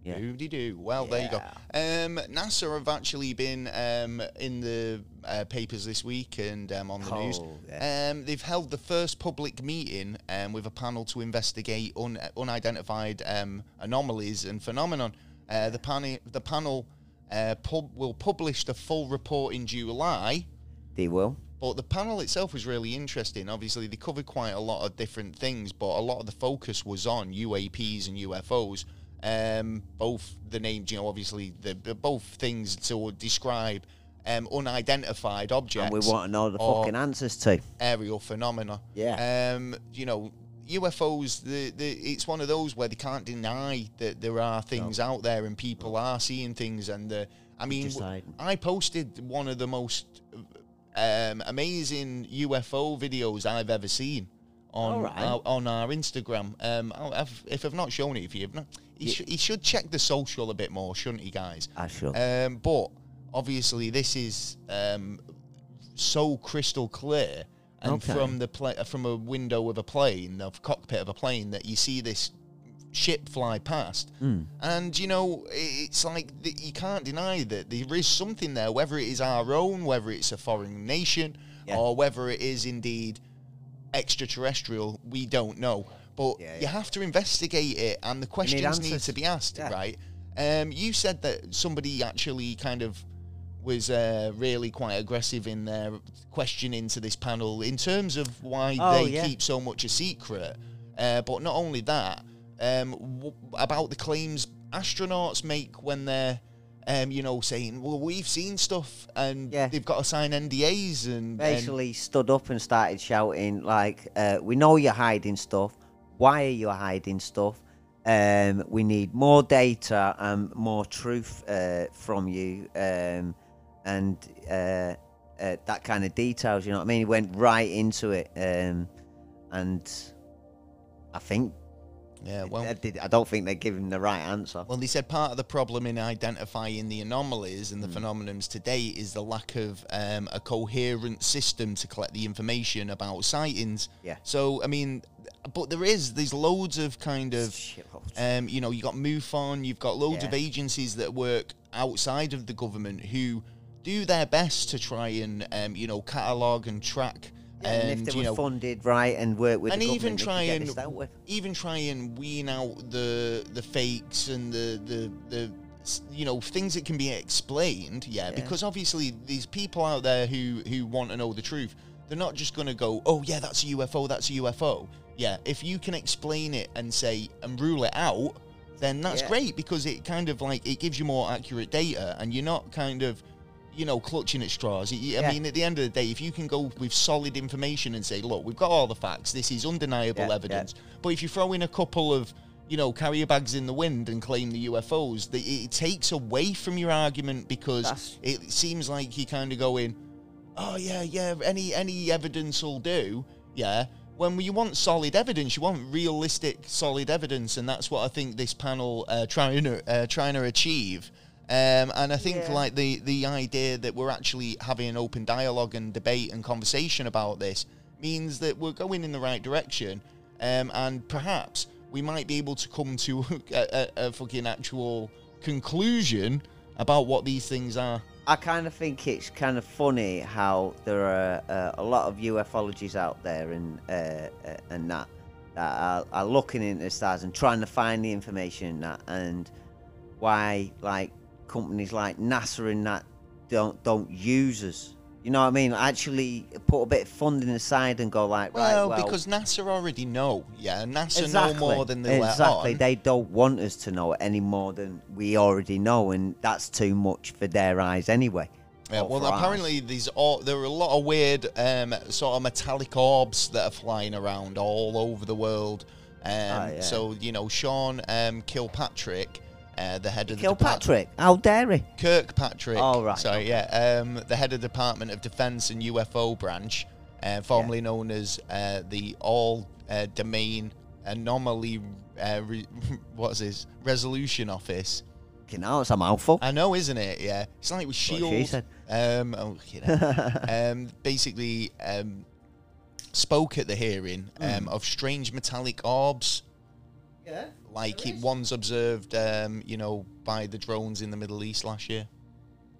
S2: Yeah.
S1: Who Doody do. Well, there you go. Um, NASA have actually been um, in the uh, papers this week and um, on the news.
S2: Oh, yeah.
S1: Um, they've held the first public meeting um, with a panel to investigate un- unidentified um, anomalies and phenomenon. Uh, the, pan- the panel uh, pub- will publish the full report in July.
S2: they will.
S1: But the panel itself was really interesting. Obviously, they covered quite a lot of different things, but a lot of the focus was on UAPs and UFOs. Um, both the names, you know, obviously, the, the both things to describe um, unidentified objects
S2: And we want to know the
S1: or
S2: fucking answers to.
S1: aerial phenomena.
S2: Yeah.
S1: Um, you know, UFOs. The, the it's one of those where they can't deny that there are things out there and people are seeing things. And the I mean,
S2: just hiding.
S1: I posted one of the most um, amazing UFO videos I've ever seen on
S2: All right.
S1: our, on our Instagram. Um, I'll- I've, if I've not shown it, if you've not, he, sh- he should check the social a bit more, shouldn't he, guys?
S2: I should.
S1: Um, but obviously, this is um, so crystal clear, and
S2: Okay.
S1: from the pla- uh, from a window of a plane, of cockpit of a plane, that you see this ship fly past,
S2: Hmm.
S1: and you know i- it's like th- you can't deny that there is something there, whether it is our own, whether it's a foreign nation,
S2: Yeah.
S1: or whether it is indeed extraterrestrial. We don't know. But
S2: Yeah,
S1: you
S2: yeah.
S1: have to investigate it, and the questions need,
S2: answers.
S1: to be asked,
S2: Yeah.
S1: right? Um, you said that somebody actually kind of was uh, really quite aggressive in their questioning to this panel in terms of why
S2: Oh,
S1: they
S2: yeah.
S1: keep so much a secret. Uh, but not only that, um, w- about the claims astronauts make when they're, um, you know, saying, well, we've seen stuff and
S2: Yeah.
S1: they've got to sign NDAs and. and-
S2: Basically, stood up and started shouting like, uh, "We know you're hiding stuff. Why are you hiding stuff? Um, we need more data and more truth uh, from you, um, and uh, uh, that kind of details. You know what I mean? He went right into it, um, and I think
S1: yeah, well.
S2: I, did, I don't think they give him the right answer.
S1: Well, they said part of the problem in identifying the anomalies and the
S2: Hmm.
S1: phenomenons today is the lack of um, a coherent system to collect the information about sightings.
S2: Yeah.
S1: So, I mean, but there is, there's loads of kind of,
S2: Shitloads.
S1: um, you know, you got MUFON, you've got loads of
S2: Yeah.
S1: agencies that work outside of the government who do their best to try and, um, you know, catalogue and track.
S2: and, if they
S1: you
S2: were
S1: know,
S2: funded right and worked with
S1: and
S2: the
S1: even
S2: government, they could
S1: try
S2: get
S1: and
S2: this dealt with.
S1: even try and wean out the the fakes and the the the s- you know things that can be explained yeah, because obviously these people out there who who want to know the truth they're not just going to go oh yeah that's a ufo that's a ufo yeah if you can explain it and say and rule it out then that's
S2: Yeah.
S1: great because it kind of like it gives you more accurate data and you're not kind of you know clutching at straws Y- i
S2: Yeah.
S1: mean at the end of the day if you can go with solid information and say look we've got all the facts this is undeniable
S2: Yeah, yeah.
S1: evidence. But if you throw in a couple of, you know, carrier bags in the wind and claim the UFOs, the, it takes away from your argument because
S2: That's-
S1: it seems like you're kind of going, oh yeah, yeah, any any evidence will do, yeah. When you want solid evidence, you want realistic, solid evidence, and that's what I think this panel uh, trying to uh, trying to achieve. Um, and I think
S2: Yeah.
S1: like the the idea that we're actually having an open dialogue and debate and conversation about this means that we're going in the right direction, um, and perhaps we might be able to come to a, a, a fucking actual conclusion about what these things are.
S2: I kind of think it's kind of funny how there are uh, a lot of ufologies out there and uh, uh, and that that are, are looking into the stars and trying to find the information and that and why like companies like NASA and that don't don't use us. You know what I mean? Actually, put a bit of funding aside and go like, right,
S1: Well,
S2: well,
S1: because NASA already know. Yeah, NASA
S2: exactly,
S1: know more than they let
S2: exactly.
S1: on.
S2: They don't want us to know any more than we already know, and that's too much for their eyes anyway.
S1: Yeah,
S2: Or
S1: well,
S2: for ours.
S1: apparently these or- there are a lot of weird um, sort of metallic orbs that are flying around all over the world. Um,
S2: Ah, yeah.
S1: So you know, Sean um, Kilpatrick, uh, the head of the depart-
S2: Kilpatrick. How dare he?
S1: Kirkpatrick.
S2: Oh, right,
S1: Sorry, yeah. Um, the head of Department of Defense and UFO branch, uh, formerly known as uh, the All uh, Domain Anomaly. Uh, re- what is this? Resolution Office.
S2: Fucking hell, it's a mouthful.
S1: I know, isn't it? Yeah, it's like with
S2: That's
S1: Shield.
S2: what she said.
S1: Um, oh, you know. um, basically, um, spoke at the hearing um, of strange metallic orbs,
S2: Yeah.
S1: like it one's observed, um, you know, by the drones in the Middle East last year.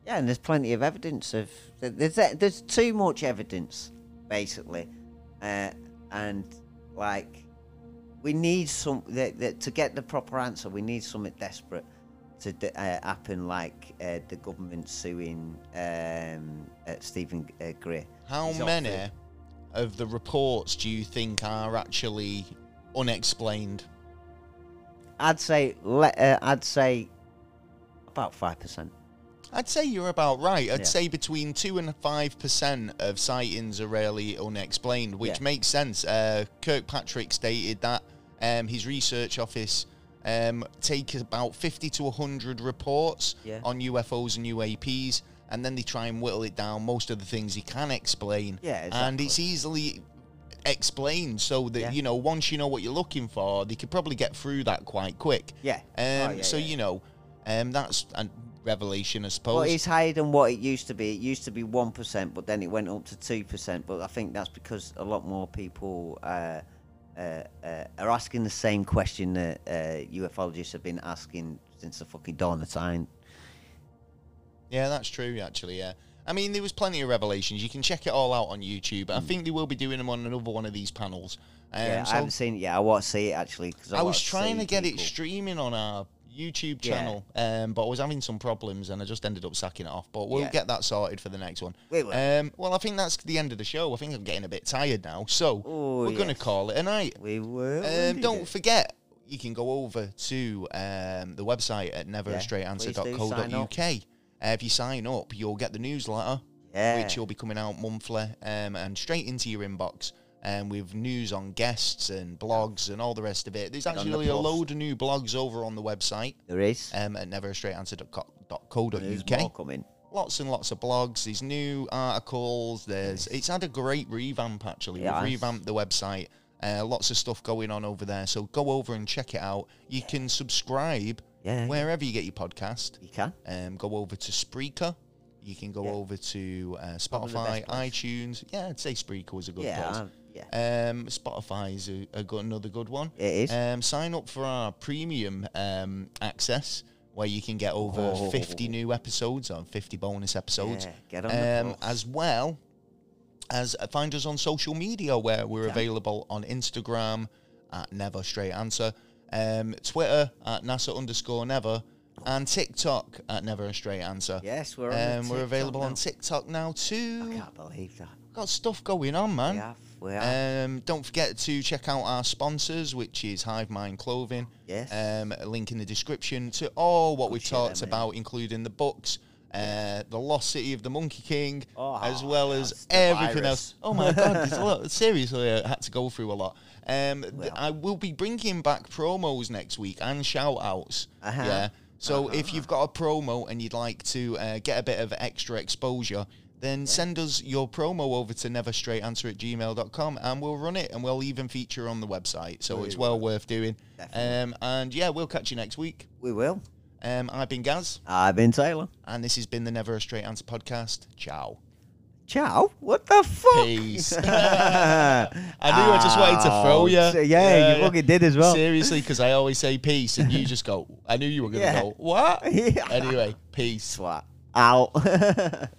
S2: Yeah, and there's plenty of evidence of there's uh, there's too much evidence basically, uh, and like we need some that, that, to get the proper answer. We need something desperate to d- uh, happen, like uh, the government suing um, uh, Stephen uh, Greer.
S1: How
S2: He's off
S1: many
S2: it.
S1: of the reports do you think are actually unexplained?
S2: I'd say le- uh, I'd say about five percent.
S1: I'd say you're about right. I'd
S2: Yeah.
S1: say between two and five percent of sightings are really unexplained, which
S2: Yeah.
S1: makes sense. Uh, Kirkpatrick stated that um, his research office um, take about fifty to hundred reports
S2: Yeah.
S1: on UFOs and UAPs, and then they try and whittle it down. Most of the things he can explain,
S2: Yeah,
S1: and
S2: exactly.
S1: it's easily explained so that
S2: Yeah.
S1: you know once you know what you're looking for, they could probably get through that quite quick.
S2: Yeah.
S1: Um,
S2: Oh, yeah,
S1: so
S2: yeah,
S1: you know, um, that's a revelation, I suppose.
S2: Well, it's higher than what it used to be. It used to be one percent, but then it went up to two percent. But I think that's because a lot more people uh, uh, uh, are asking the same question that uh, ufologists have been asking since the fucking dawn of time.
S1: Yeah, that's true. Actually, yeah. I mean, there was plenty of revelations. You can check it all out on YouTube. I think they will be doing them on another one of these panels. Um,
S2: Hmm. yeah,
S1: so
S2: I haven't seen it yet. I want to see it actually. Cause
S1: I
S2: want
S1: was trying
S2: see
S1: to get it
S2: people.
S1: streaming on our YouTube
S2: Yeah.
S1: channel, um, but I was having some problems and I just ended up sacking it off. But we'll
S2: Yeah.
S1: get that sorted for the next one.
S2: We will.
S1: Um, well, I think that's the end of the show. I think I'm getting a bit tired now, so
S2: Oh,
S1: we're going to
S2: yes.
S1: call it a night.
S2: We will.
S1: Um,
S2: indeed.
S1: don't forget, you can go over to um, the website at
S2: please
S1: neverastraightanswer.co.uk. Uh, if you sign up, you'll get the newsletter,
S2: Yeah.
S1: which will be coming out monthly um, and straight into your inbox. Um, with news on guests and blogs and all the rest of it. There's
S2: on the
S1: actually a
S2: plus.
S1: load of new blogs over on the website
S2: There is.
S1: um, at
S2: There's
S1: neverastraightanswer.co.uk
S2: more coming.
S1: lots and lots of blogs. There's new articles. There's it's had a great revamp actually.
S2: Yeah,
S1: We've
S2: it's-
S1: revamped the website. Uh, lots of stuff going on over there. So go over and check it out. You can subscribe
S2: Yeah, yeah.
S1: wherever you get your podcast.
S2: You can.
S1: Um, go over to Spreaker. You can go
S2: Yeah.
S1: over to uh,
S2: Probably the
S1: Spotify,
S2: best place.
S1: iTunes. Yeah, I'd say Spreaker was a good
S2: Yeah.
S1: place.
S2: I- yeah.
S1: Um, Spotify is a, a good, another good one.
S2: It is.
S1: Um, sign up for our premium um, access where you can get over
S2: Oh.
S1: 50 new episodes on 50 bonus episodes.
S2: Yeah, get on the
S1: um,
S2: plus.
S1: As well as uh, find us on social media where we're available on Instagram at Never Straight Answer, um, Twitter at NASA underscore Never, and TikTok at Never a Straight Answer.
S2: Yes, we're on the
S1: um, we're
S2: TikTok
S1: available on
S2: now.
S1: TikTok now
S2: I
S1: too.
S2: can't believe that.
S1: Got stuff going on, man.
S2: We have. We have.
S1: Um, don't forget to check out our sponsors, which is Hive Mind Clothing.
S2: Yes.
S1: Um, a link in the description to all what we've
S2: share
S1: talked
S2: them, mate.
S1: about, including the books, uh, the Lost City of the Monkey King,
S2: Oh,
S1: as well as
S2: that's the
S1: everything
S2: virus.
S1: else. Oh my God, there's a lot. Seriously, I had to go through a lot. Um, th-
S2: Well.
S1: I will be bringing back promos next week and shout outs.
S2: Uh-huh.
S1: Yeah. So if you've got a promo and you'd like to uh, get a bit of extra exposure, then send us your promo over to neverstraightanswer at gmail.com and we'll run it and we'll even feature on the website. So it's well worth doing. Um,
S2: Definitely.
S1: and yeah, we'll catch you next week.
S2: we will.
S1: Um, I've been Gaz
S2: I've been Taylor.
S1: and this has been the Never a Straight Answer podcast. Ciao.
S2: Ciao? What the fuck?
S1: Peace.
S2: I
S1: I knew I just wanted to throw you.
S2: Oh, Yeah, you fucking did as well.
S1: Seriously, because I always say peace and you just go, I knew you were going to
S2: Yeah.
S1: go, what?
S2: Yeah.
S1: Anyway, peace.
S2: Swat. Out.